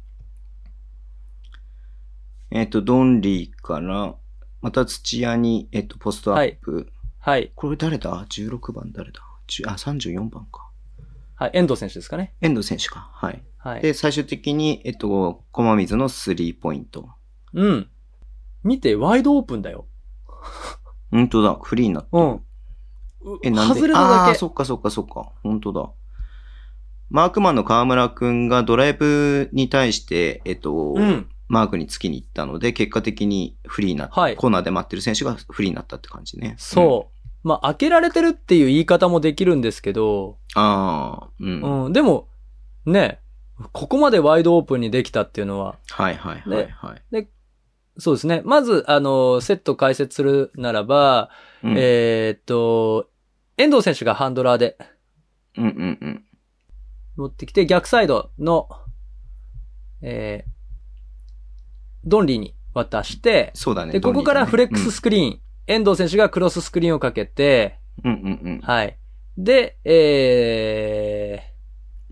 [SPEAKER 2] えっ、と、ドンリーから、また土屋に、えっ、と、ポストアップ。
[SPEAKER 3] はい。
[SPEAKER 2] これ誰だ ?16 番誰だ10あ、34番か。
[SPEAKER 3] はい。遠藤選手ですかね。
[SPEAKER 2] 遠藤選手か。はい。
[SPEAKER 3] はい。
[SPEAKER 2] で、最終的に、えっ、と、駒水のスリーポイント。
[SPEAKER 3] うん。見て、ワイドオープンだよ。
[SPEAKER 2] 本当だ、フリーになって
[SPEAKER 3] う
[SPEAKER 2] る。
[SPEAKER 3] ん。
[SPEAKER 2] え、なんで
[SPEAKER 3] 外れただ
[SPEAKER 2] あー
[SPEAKER 3] け。
[SPEAKER 2] そっかそっかそっか。本当だ。マークマンの河村くんがドライブに対して、えっ、と、
[SPEAKER 3] うん。
[SPEAKER 2] マークにつきに行ったので、結果的にフリーになった、
[SPEAKER 3] はい
[SPEAKER 2] コーナーで待ってる選手がフリーになったって感じね。
[SPEAKER 3] そう。まあ、開けられてるっていう言い方もできるんですけど、
[SPEAKER 2] うん。ああ、うん。はい
[SPEAKER 3] うん。でも、ね、ここまでワイドオープンにできたっていうのは、
[SPEAKER 2] はいはいはい。
[SPEAKER 3] そうですね。まず、あの、セット解説するならば、
[SPEAKER 2] うん
[SPEAKER 3] えーっと、遠藤選手がハンドラーで
[SPEAKER 2] うんうんうん。
[SPEAKER 3] 持ってきて、逆サイドの、えー、ドンリーに渡して、
[SPEAKER 2] そうだね。
[SPEAKER 3] で、ここからフレック
[SPEAKER 2] ス。
[SPEAKER 3] ススクリーン、遠藤選手がクロススクリーンをかけて、
[SPEAKER 2] うんうんうん。
[SPEAKER 3] はい。で、え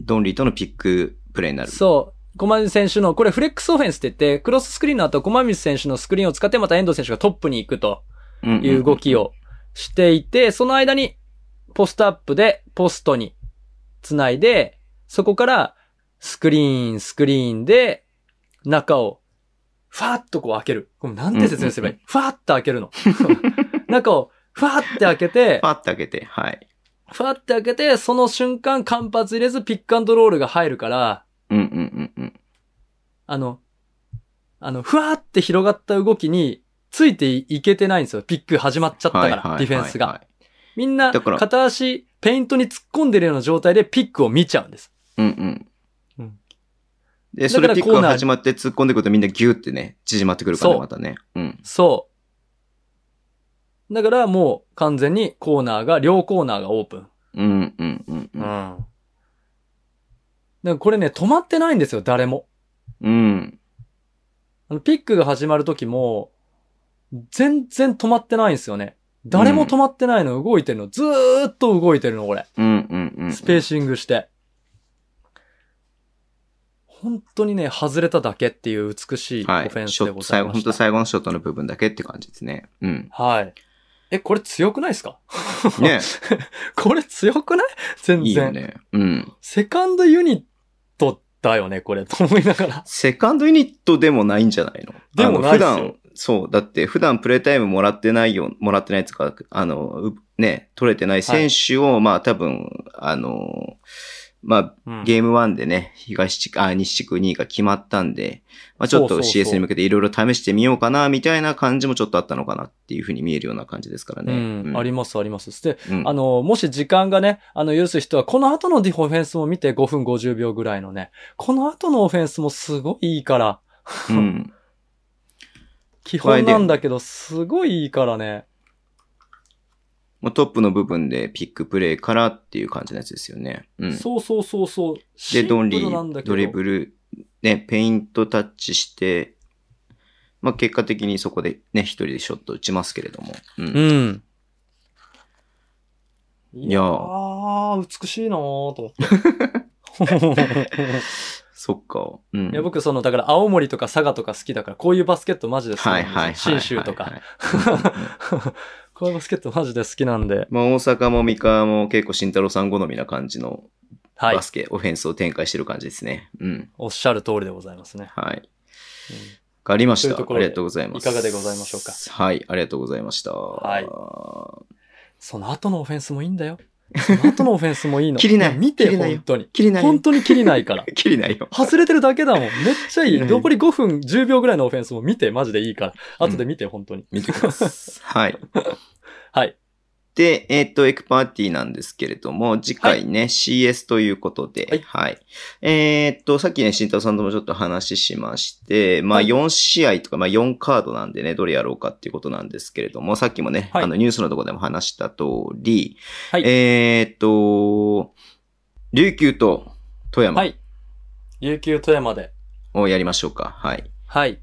[SPEAKER 2] ドンリーとのピックプレイにな
[SPEAKER 3] ー、
[SPEAKER 2] る。
[SPEAKER 3] そう、駒水選手の、これフレックスオフェンスって言って、クロススクリーンの後、駒水選手のスクリーンを使って、また遠藤選手がトップに行くと
[SPEAKER 2] うんうん
[SPEAKER 3] いう動きをしていて、その間に、ポストアップで、ポストに繋いで、そこから、スクリーン、スクリーンで、中を、ファーッとこう開ける。これなんて説明すればいい、ファーッと開けるの。中を、ファーッて開けて、
[SPEAKER 2] パッと開けて、はい。
[SPEAKER 3] ふわって開けて、その瞬間間髪入れずピックアンドロールが入るから、
[SPEAKER 2] うんうんうんうん。
[SPEAKER 3] あの、あの、ふわって広がった動きに、ついていけてないんですよ。ピック始まっちゃった
[SPEAKER 2] は
[SPEAKER 3] から、
[SPEAKER 2] いはいはいはい
[SPEAKER 3] ディフェンスが。。みんな、
[SPEAKER 2] だから
[SPEAKER 3] 片足、ペイントに突っ込んでるような状態でピックを見ちゃうんです。
[SPEAKER 2] うんう
[SPEAKER 3] う
[SPEAKER 2] んん。で、
[SPEAKER 3] だ
[SPEAKER 2] そ
[SPEAKER 3] か
[SPEAKER 2] れ
[SPEAKER 3] ら
[SPEAKER 2] ピック
[SPEAKER 3] コー
[SPEAKER 2] が
[SPEAKER 3] ナー
[SPEAKER 2] 始まって突っ込んでくるとみんなギュってね、縮まってくるから
[SPEAKER 3] そ
[SPEAKER 2] ね
[SPEAKER 3] う
[SPEAKER 2] またね。うん。
[SPEAKER 3] そう。だからもう完全にコーナーが、両コーナーがオープン。
[SPEAKER 2] うんうんうん
[SPEAKER 3] うん。だ
[SPEAKER 2] うん。
[SPEAKER 3] からこれね、止まってないんですよ、誰も。
[SPEAKER 2] うん。
[SPEAKER 3] あの、ピックが始まる時も、全然止まってないんですよね。誰も止まってないの、動いてるの、ずーっと動いてるの、これ。
[SPEAKER 2] うんうんうん。
[SPEAKER 3] スペー
[SPEAKER 2] ス。
[SPEAKER 3] シングして。本当にね、外れただけっていう美しいオフ
[SPEAKER 2] はい。
[SPEAKER 3] ェン
[SPEAKER 2] シ
[SPEAKER 3] ス
[SPEAKER 2] ョ
[SPEAKER 3] で
[SPEAKER 2] ッ
[SPEAKER 3] ご
[SPEAKER 2] ト、
[SPEAKER 3] ざ
[SPEAKER 2] 最
[SPEAKER 3] い
[SPEAKER 2] 後、
[SPEAKER 3] ま
[SPEAKER 2] 本
[SPEAKER 3] し
[SPEAKER 2] 当
[SPEAKER 3] た。
[SPEAKER 2] 最後のショットの部分だけって感じですね。うん。
[SPEAKER 3] はい。え、これ強くないですか
[SPEAKER 2] ね
[SPEAKER 3] [laughs] これ強くない全
[SPEAKER 2] いいよ
[SPEAKER 3] 然。
[SPEAKER 2] ね。うん。
[SPEAKER 3] セカンドユニットだよね、これ。と思いながら。
[SPEAKER 2] セカンドユニットでもないんじゃないの
[SPEAKER 3] でもないっすよ
[SPEAKER 2] あの普段、そう、だって普段プレイタイムもらってないよ、もらってないやつか、あの、うね、取れてない選手を、まあ多分、あの、まあ
[SPEAKER 3] うん
[SPEAKER 2] ゲーム1でね、東地区、あ、西地区2位が決まったんで、まあちょっ
[SPEAKER 3] そ
[SPEAKER 2] と
[SPEAKER 3] うそうそう
[SPEAKER 2] CS に向けていろいろ試してみようかな、みたいな感じもちょっとあったのかなっていうふうに見えるような感じですからね。
[SPEAKER 3] うん、あります、あります。で、
[SPEAKER 2] うん
[SPEAKER 3] あの、もし時間がね、あの、許す人は、この後のディフェンスも見て5分50秒ぐらいのね、この後のオフェンスもすごいいいから、
[SPEAKER 2] うん。
[SPEAKER 3] 基本なんだけど、すごいいいからね。
[SPEAKER 2] もうトップの部分でピックプレイからっていう感じのやつですよね。うん。
[SPEAKER 3] そうそうそうそう。シ
[SPEAKER 2] で、
[SPEAKER 3] ンプ
[SPEAKER 2] ドンリ
[SPEAKER 3] ルなんだ
[SPEAKER 2] ー、
[SPEAKER 3] けど
[SPEAKER 2] ドリブル、ね、ペイントタッチして、まあ結果的にそこでね、一人でショット打ちますけれども。うん。
[SPEAKER 3] うん。い
[SPEAKER 2] や
[SPEAKER 3] あ美しいなーと思って。 [laughs]
[SPEAKER 2] そっか。うん。
[SPEAKER 3] いや、僕、その、だから、青森とか佐賀とか好きだから、こういうバスケットマジで好き
[SPEAKER 2] は
[SPEAKER 3] ないん
[SPEAKER 2] はいはいはいはい。
[SPEAKER 3] ですよ。信州とか。 [laughs] こういうバスケットマジで好きなんで。
[SPEAKER 2] まあ、大阪も三河も結構慎太郎さん好みな感じの
[SPEAKER 3] はい
[SPEAKER 2] バ。スケ、オフェンスを展開してる感じですね。うん。
[SPEAKER 3] おっしゃる通りでございますね。
[SPEAKER 2] はい。わかりまし
[SPEAKER 3] とい
[SPEAKER 2] た。
[SPEAKER 3] うとこ
[SPEAKER 2] あ
[SPEAKER 3] ろで
[SPEAKER 2] りがとうございます。
[SPEAKER 3] いかがでございましょうか
[SPEAKER 2] はい、ありがとうございました。
[SPEAKER 3] はい
[SPEAKER 2] い。
[SPEAKER 3] その後のオフェンスもいいんだよ。その後のオフェンスもいいの。
[SPEAKER 2] 切りない
[SPEAKER 3] 見て、
[SPEAKER 2] 切りないよ
[SPEAKER 3] 本当に。
[SPEAKER 2] 切りないよ
[SPEAKER 3] 本。当に切りない
[SPEAKER 2] [laughs]
[SPEAKER 3] から。
[SPEAKER 2] 切りないよ。
[SPEAKER 3] 外れてるだけだもん。めっちゃいい。
[SPEAKER 2] うん
[SPEAKER 3] 残り5分10秒ぐらいのオフェンスも見て、マジでいいから。後で見て、本当に。
[SPEAKER 2] 見てきます。 [laughs] はい。
[SPEAKER 3] はい。
[SPEAKER 2] で、えっ、と、エクパーティーなんですけれども、次回ね、CS ということで、はい。えっ、と、さっきね、慎太郎さんともちょっと話しまして、まあ
[SPEAKER 3] はい
[SPEAKER 2] 4試合とか、まあ4カードなんでね、どれやろうかっていうことなんですけれども、さっきもね、
[SPEAKER 3] はい
[SPEAKER 2] あのニュースのとこでも話した通り、
[SPEAKER 3] はい
[SPEAKER 2] えっ、と、琉球と富
[SPEAKER 3] は
[SPEAKER 2] 山
[SPEAKER 3] い。琉球富山で。
[SPEAKER 2] をやりましょうか。はい。
[SPEAKER 3] はい。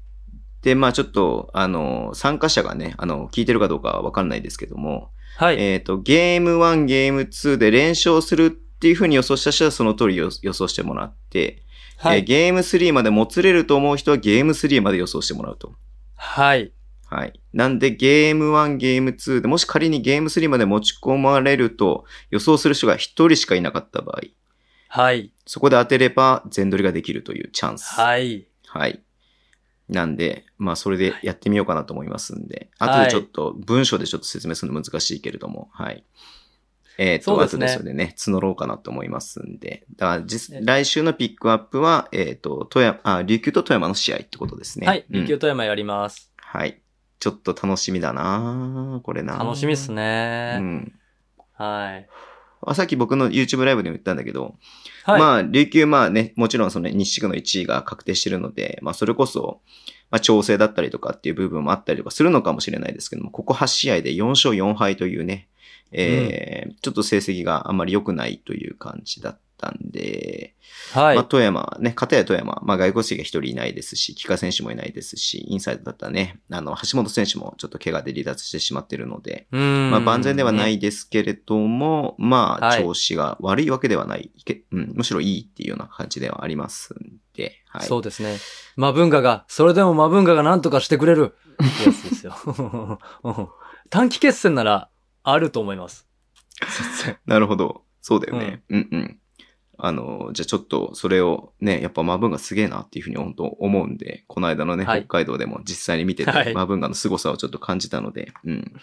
[SPEAKER 2] で、まあちょっと、あの、参加者がね、あの、聞いてるかどうかはわかんないですけども、
[SPEAKER 3] はい。
[SPEAKER 2] えっ、と、ゲーム1、ゲーム2で連勝するっていう風に予想した人はその通り予予想してもらって、
[SPEAKER 3] は
[SPEAKER 2] えー
[SPEAKER 3] い。
[SPEAKER 2] ゲーム3までもつれると思う人はゲーム3まで予想してもらうと。
[SPEAKER 3] はい。
[SPEAKER 2] はい。なんで、ゲーム1、ゲーム2で、もし仮にゲーム3まで持ち込まれると、予想する人が1人しかいなかった場合、
[SPEAKER 3] はい。
[SPEAKER 2] そこで当てれば全取りができるというチャンス。い。
[SPEAKER 3] はい。
[SPEAKER 2] はい。なんで、まあ、それでやってみようかなと思いますんで、
[SPEAKER 3] はい
[SPEAKER 2] 後でちょっと、文章でちょっと説明するの難しいけれども、はい。えっ、と、
[SPEAKER 3] そうです
[SPEAKER 2] 後
[SPEAKER 3] ね
[SPEAKER 2] でそれでね、募ろうかなと思いますんで、だから実
[SPEAKER 3] ね、
[SPEAKER 2] 来週のピックアップは、えっ、と、富山、あ、琉球と富山の試合ってことですね。
[SPEAKER 3] はい。
[SPEAKER 2] うん
[SPEAKER 3] 琉球富山やります。
[SPEAKER 2] はい。ちょっと楽しみだなぁこれなぁ
[SPEAKER 3] 楽しみっす
[SPEAKER 2] う
[SPEAKER 3] ね。
[SPEAKER 2] ん。
[SPEAKER 3] はい。
[SPEAKER 2] あさっき僕の YouTube ライブでも言ったんだけど、
[SPEAKER 3] はい。
[SPEAKER 2] まあ、琉球、まあね、もちろんその西地区の1位が確定してるので、まあ、それこそ、まあ、調整だったりとかっていう部分もあったりとかするのかもしれないですけども、ここ8試合で4勝4敗というね、えーちょっと成績があんまり良くないという感じだったんで、
[SPEAKER 3] はい
[SPEAKER 2] まあ、。富山、ね、片や富山、まあ、外国人が一人いないですし、菊川選手もいないですし、インサイドだったらね、あの、橋本選手もちょっと怪我で離脱してしまってるので、
[SPEAKER 3] うん
[SPEAKER 2] まあ、万全ではないですけれども、まあ、
[SPEAKER 3] はい
[SPEAKER 2] 調子が悪いわけではない、いけうん、むしろいいっていうような感じではありますんで、はい。
[SPEAKER 3] そうですね。マブンガが、それでもマブンガが何とかしてく
[SPEAKER 2] [laughs]
[SPEAKER 3] れる。ってやつですよ。 [laughs] うん短期決戦なら、あると思います。
[SPEAKER 2] なるほど。そうだよね。うん、うん、あの、じゃあちょっと、それをね、やっぱマブンガすげえなっていうふうに本当思うんで、この間のね、
[SPEAKER 3] はい
[SPEAKER 2] 北海道でも実際に見てて、
[SPEAKER 3] はい
[SPEAKER 2] マブンガの凄さをちょっと感じたので、うん。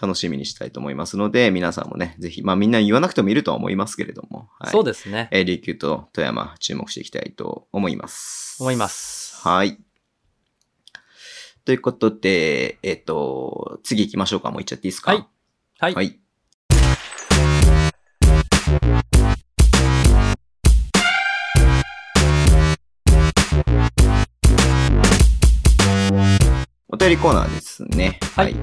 [SPEAKER 2] 楽しみにしたいと思いますので、皆さんもね、ぜひ、まあみんな言わなくてもいるとは思いますけれども、はい。
[SPEAKER 3] [laughs] そうですね。
[SPEAKER 2] えー琉球と富山、注目していきたいと思います。
[SPEAKER 3] 思います。
[SPEAKER 2] はい。ということで、えっ、と、次行きましょうか。もう行っちゃっていいですか
[SPEAKER 3] はいはい
[SPEAKER 2] はい。お便りコーナーですね。
[SPEAKER 3] はい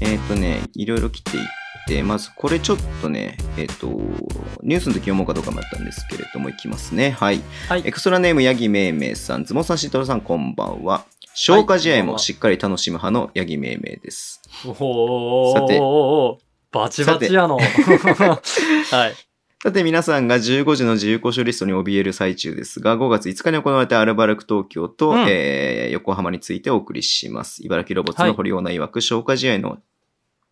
[SPEAKER 2] えっ、とね、いろいろ来ていって、まずこれちょっとね、えっ、と、ニュースの時読もうかどうかもやったんですけれども、いきますね。はい。
[SPEAKER 3] はい
[SPEAKER 2] エクストラネーム、ヤギめいめいさん、ズモさん、シトラさん、こんばんは。消化試合もしっかり楽しむ派のヤギめいめいです。
[SPEAKER 3] おーおーおーおー
[SPEAKER 2] さて
[SPEAKER 3] おーバチバチやの。 [laughs] はい。
[SPEAKER 2] さて皆さんが15時の自由故障リストに怯える最中ですが、5月5日に行われたアルバルク東京と、
[SPEAKER 3] うん
[SPEAKER 2] えー横浜についてお送りします。茨城ロボッツ
[SPEAKER 3] はい
[SPEAKER 2] の堀尾奈曰く、消化試合の、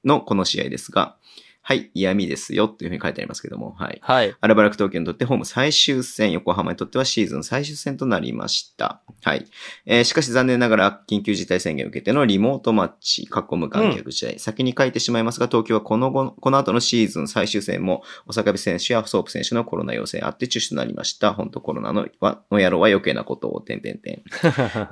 [SPEAKER 2] のこの試合ですが、はい、嫌味ですよというふうに書いてありますけども、はい。
[SPEAKER 3] はい。
[SPEAKER 2] アルバルク東京にとってホーム最終戦、横浜にとってはシーズン最終戦となりました。はい。えーしかし残念ながら緊急事態宣言を受けてのリモートマッチ、過去無観客試合、先に書いてしまいますが、東京はこの後、この後のシーズン最終戦も、お坂部選手やソープ選手のコロナ陽性あって中止となりました。本当コロナのはの野郎は余計なことを、てんてんてん。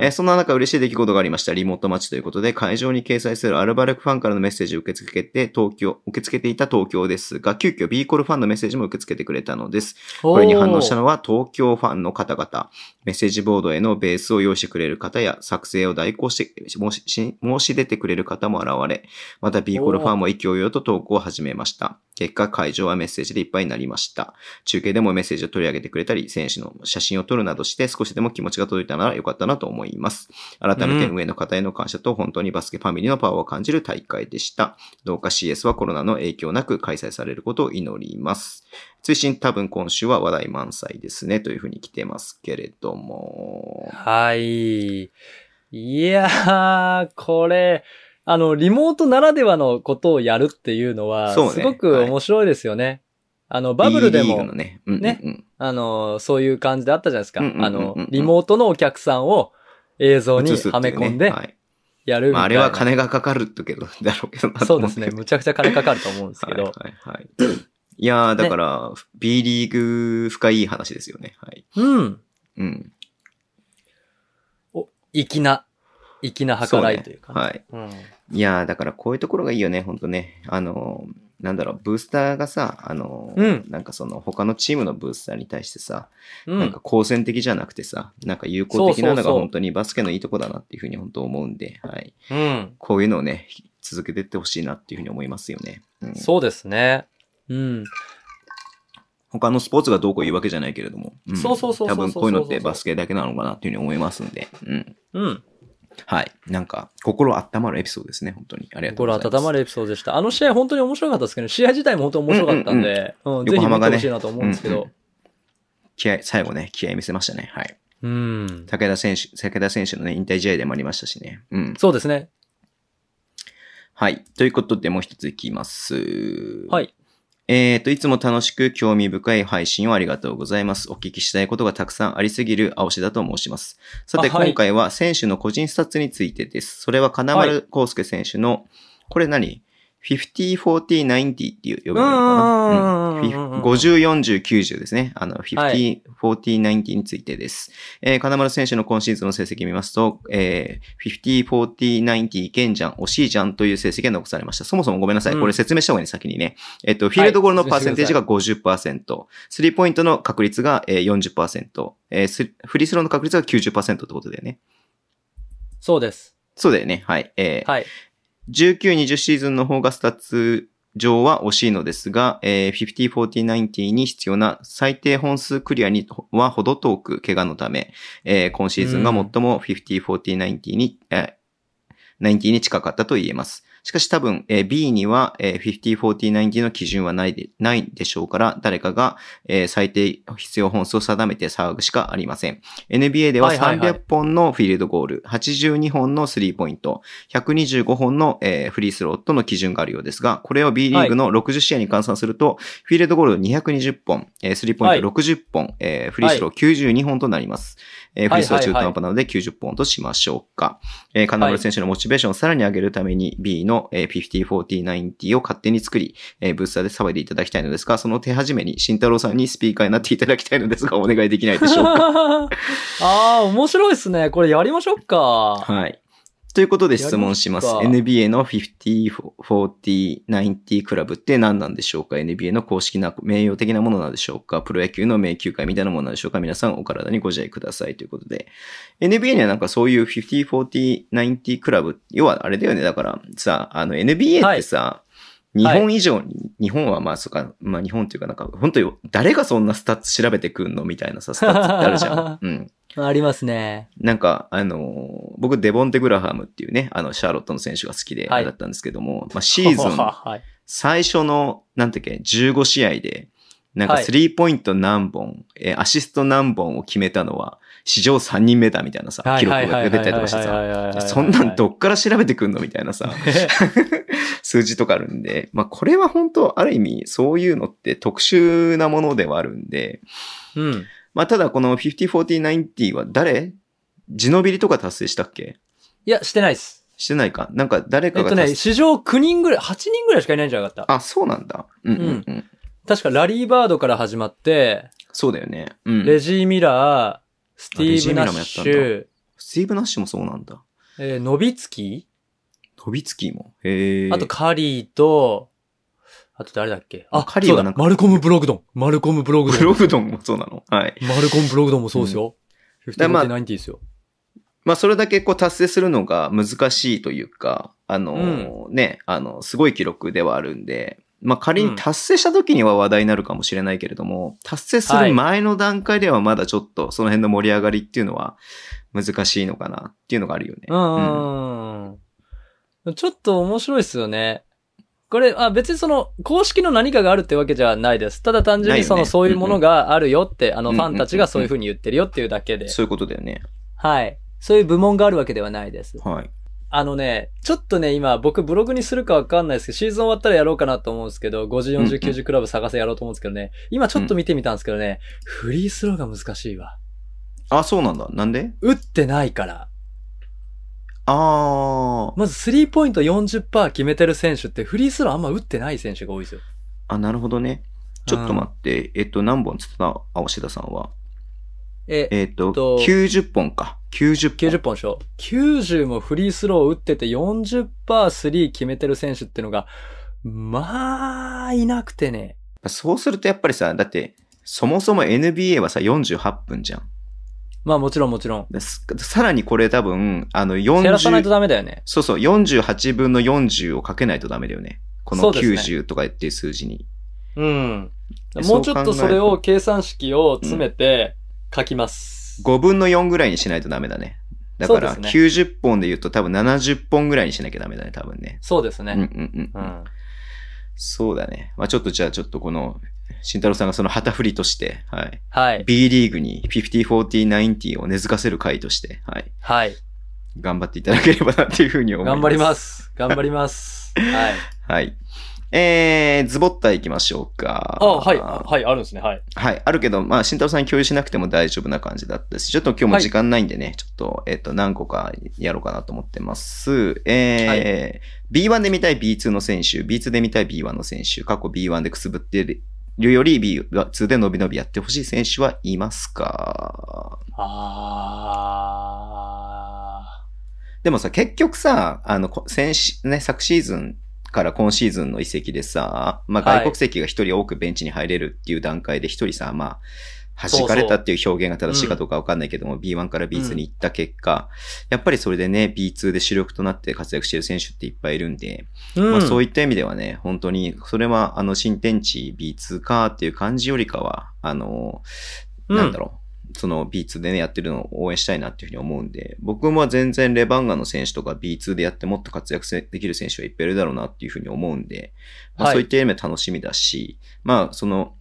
[SPEAKER 2] えーそんな中嬉しい出来事がありました。リモートマッチということで、会場に掲載するアルバルクファンからのメッセージを受け付けて、東京、受け付けていた東京ですが、急遽 B コルファンのメッセージも受け付けてくれたのです。これに反応したのは東京ファンの方々、メッセージボードへのベースを用意してくれる方や、作成を代行して申しし申し出てくれる方も現れ、また B コルファンも勢いよと投稿を始めました。結果、会場はメッセージでいっぱいになりました。中継でもメッセージを取り上げてくれたり、選手の写真を撮るなどして少しでも気持ちが届いたならよかったなと思います。改めて
[SPEAKER 3] うん
[SPEAKER 2] 運営の方への感謝と本当にバスケファミリーのパワーを感じる大会でした。どうか CS はコロナの影響なく開催されることを祈ります。追伸多分今週は話題満載ですねというふうに来てますけれども。
[SPEAKER 3] はい。いやー、これ、あの、リモートならではのことをやるっていうのは、
[SPEAKER 2] そうね
[SPEAKER 3] すごく面白いですよね。あの、バブ
[SPEAKER 2] B
[SPEAKER 3] ルで
[SPEAKER 2] リー
[SPEAKER 3] も、
[SPEAKER 2] グのね。うんうんうん
[SPEAKER 3] あの、そういう感じであったじゃないですか。
[SPEAKER 2] うんうんうんうん
[SPEAKER 3] あの、リモートのお客さんを映像に
[SPEAKER 2] 映すってい
[SPEAKER 3] は
[SPEAKER 2] う
[SPEAKER 3] め
[SPEAKER 2] ね
[SPEAKER 3] 込んで
[SPEAKER 2] はい
[SPEAKER 3] やるみ
[SPEAKER 2] まあ、
[SPEAKER 3] た
[SPEAKER 2] あ
[SPEAKER 3] い
[SPEAKER 2] れ
[SPEAKER 3] な。
[SPEAKER 2] は金がかかるけど、だろうけどなと
[SPEAKER 3] そう
[SPEAKER 2] 思
[SPEAKER 3] で
[SPEAKER 2] う
[SPEAKER 3] す
[SPEAKER 2] け
[SPEAKER 3] ね。
[SPEAKER 2] ど
[SPEAKER 3] むちゃくちゃ金かかると思うんですけど。
[SPEAKER 2] はいはいはい。いやー、だから、B リーグ深い話ですよね。はい。
[SPEAKER 3] うん。
[SPEAKER 2] うん。
[SPEAKER 3] 粋な、粋な計らいという
[SPEAKER 2] そ
[SPEAKER 3] か。
[SPEAKER 2] うねはい。
[SPEAKER 3] うん
[SPEAKER 2] いやー、だからこういうところがいいよね、ほんとね。あのー、なんだろう、ブースターがさ、あのー、なんかその、他のチームのブースターに対してさ、
[SPEAKER 3] うん。
[SPEAKER 2] なんか好戦的じゃなくてさ、なんか有効的な
[SPEAKER 3] そ
[SPEAKER 2] の
[SPEAKER 3] うそ
[SPEAKER 2] が
[SPEAKER 3] うそう
[SPEAKER 2] 本当にバスケのいいとこだなっていうふうに本当思うんで、はい。
[SPEAKER 3] うん。
[SPEAKER 2] こういうのをね、続けてってほしいなっていうふうに思いますよね。うん、
[SPEAKER 3] そうですね。うん。
[SPEAKER 2] 他のスポーツがどうこう言うわけじゃないけれども、ん
[SPEAKER 3] そうそうそ
[SPEAKER 2] 多
[SPEAKER 3] うそうそう
[SPEAKER 2] 分こういうのってバスケだけなのかなっていうふうに思いますんで、うん。
[SPEAKER 3] うん。
[SPEAKER 2] はい。なんか、心温まるエピソードですね、本当に。ありがとうご
[SPEAKER 3] 心
[SPEAKER 2] ざいます。
[SPEAKER 3] 温まるエピソードでした。あの試合本当に面白かったですけど、試合自体も本当に面白かったんで、う
[SPEAKER 2] 横
[SPEAKER 3] んぜひ見
[SPEAKER 2] 浜
[SPEAKER 3] て
[SPEAKER 2] が
[SPEAKER 3] ほ
[SPEAKER 2] ね
[SPEAKER 3] しいなと思うんですけど。
[SPEAKER 2] 気合、最後ね、気合見せましたね。はい。
[SPEAKER 3] うん。
[SPEAKER 2] 武田選手、武田選手のね、引退試合でもありましたしね。うん。
[SPEAKER 3] そうですね。
[SPEAKER 2] はい。ということで、もう一ついきます。
[SPEAKER 3] はい。
[SPEAKER 2] えーと、いつも楽しく興味深い配信をありがとうございます。お聞きしたいことがたくさんありすぎる青志だと申します。さて、
[SPEAKER 3] あはい
[SPEAKER 2] 今回は選手の個人スタッツについてです。それは金丸康介選手の、これ何 ?50-40-90 っていう呼ぶのかな、
[SPEAKER 3] うんうんうんうんうん
[SPEAKER 2] 50、40、90ですね。あの、
[SPEAKER 3] は
[SPEAKER 2] 50、40、90についてです。えー金丸選手の今シーズンの成績見ますと、えー、50、40、90、いけんじゃん、惜しいじゃんという成績が残されました。そもそもごめんなさい。
[SPEAKER 3] うん
[SPEAKER 2] これ説明した方がいいね、先にね。えっと、フィールドゴールのパーセンテージが50%、スリーポイントの確率がえー40%、えースフリースローの確率が90%ってことだよね。
[SPEAKER 3] そうです。
[SPEAKER 2] そうだよね。はい。えー
[SPEAKER 3] はい。
[SPEAKER 2] 19、20シーズンの方がスタッツ上は惜しいのですが、えー、50-40-90に必要な最低本数クリアにはほど遠く怪我のため、えー今シーズンが最も50-40-90に、えー、90に近かったと言えます。しかし多分、えー B には、えー、50-40-90の基準はないで、ないでしょうから、誰かが、えー最低必要本数を定めて騒ぐしかありません。NBA では
[SPEAKER 3] はいはいはい
[SPEAKER 2] 300本のフィールドゴール、82本のスリーポイント、125本の、えーフリースローとの基準があるようですが、これを B リーグの60試合に換算すると、フィールドゴールド220本、えースリーポイント60本、えーフリースロー92本となります。えーフリースロー中途半端なので90本としましょうか。えー、金村選手のモチベーションをさらに上げるために B のえー50-40-90を勝手に作り、えーブースターで騒いでいただきたいのですが、その手始めに慎太郎さんにスピーカーになっていただきたいのですが、お願いできないでしょうか。
[SPEAKER 3] ああー、面白いですね。これやりましょうか。
[SPEAKER 2] はい。ということで質問します。
[SPEAKER 3] やります
[SPEAKER 2] NBA の50-40-90クラブって何なんでしょうか ?NBA の公式な名誉的なものなんでしょうかプロ野球の名球会みたいなものなんでしょうか皆さんお体にご自愛くださいということで。NBA にはなんかそういう50-40-90クラブ、要はあれだよね。だからさ、あの NBA ってさ、日本以上に、日本はまあ、そうか、まあ日本っていうかなんか、本当に誰がそんなスタッツ調べてくんのみたいなさ、スタッツってあるじゃ [laughs] ん。うん。
[SPEAKER 3] ありますね。
[SPEAKER 2] なんか、あのー僕、デボンテ・グラハムっていうね、あの、シャーロットの選手が好きで、あ
[SPEAKER 3] はい
[SPEAKER 2] れだったんですけども、まあ、シーズ [laughs] ン
[SPEAKER 3] はい。
[SPEAKER 2] 最初の、なんていうっけ、15試合で、なんか、
[SPEAKER 3] はい
[SPEAKER 2] スリーポイント何本、えーアシスト何本を決めたのは、史上3人目だみたいなさ、記録が出たりとかしてさ、
[SPEAKER 3] さ
[SPEAKER 2] そんなんどっから調べてくんのみたいな [laughs] さ、数字とかあるんで、まあ、これは本当、ある意味、そういうのって特殊なものではあるんで、
[SPEAKER 3] うん。
[SPEAKER 2] まあ、ただこの50-40-90は誰ジノビリとか達成したっけ
[SPEAKER 3] いや、してないっす。
[SPEAKER 2] してないかなんか誰
[SPEAKER 3] え
[SPEAKER 2] か
[SPEAKER 3] っ
[SPEAKER 2] が
[SPEAKER 3] と
[SPEAKER 2] 達成、
[SPEAKER 3] ね、史上9人ぐらい、8人ぐらいしかいないんじゃなかった。
[SPEAKER 2] あ、そうなんだ。うんうんうん。
[SPEAKER 3] 確かラリーバードから始まって、
[SPEAKER 2] そうだよね。うん。
[SPEAKER 3] レジー・ミラー、スティ
[SPEAKER 2] レ
[SPEAKER 3] ー
[SPEAKER 2] ジー
[SPEAKER 3] ブ・
[SPEAKER 2] ミラ
[SPEAKER 3] ナ
[SPEAKER 2] ー
[SPEAKER 3] ッ
[SPEAKER 2] もやった
[SPEAKER 3] シ
[SPEAKER 2] んだ
[SPEAKER 3] ュ、
[SPEAKER 2] スティーブ・ナッシュもそうなんだ。
[SPEAKER 3] えー、ノビツキ
[SPEAKER 2] 飛びつきも。へえ。
[SPEAKER 3] あと、カリーと、あと誰だっけあ、
[SPEAKER 2] カリーはなんか
[SPEAKER 3] そうだマルコム・ブログドン。マルコム・ブログドン
[SPEAKER 2] ブ。ログドンもそうなの。はい。
[SPEAKER 3] マルコム・ブログドンもそうですよ。
[SPEAKER 2] だからまあ
[SPEAKER 3] 50-40-90ですよ。
[SPEAKER 2] まあ、それだけこう達成するのが難しいというか、あのーね、あの、すごい記録ではあるんで、まあ、仮に達成した時には話題になるかもしれないけれども、達成する前の段階ではまだちょっとその辺の盛り上がりっていうのは難しいのかなっていうのがあるよね。
[SPEAKER 3] うんうん。ちょっと面白いですよね。これ、あ、別にその、公式の何かがあるってわけじゃないです。ただ単純
[SPEAKER 2] ないよ
[SPEAKER 3] に
[SPEAKER 2] ね
[SPEAKER 3] その、そういうものがあるよって、あの、
[SPEAKER 2] うんう
[SPEAKER 3] フ
[SPEAKER 2] ん
[SPEAKER 3] ァンたちがそういう風に言ってるよっていうだけで。
[SPEAKER 2] そういうことだよね。
[SPEAKER 3] はい。そういう部門があるわけではないです。
[SPEAKER 2] はい。
[SPEAKER 3] あのね、ちょっとね、今、僕ブログにするかわかんないですけど、シーズン終わったらやろうかなと思うんですけど、50、
[SPEAKER 2] うんうん
[SPEAKER 3] 40、90クラブ探せやろうと思うんですけどね、今ちょっと見てみたんですけどね、フリースローが難しいわ。
[SPEAKER 2] あ、そうなんだ。なんで
[SPEAKER 3] 打ってないから。
[SPEAKER 2] あー。
[SPEAKER 3] まずスリーポイント40%決めてる選手ってフリースローあんま打ってない選手が多いですよ。
[SPEAKER 2] あ、なるほどね。ちょっと待って。えっと、何本つってた青志田さんは。
[SPEAKER 3] え、
[SPEAKER 2] えっと、
[SPEAKER 3] えっと
[SPEAKER 2] 90本か。90
[SPEAKER 3] 90
[SPEAKER 2] 本。
[SPEAKER 3] 本でしょ ?90 もフリースロー打ってて40%スリー決めてる選手ってのが、まあ、いなくてね。
[SPEAKER 2] そうするとやっぱりさ、だって、そもそも NBA はさ、48分じゃん。
[SPEAKER 3] まあもちろんもちろん。
[SPEAKER 2] でささらにこれ多分、あの、
[SPEAKER 3] 減らさないと
[SPEAKER 2] 40、
[SPEAKER 3] ダメだよね。
[SPEAKER 2] そうそう、48分の40をかけないとダメだよね。こ
[SPEAKER 3] そ
[SPEAKER 2] の
[SPEAKER 3] うです
[SPEAKER 2] 90とかっていう数字に。
[SPEAKER 3] うん。
[SPEAKER 2] で
[SPEAKER 3] もうちょっとそれ
[SPEAKER 2] そう考え
[SPEAKER 3] を計算式を詰めて書きます。
[SPEAKER 2] 5分の4ぐらいにしないとダメだね。だから、
[SPEAKER 3] そうで
[SPEAKER 2] 90本で言うと多分70本ぐらいにしなきゃダメだね、多分ね。
[SPEAKER 3] そうです
[SPEAKER 2] うんうん
[SPEAKER 3] ね。う
[SPEAKER 2] うん。
[SPEAKER 3] ん。
[SPEAKER 2] そうだね。まあちょっとじゃあちょっとこの、慎太郎さんがその旗振りとして、はい。
[SPEAKER 3] はい。
[SPEAKER 2] B リーグに50-40-90を根付かせる回として、はい。
[SPEAKER 3] はい。
[SPEAKER 2] 頑張っていただければなっていうふうに思います。
[SPEAKER 3] 頑張ります。頑張ります。はい。
[SPEAKER 2] はい。えー、ズボッタ行きましょうか。
[SPEAKER 3] [laughs] あ、はい。はい、あるんですね。はい。
[SPEAKER 2] はい。あるけど、まあ、慎太郎さんに共有しなくても大丈夫な感じだったし、ちょっと今日も時間ないんでね、ちょっと、えっ、と、何個かやろうかなと思ってます。えー B1 で見たい B2 の選手、B2 で見たい B1 の選手、過去 B1 でくすぶってるより B2 で伸び伸びやってほしい選手はいますか
[SPEAKER 3] あ
[SPEAKER 2] でもさ、結局さ、あの、こ先し、ね、昨シーズンから今シーズンの移籍でさ、まあ
[SPEAKER 3] はい
[SPEAKER 2] 外国籍が一人多くベンチに入れるっていう段階で一人さ、まあ、
[SPEAKER 3] そうそ
[SPEAKER 2] 弾
[SPEAKER 3] う
[SPEAKER 2] かれたっていう表現が正しいかどうかわかんないけども、B1 から B2 に行った結果、やっぱりそれでね、B2 で主力となって活躍している選手っていっぱいいるんで、
[SPEAKER 3] うん
[SPEAKER 2] まあそういった意味ではね、本当に、それはあの新天地 B2 かっていう感じよりかは、あの、なんだろう。その B2 でね、やってるのを応援したいなっていうふうに思うんで、僕も全然レバンガの選手とか B2 でやってもっと活躍せできる選手はいっぱいいるだろうなっていうふうに思うんで、まあ、
[SPEAKER 3] は
[SPEAKER 2] そ
[SPEAKER 3] い
[SPEAKER 2] ういった意味で楽しみだし、まあその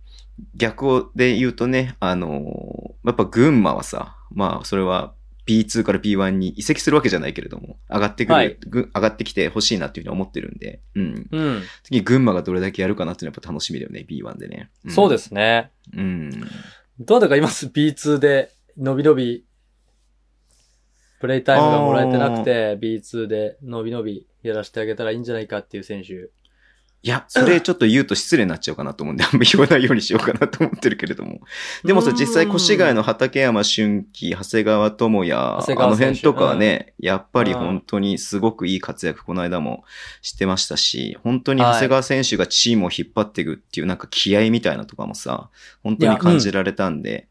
[SPEAKER 2] 逆をで言うとね、あのーやっぱ群馬はさ、まあそれは B2 から B1 に移籍するわけじゃないけれども、上がってくる、
[SPEAKER 3] はい
[SPEAKER 2] ぐ上がってきてほしいなっていうふうに思ってるんで、うん。
[SPEAKER 3] うん。うん。
[SPEAKER 2] 次群馬がどれだけやるかなっていうのはやっぱ楽しみだよね、B1 でね。ん
[SPEAKER 3] そうで。すね。
[SPEAKER 2] うん。
[SPEAKER 3] どうだかいます ?B2 で、のびのび、プレイタイムがもらえてなくて、B2 で、のびのびやらせてあげたらいいんじゃないかっていう選手。
[SPEAKER 2] いや、それちょっと言うと失礼になっちゃうかなと思うんで、あんま言わないようにしようかなと思ってるけれども。でもさ、
[SPEAKER 3] うん
[SPEAKER 2] 実際、越谷の畠山俊樹、長谷川智也、あ
[SPEAKER 3] 長谷川選手
[SPEAKER 2] の辺とかはね、やっぱり本当にすごくいい活躍、この間もしてましたし、本当に長谷川選手がチームを引っ張っていくっていうなんか気合みたいなとかもさ、本当に感じられたんで、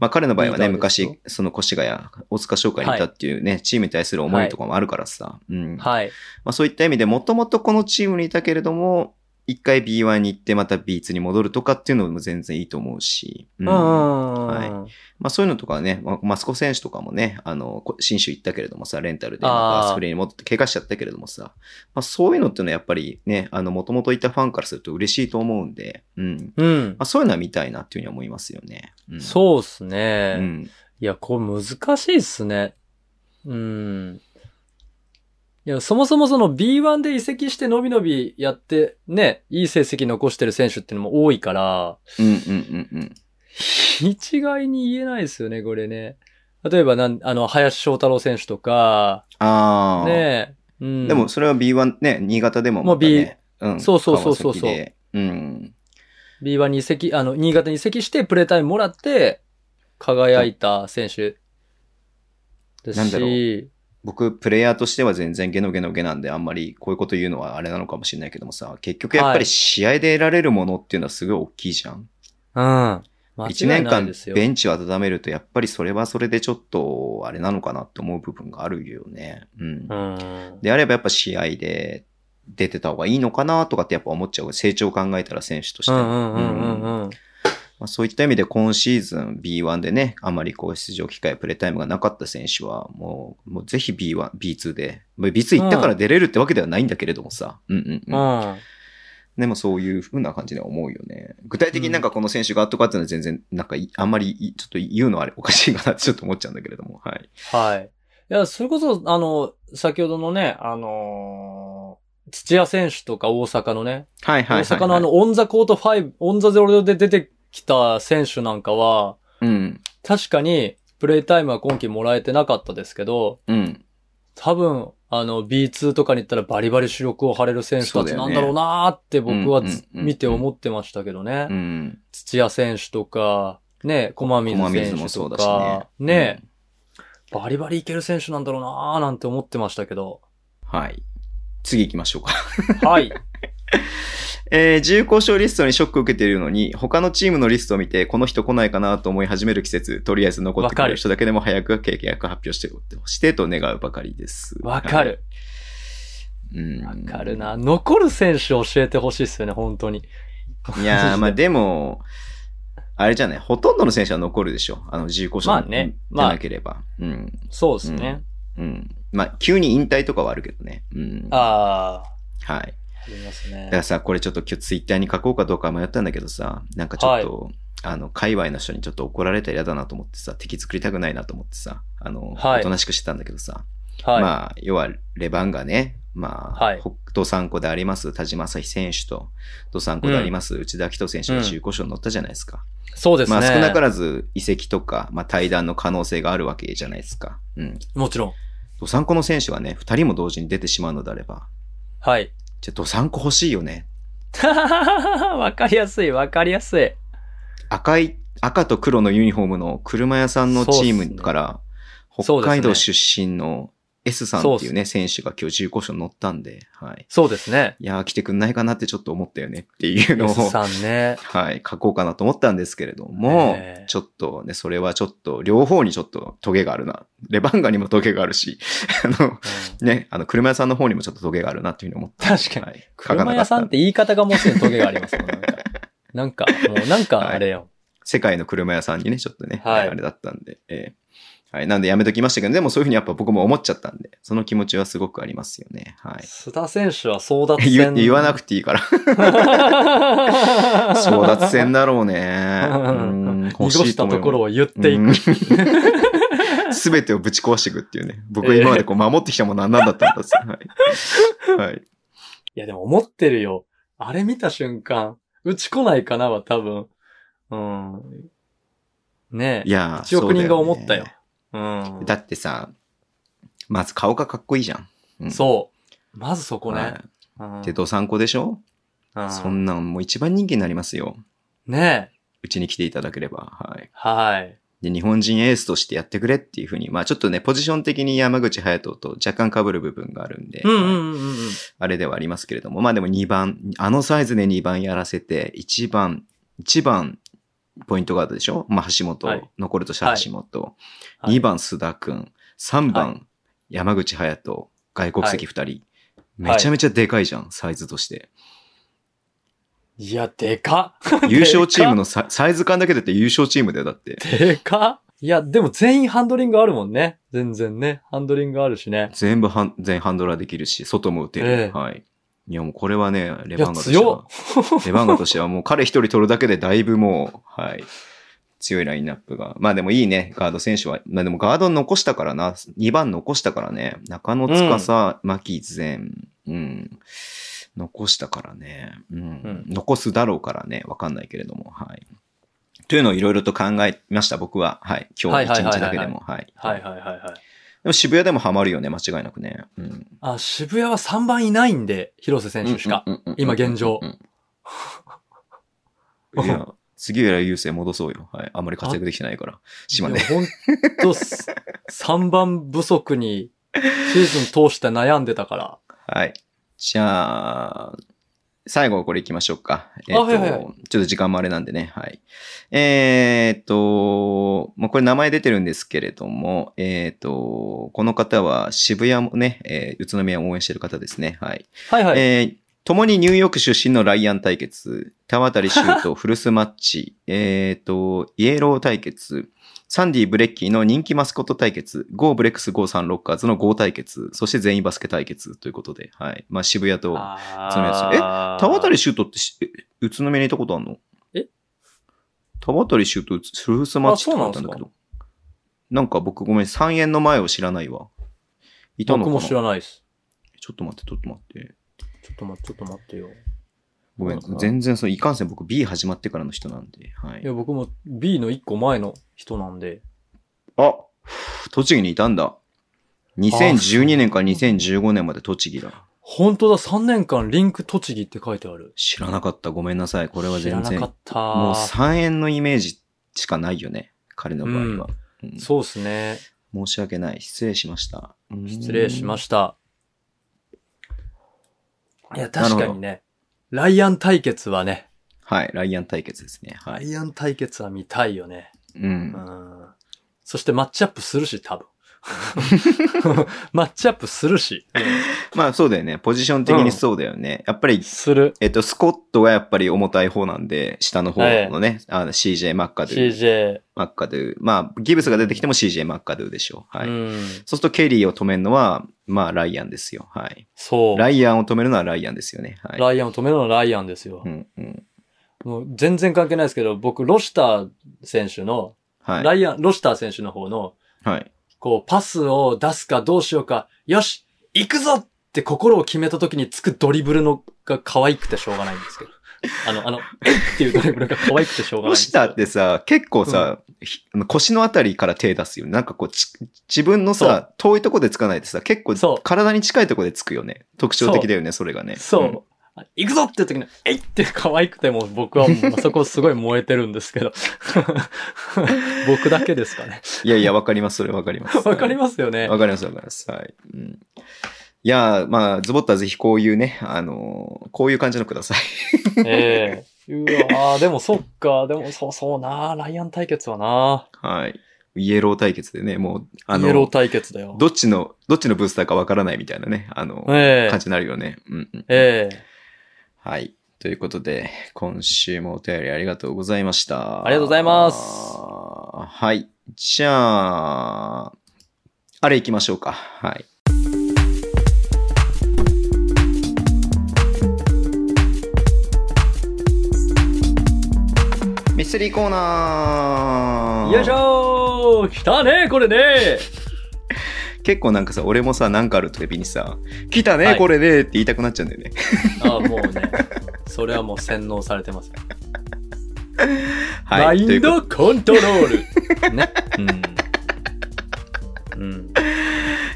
[SPEAKER 2] まあ彼の場合は
[SPEAKER 3] リー
[SPEAKER 2] ね、
[SPEAKER 3] ダーですよ
[SPEAKER 2] 昔、その越谷、大塚商会にいたっていうね、チームに対する思いとかもあるからさ、うん。
[SPEAKER 3] はい。
[SPEAKER 2] まあそういった意味でもともとこのチームにいたけれども、一回 B1 に行ってまた B2 に戻るとかっていうのも全然いいと思うし。う
[SPEAKER 3] うんん。
[SPEAKER 2] ま
[SPEAKER 3] はい
[SPEAKER 2] あそういうのとかね、まあマスコ選手とかもね、あの、こ新州行ったけれどもさ、レンタルでま
[SPEAKER 3] あ
[SPEAKER 2] た
[SPEAKER 3] ー
[SPEAKER 2] スプレーに戻って怪我しちゃったけれどもさ、まあそういうのってのはやっぱりね、あの、もともといたファンからすると嬉しいと思うんで、うん。
[SPEAKER 3] うん
[SPEAKER 2] ま。あそういうのは見たいなっていうふうに思いますよね。うん、
[SPEAKER 3] そうっす
[SPEAKER 2] う
[SPEAKER 3] ね。
[SPEAKER 2] ん。
[SPEAKER 3] いや、これ難しいっすね。うん。いや、そもそもその B1 で移籍してのびのびやって、ね、いい成績残してる選手っていうのも多いから、
[SPEAKER 2] うんうんうんうん。
[SPEAKER 3] 一概に言えないですよね、これね。例えば、なん、あの、林翔太郎選手とか、
[SPEAKER 2] ああ。
[SPEAKER 3] ねえ、うん。
[SPEAKER 2] でも、それは B1 ね、新潟でもまたね、うん
[SPEAKER 3] そうそうそうそうそう
[SPEAKER 2] 川崎でうん。
[SPEAKER 3] B1 に移籍、あの、新潟に移籍してプレータイムもらって、輝いた選手ですし、
[SPEAKER 2] なんだろ僕、プレイヤーとしては全然ゲノゲノゲなんで、あんまりこういうこと言うのはあれなのかもしれないけどもさ、結局やっぱ
[SPEAKER 3] は
[SPEAKER 2] り
[SPEAKER 3] い
[SPEAKER 2] 試合で得られるものっていうのはすごい大きいじゃん。
[SPEAKER 3] うん。
[SPEAKER 2] 一、
[SPEAKER 3] 間違
[SPEAKER 2] 年
[SPEAKER 3] いない
[SPEAKER 2] 間
[SPEAKER 3] ですよ。
[SPEAKER 2] ベンチを温めると、やっぱりそれはそれでちょっと、あれなのかなって思う部分があるよね。うん。
[SPEAKER 3] うん。
[SPEAKER 2] であればやっぱ試合で出てた方がいいのかなとかってやっぱ思っちゃう。成長を考えたら選手として
[SPEAKER 3] う
[SPEAKER 2] も。
[SPEAKER 3] んうんうんうんうん。
[SPEAKER 2] まあ、そういった意味で今シーズン B1 でね、あまりこう出場機会、プレータイムがなかった選手は、もう、もうぜひ B1、B2 で、まあ B2 行ったから出れるってわけではないんだけれどもさ、うんうんうん。
[SPEAKER 3] うん。
[SPEAKER 2] でもそういうふうな感じで思うよね。具体的になんかこの選手がとかっていうのは全然、なんかい、あんまりい、ちょっと言うのはあれおかしいかなってちょっと思っちゃうんだけれども、はい。
[SPEAKER 3] はい。いや、それこそ、あの、先ほどのね、あのー土屋選手とか大阪のね、
[SPEAKER 2] はいはいはい、はい。
[SPEAKER 3] 大阪のあの、オンザコート5、オンザゼロで出てきた選手なんかは、
[SPEAKER 2] うん、
[SPEAKER 3] 確かに、プレイタイムは今季もらえてなかったですけど、
[SPEAKER 2] うん。
[SPEAKER 3] 多分、あの、B2 とかに行ったらバリバリ主力を張れる選手たちなんだろうなーって僕は
[SPEAKER 2] そうだよ
[SPEAKER 3] つ
[SPEAKER 2] ねうんうんうんうん
[SPEAKER 3] 見て思ってましたけどね。
[SPEAKER 2] うん。
[SPEAKER 3] 土屋選手とか、ね、駒水
[SPEAKER 2] 駒水
[SPEAKER 3] 選
[SPEAKER 2] も
[SPEAKER 3] 手
[SPEAKER 2] そ
[SPEAKER 3] と
[SPEAKER 2] うだしね
[SPEAKER 3] か、。ね、バリバリいける選手なんだろうなーなんて思ってましたけど。
[SPEAKER 2] うんはい。次行きましょうか。
[SPEAKER 3] はい。
[SPEAKER 2] えー、重厚症リストにショックを受けているのに、他のチームのリストを見て、この人来ないかなと思い始める季節、とりあえず残ってくれる人だけでも早く経験約発表しておってほしいと願うばかりです。
[SPEAKER 3] わかる。
[SPEAKER 2] はい。 [laughs] うん。
[SPEAKER 3] わかるな。。残る選手教えてほしいですよね、本当に。
[SPEAKER 2] い
[SPEAKER 3] [laughs]
[SPEAKER 2] やー、まあでも、あれじゃない、ほとんどの選手は残るでしょ。あの、重厚症
[SPEAKER 3] まあね
[SPEAKER 2] でなければ。うん。
[SPEAKER 3] そうですね。
[SPEAKER 2] うん。まあ、急に引退とかはあるけどね。うん。
[SPEAKER 3] ああ、
[SPEAKER 2] はい。
[SPEAKER 3] あります
[SPEAKER 2] だから
[SPEAKER 3] ね。
[SPEAKER 2] さ、これちょっと今日ツイッターに書こうかどうか迷ったんだけどさ、なんかちょっと、あの、界隈の人にちょっと怒られたら嫌だなと思ってさ、敵作りたくないなと思ってさ、あの、
[SPEAKER 3] はい
[SPEAKER 2] おとなしくしてたんだけどさ、
[SPEAKER 3] はい。
[SPEAKER 2] まあ、要はレバンがね、まあ、
[SPEAKER 3] はい
[SPEAKER 2] 北斗三湖であります田島朝日選手と、土三湖であります内田明人選手が中古賞に乗ったじゃないですか。
[SPEAKER 3] そうですね。
[SPEAKER 2] まあ、少なからず移籍とか、まあ、対談の可能性があるわけじゃないですか。うん。
[SPEAKER 3] もちろん。
[SPEAKER 2] 土三湖の選手がね、二人も同時に出てしまうのであれば、
[SPEAKER 3] はい。 [laughs]
[SPEAKER 2] じゃあ土三湖欲しいよね
[SPEAKER 3] わかりやすい、わかりやすい。
[SPEAKER 2] 赤い、赤と黒のユニフォームの車屋さんのチームから、
[SPEAKER 3] そ
[SPEAKER 2] 北
[SPEAKER 3] うですね
[SPEAKER 2] 海道出身の S さんっていうね、選手が今日15勝乗ったんで、はい。
[SPEAKER 3] そうですね。
[SPEAKER 2] いやー、来てくんないかなってちょっと思ったよねっていうのを、
[SPEAKER 3] S さんね。
[SPEAKER 2] はい、書こうかなと思ったんですけれども
[SPEAKER 3] ねえ、
[SPEAKER 2] ちょっとね、それはちょっと、両方にちょっとトゲがあるな。レバンガにもトゲがあるし、 [laughs] あの、
[SPEAKER 3] うん
[SPEAKER 2] ね、あの、車屋さんの方にもちょっとトゲがあるなっていうふうに思って。
[SPEAKER 3] 確かに。
[SPEAKER 2] はい。。
[SPEAKER 3] 車屋さんってて言い方がもうすでにトゲがありますもん。 [laughs] なんか、なんかもうなんかあれよ。
[SPEAKER 2] 世界の車屋さんにね、ちょっとね、
[SPEAKER 3] はい
[SPEAKER 2] あれだったんで、えーはい。なんでやめときましたけど、でもそういうふうにやっぱ僕も思っちゃったんで、その気持ちはすごくありますよね。はい。
[SPEAKER 3] 須田選手は争奪
[SPEAKER 2] 言
[SPEAKER 3] 戦。
[SPEAKER 2] 言わなくていいから。
[SPEAKER 3] [laughs]
[SPEAKER 2] 争
[SPEAKER 3] 争
[SPEAKER 2] 奪戦だろうね。
[SPEAKER 3] うん。濁したところ
[SPEAKER 2] を
[SPEAKER 3] を言っていく。
[SPEAKER 2] すべてをぶち壊していくっていうね。僕が今までこう守ってきたものは何だったんだっつってはい。はい。
[SPEAKER 3] いや、でも思ってるよ。あれ見た瞬間、うち来ないかなは多分。うん。ね
[SPEAKER 2] いやー
[SPEAKER 3] 1億人が思った
[SPEAKER 2] そう
[SPEAKER 3] よ。
[SPEAKER 2] だ
[SPEAKER 3] え。うん。
[SPEAKER 2] ねだってさ、まず顔がかっこいいじゃん。うん
[SPEAKER 3] そう。まずそこね
[SPEAKER 2] は。
[SPEAKER 3] うん
[SPEAKER 2] いで、どさんこでしょ
[SPEAKER 3] うん
[SPEAKER 2] そんなんもう一番人気になりますよ。
[SPEAKER 3] ねえ。
[SPEAKER 2] うちに来ていただければ。はい。
[SPEAKER 3] はい。
[SPEAKER 2] で、日本人エースとしてやってくれっていうふうに、まあちょっとね、ポジション的に山口隼人と若干被る部分があるんで、
[SPEAKER 3] うんうんうんうん。
[SPEAKER 2] あれではありますけれども、まあでも2番、あのサイズで2番やらせて、1番、1番、ポイントガードでしょまあ橋本、
[SPEAKER 3] はい
[SPEAKER 2] 残るとしたら橋本、
[SPEAKER 3] はい
[SPEAKER 2] 2番須田くん、3番、山口隼人、外国籍2人、めちゃめちゃでかいじゃん、サイズとして。
[SPEAKER 3] いや、でかっ
[SPEAKER 2] 優勝チームのササイズ感だけだって優勝チームだよ、だって。
[SPEAKER 3] でかっいや、でも全員ハンドリングあるもんね。全然ね。ハンドリングあるしね。
[SPEAKER 2] 全部ハン全ハンドラーできるし、外も打てる。
[SPEAKER 3] ええ
[SPEAKER 2] はい。いや、もうこれはね、レ
[SPEAKER 3] いや
[SPEAKER 2] バンガとして
[SPEAKER 3] 強
[SPEAKER 2] は。 [laughs] レバンガとしてはもう彼一人取るだけでだいぶもう、はい。強いラインナップが。まあでもいいね、ガード選手は。まあでもガード残したからな、2番残したからね。中野司、牧前、うん。残したからね、うん。
[SPEAKER 3] ん
[SPEAKER 2] 残すだろうからね、わかんないけれども、はい。というのをいろいろと考えました、僕は。はい。今日一日だけでも、はい。
[SPEAKER 3] はいはいはいはい。
[SPEAKER 2] でも渋谷でもハマるよね、間違いなくね。うん。
[SPEAKER 3] あ、渋谷は3番いないんで、広瀬選手しか。
[SPEAKER 2] うんうんうんうん
[SPEAKER 3] 今現状
[SPEAKER 2] うん [laughs] うんいや、杉浦優勢戻そうよ。はい。あんまり活躍できてないから。島根。
[SPEAKER 3] でもほんと、3番不足にシーズン通して悩んでたから。
[SPEAKER 2] はい。じゃあ、最後これ行きましょうか。えっと、
[SPEAKER 3] はいはいはい
[SPEAKER 2] ちょっと時間もあれなんでね。はい。えーっと、まあ、これ名前出てるんですけれども、えーっと、この方は渋谷もね、えー宇都宮を応援してる方ですね。はい。
[SPEAKER 3] はいはい。
[SPEAKER 2] えー共にニューヨーク出身のライアン対決、田渡りシュー
[SPEAKER 3] [laughs]
[SPEAKER 2] ト、フルスマッチ、えーと、イエロー対決、サンディ・ブレッキーの人気マスコット対決、ゴー・ブレックス・ゴー・サン・ロッカーズのゴー対決、そして全員バスケ対決ということで、はい。まあ、渋谷と、
[SPEAKER 3] あー
[SPEAKER 2] 田渡りシュートってしえ宇都宮にいたことあんの
[SPEAKER 3] え
[SPEAKER 2] 田渡りシュート、フルスマッチって書いてあるんだけ
[SPEAKER 3] あそうなんで
[SPEAKER 2] ど。なんか僕ごめん、3円の前を知らないわ。いたの
[SPEAKER 3] 僕
[SPEAKER 2] かな
[SPEAKER 3] も知ら
[SPEAKER 2] い。
[SPEAKER 3] ないです。
[SPEAKER 2] ちょっと待って、ちょっと待って。
[SPEAKER 3] ちょっと待って、ちょっと待ってよ。
[SPEAKER 2] ごめん
[SPEAKER 3] そうな、の
[SPEAKER 2] 全然そう、いかんせん僕 B 始まってからの人なんで、はい
[SPEAKER 3] いや、。僕も B の1個前の人なんで。
[SPEAKER 2] あ栃木にいたんだ。2012年から2015年まで栃木だ。
[SPEAKER 3] 本当だ、3年間リンク栃木って書いてある。
[SPEAKER 2] 知らなかった。ごめんなさい。これは
[SPEAKER 3] 知
[SPEAKER 2] 全
[SPEAKER 3] らな
[SPEAKER 2] 然。
[SPEAKER 3] か
[SPEAKER 2] も
[SPEAKER 3] った。
[SPEAKER 2] う3円のイメージしかないよね。彼の場合は。うん
[SPEAKER 3] そうですね。
[SPEAKER 2] 申し訳ない。失礼しました。
[SPEAKER 3] 失礼しま
[SPEAKER 2] し
[SPEAKER 3] した。い
[SPEAKER 2] なる
[SPEAKER 3] や、
[SPEAKER 2] ほ
[SPEAKER 3] 確
[SPEAKER 2] ど
[SPEAKER 3] かにね、ライアン対決はね、
[SPEAKER 2] た。はい。ライアン対決ですね。は
[SPEAKER 3] ラ
[SPEAKER 2] い。
[SPEAKER 3] イアン対決は見たいよね。
[SPEAKER 2] う。
[SPEAKER 3] うんん。そしてマッチアップするし、多 [laughs] 分。マッチアップするし。
[SPEAKER 2] まあそうだよね。ポジション的にそうだよね。やっぱり
[SPEAKER 3] する。
[SPEAKER 2] えっと、スコットがやっぱり重たい方なんで、下の方のね、あの CJ マッカドゥ
[SPEAKER 3] CJ。
[SPEAKER 2] マッカドゥ。まあ、ギブスが出てきても CJ マッカドゥでしょう。はい。
[SPEAKER 3] うん。
[SPEAKER 2] そうすると、ケリーを止めるのは、まあ、ライアンですよ。はい。
[SPEAKER 3] そう。
[SPEAKER 2] ライアンを止めるのはライアンですよね。はい。
[SPEAKER 3] ライアンを止めるのはライアンですよ。
[SPEAKER 2] うんうん。
[SPEAKER 3] もう全然関係ないですけど、僕、ロシター選手の、
[SPEAKER 2] はい。
[SPEAKER 3] ライアン、ロシター選手の方の、
[SPEAKER 2] はい。
[SPEAKER 3] こう、パスを出すかどうしようか、よし行くぞって心を決めた時につくドリブルのが可愛くてしょうがないんですけど。あの、あの、えいっていうドリブルが可愛くてしょうがない
[SPEAKER 2] ロ
[SPEAKER 3] んです
[SPEAKER 2] シ
[SPEAKER 3] けど
[SPEAKER 2] ターってさ、結構さ、ひあの腰のあたりから手出すよね。なんかこう、ち自分のさ、遠いとこでつかないでさ、結構
[SPEAKER 3] そう
[SPEAKER 2] 体に近いとこでつくよね。特徴的だよね、それがね。
[SPEAKER 3] そう。
[SPEAKER 2] ん
[SPEAKER 3] 行くぞっていう時の、えいって可愛くても、僕はもうそこすごい燃えてるんですけど。 [laughs] 僕だけですかね。
[SPEAKER 2] いやいや、わかります。それわかります。
[SPEAKER 3] [laughs] わかり
[SPEAKER 2] ま
[SPEAKER 3] ますよね。
[SPEAKER 2] わかります、わかります。はい。うんいやー、まあ、ズボッタはぜひこういうね、あのーこういう感じのください。
[SPEAKER 3] ええうわーでもそっか、でもそうそうなライアン対決はな
[SPEAKER 2] はい。イエロー対決でね、もう、あ
[SPEAKER 3] イエロー
[SPEAKER 2] の、
[SPEAKER 3] 対決だよ。
[SPEAKER 2] どっちの、どっちのブースターかわからないみたいなね、あの、
[SPEAKER 3] ええ
[SPEAKER 2] 感じになるよね。うんうん、
[SPEAKER 3] ええ
[SPEAKER 2] はい。ということで、今週もお便りありがとうございました。
[SPEAKER 3] ありがとうございます
[SPEAKER 2] はい。じゃあ、あれ行きましょうか。はい。ミステリーコーナー
[SPEAKER 3] よいしょー来たねこれね
[SPEAKER 2] 結構なんかさ、俺もさ、なんかあるたびにさ、来たね、
[SPEAKER 3] はい
[SPEAKER 2] これでって言いたくなっちゃうん
[SPEAKER 3] [laughs]
[SPEAKER 2] だよね。
[SPEAKER 3] ああ、もうね。それはもう洗脳されてます。
[SPEAKER 2] はい。
[SPEAKER 3] マ
[SPEAKER 2] とい
[SPEAKER 3] イ
[SPEAKER 2] う
[SPEAKER 3] ン
[SPEAKER 2] ことで
[SPEAKER 3] ドコントロール。ね。うん。うん。
[SPEAKER 2] い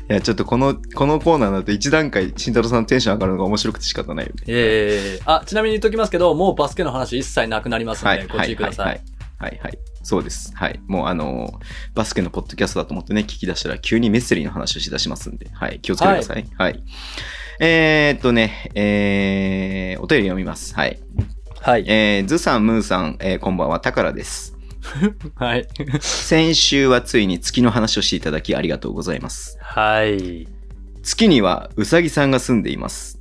[SPEAKER 2] や、ちょっとこの、このコーナーだと一段階、慎太郎さんのテンション上がるのが面白くて仕方ないよね。
[SPEAKER 3] ええあ、ちなみに言っときますけど、もうバスケの話一切なくなりますんで、
[SPEAKER 2] はい、
[SPEAKER 3] ご注意ください。
[SPEAKER 2] はい、はいはい、はい。そうです。はい。もうあのーバスケのポッドキャストだと思ってね、聞き出したら急にメッセリーの話をしだしますんで、はい。気をつけてください。はい。えー、っとね、えー、お便り読みます。はい。
[SPEAKER 3] はい。
[SPEAKER 2] えー、ズさん、ムーさん、えー、こんばんは、タカラです。
[SPEAKER 3] はい。
[SPEAKER 2] 先週はついに月の話をしていただきありがとうございます。
[SPEAKER 3] はい。
[SPEAKER 2] 月にはうさぎさんが住んでいます。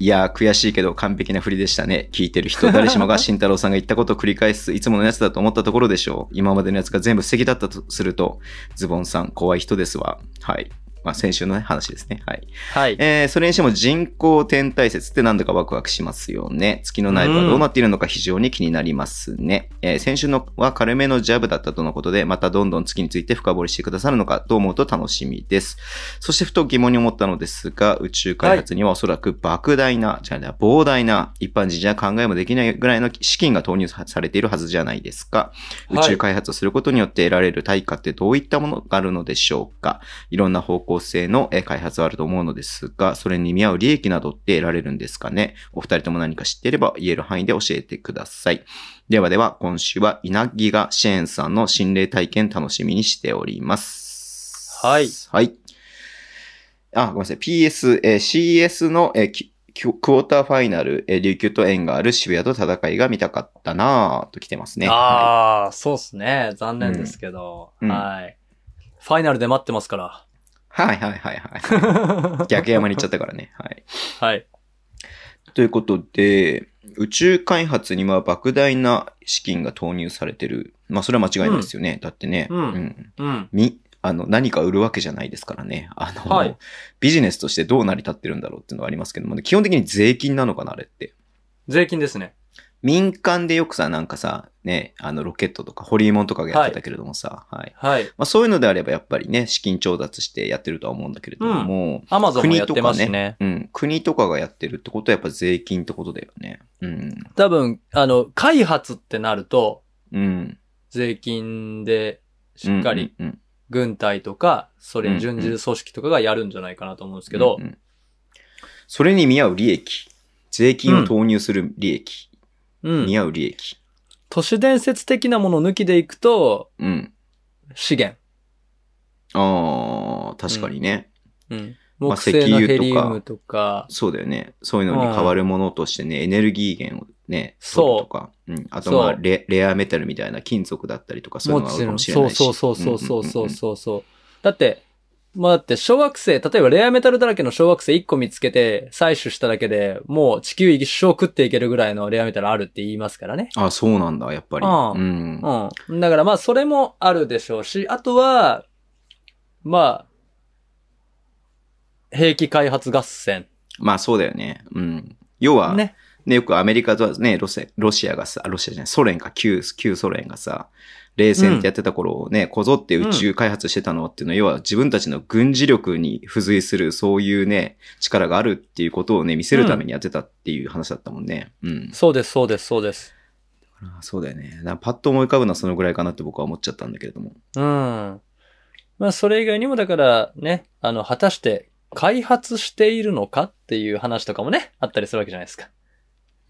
[SPEAKER 2] いやー、悔しいけど完璧な振りでしたね。聞いてる人、誰しもが慎太郎さんが言ったことを繰り返す、いつものやつだと思ったところでしょう。今までのやつが全部素敵だったとすると、ズボンさん、怖い人ですわ。はい。まあ、先週のね話ですね。はい。
[SPEAKER 3] はい。
[SPEAKER 2] えーそれにしても人工天体説ってなんだかワクワクしますよね。月の内部はどうなっているのか非常に気になりますね。えー先週のは軽めのジャブだったとのことで、またどんどん月について深掘りしてくださるのかと思うと楽しみです。そしてふと疑問に思ったのですが、宇宙開発にはおそらく莫大な、じゃあね、膨大な、一般人じゃ考えもできないぐらいの資金が投入されているはずじゃないですか。宇宙開発をすることによって得られる対価ってどういったものがあるのでしょうか。いろんな方向性のえー開発はあると思うのですが、それに見合う利益などって得られるんですかねお二人とも何か知っていれば言える範囲で教えてください。ではでは、今週は稲木がシェーンさんの心霊体験楽しみにしております。
[SPEAKER 3] はい。
[SPEAKER 2] はい。あ、ごめんなさい。PS、えー CS の、えーききクォーターファイナル、えー琉球と縁がある渋谷と戦いが見たかったなぁと来てますね。は
[SPEAKER 3] ああ、そうっすね。残念ですけど、
[SPEAKER 2] うんうん
[SPEAKER 3] はい。ファイナルで待ってますから。
[SPEAKER 2] いはいはいはいはい。逆山に行っちゃったからね。はい。
[SPEAKER 3] はい。
[SPEAKER 2] ということで、宇宙開発には莫大な資金が投入されてる。まあ、それは間違いないですよね。だってね、
[SPEAKER 3] うんうん。
[SPEAKER 2] み、あの、何か売るわけじゃないですからね。あの、
[SPEAKER 3] はい
[SPEAKER 2] ビジネスとしてどう成り立ってるんだろうっていうのはありますけども、基本的に税金なのかな、あれって。
[SPEAKER 3] 税金ですね。
[SPEAKER 2] 民間でよくさ、なんかさ、ね、あの、ロケットとか、ホリーモンとかがやってたけれどもさ、はい。
[SPEAKER 3] はい。
[SPEAKER 2] まあ、そういうのであれば、やっぱりね、資金調達してやってるとは思うんだけれども、
[SPEAKER 3] アマゾンも
[SPEAKER 2] 国
[SPEAKER 3] やっ
[SPEAKER 2] と
[SPEAKER 3] て
[SPEAKER 2] か
[SPEAKER 3] ます
[SPEAKER 2] ね
[SPEAKER 3] しね。
[SPEAKER 2] うん、国とかがやってるってことはやっぱ税金ってことだよね。うん。
[SPEAKER 3] 多分、あの、開発ってなると、
[SPEAKER 2] うん。
[SPEAKER 3] 税金でしっかり
[SPEAKER 2] うんうんうん
[SPEAKER 3] 軍隊とか、それに準じる組織とかがやるんじゃないかなと思うんですけど
[SPEAKER 2] うん、うんそれに見合う利益。税金を投入する利益。
[SPEAKER 3] うん
[SPEAKER 2] 見。合う利益。
[SPEAKER 3] 都市伝説的なもの抜きでいくと、
[SPEAKER 2] うん。
[SPEAKER 3] 資源。
[SPEAKER 2] ああ、確かにね、
[SPEAKER 3] うん。
[SPEAKER 2] まあ
[SPEAKER 3] 木製の
[SPEAKER 2] 石油とか
[SPEAKER 3] ヘリウムとか、
[SPEAKER 2] そうだよね。そういうのに変わるものとしてね、エネルギー源をね、
[SPEAKER 3] そう
[SPEAKER 2] 取るとか。うん。あと、まあ
[SPEAKER 3] そう
[SPEAKER 2] レ、レアメタルみたいな金属だったりとか、そういうの
[SPEAKER 3] も
[SPEAKER 2] がある
[SPEAKER 3] ち
[SPEAKER 2] か
[SPEAKER 3] ろ
[SPEAKER 2] も
[SPEAKER 3] ん。
[SPEAKER 2] しれ
[SPEAKER 3] そ
[SPEAKER 2] ない
[SPEAKER 3] う
[SPEAKER 2] し。
[SPEAKER 3] そうそうそうそうそう
[SPEAKER 2] う
[SPEAKER 3] そうそう。だって、まあだって小惑星、例えばレアメタルだらけの小惑星1個見つけて採取しただけでもう地球一生食っていけるぐらいのレアメタルあるって言いますからね。
[SPEAKER 2] んうんうん。あ、そうなんだ、やっぱり。
[SPEAKER 3] うん
[SPEAKER 2] うん。
[SPEAKER 3] うん。だからまあそれもあるでしょうし、あとは、まあ、兵器開発合戦。
[SPEAKER 2] まあ、そうだよね。うん。要は、ね
[SPEAKER 3] ね。
[SPEAKER 2] よくアメリカとはね、ロシロシアがさ、あロシアじゃない、ソ連か、旧、旧ソ連がさ、冷戦ってやってた頃をね、こぞって宇宙開発してたのっていうのは、要は自分たちの軍事力に付随する、そういうね、力があるっていうことをね、見せるためにやってたっていう話だったもんね。うん。
[SPEAKER 3] そうです、そうです、そうです。
[SPEAKER 2] あそうだよね。なパッと思い浮かぶのはそのぐらいかなって僕は思っちゃったんだけれども。
[SPEAKER 3] うん。まあ、それ以外にも、だからね、あの、果たして、開発しているのかっていう話とかもね、あったりするわけじゃないですか。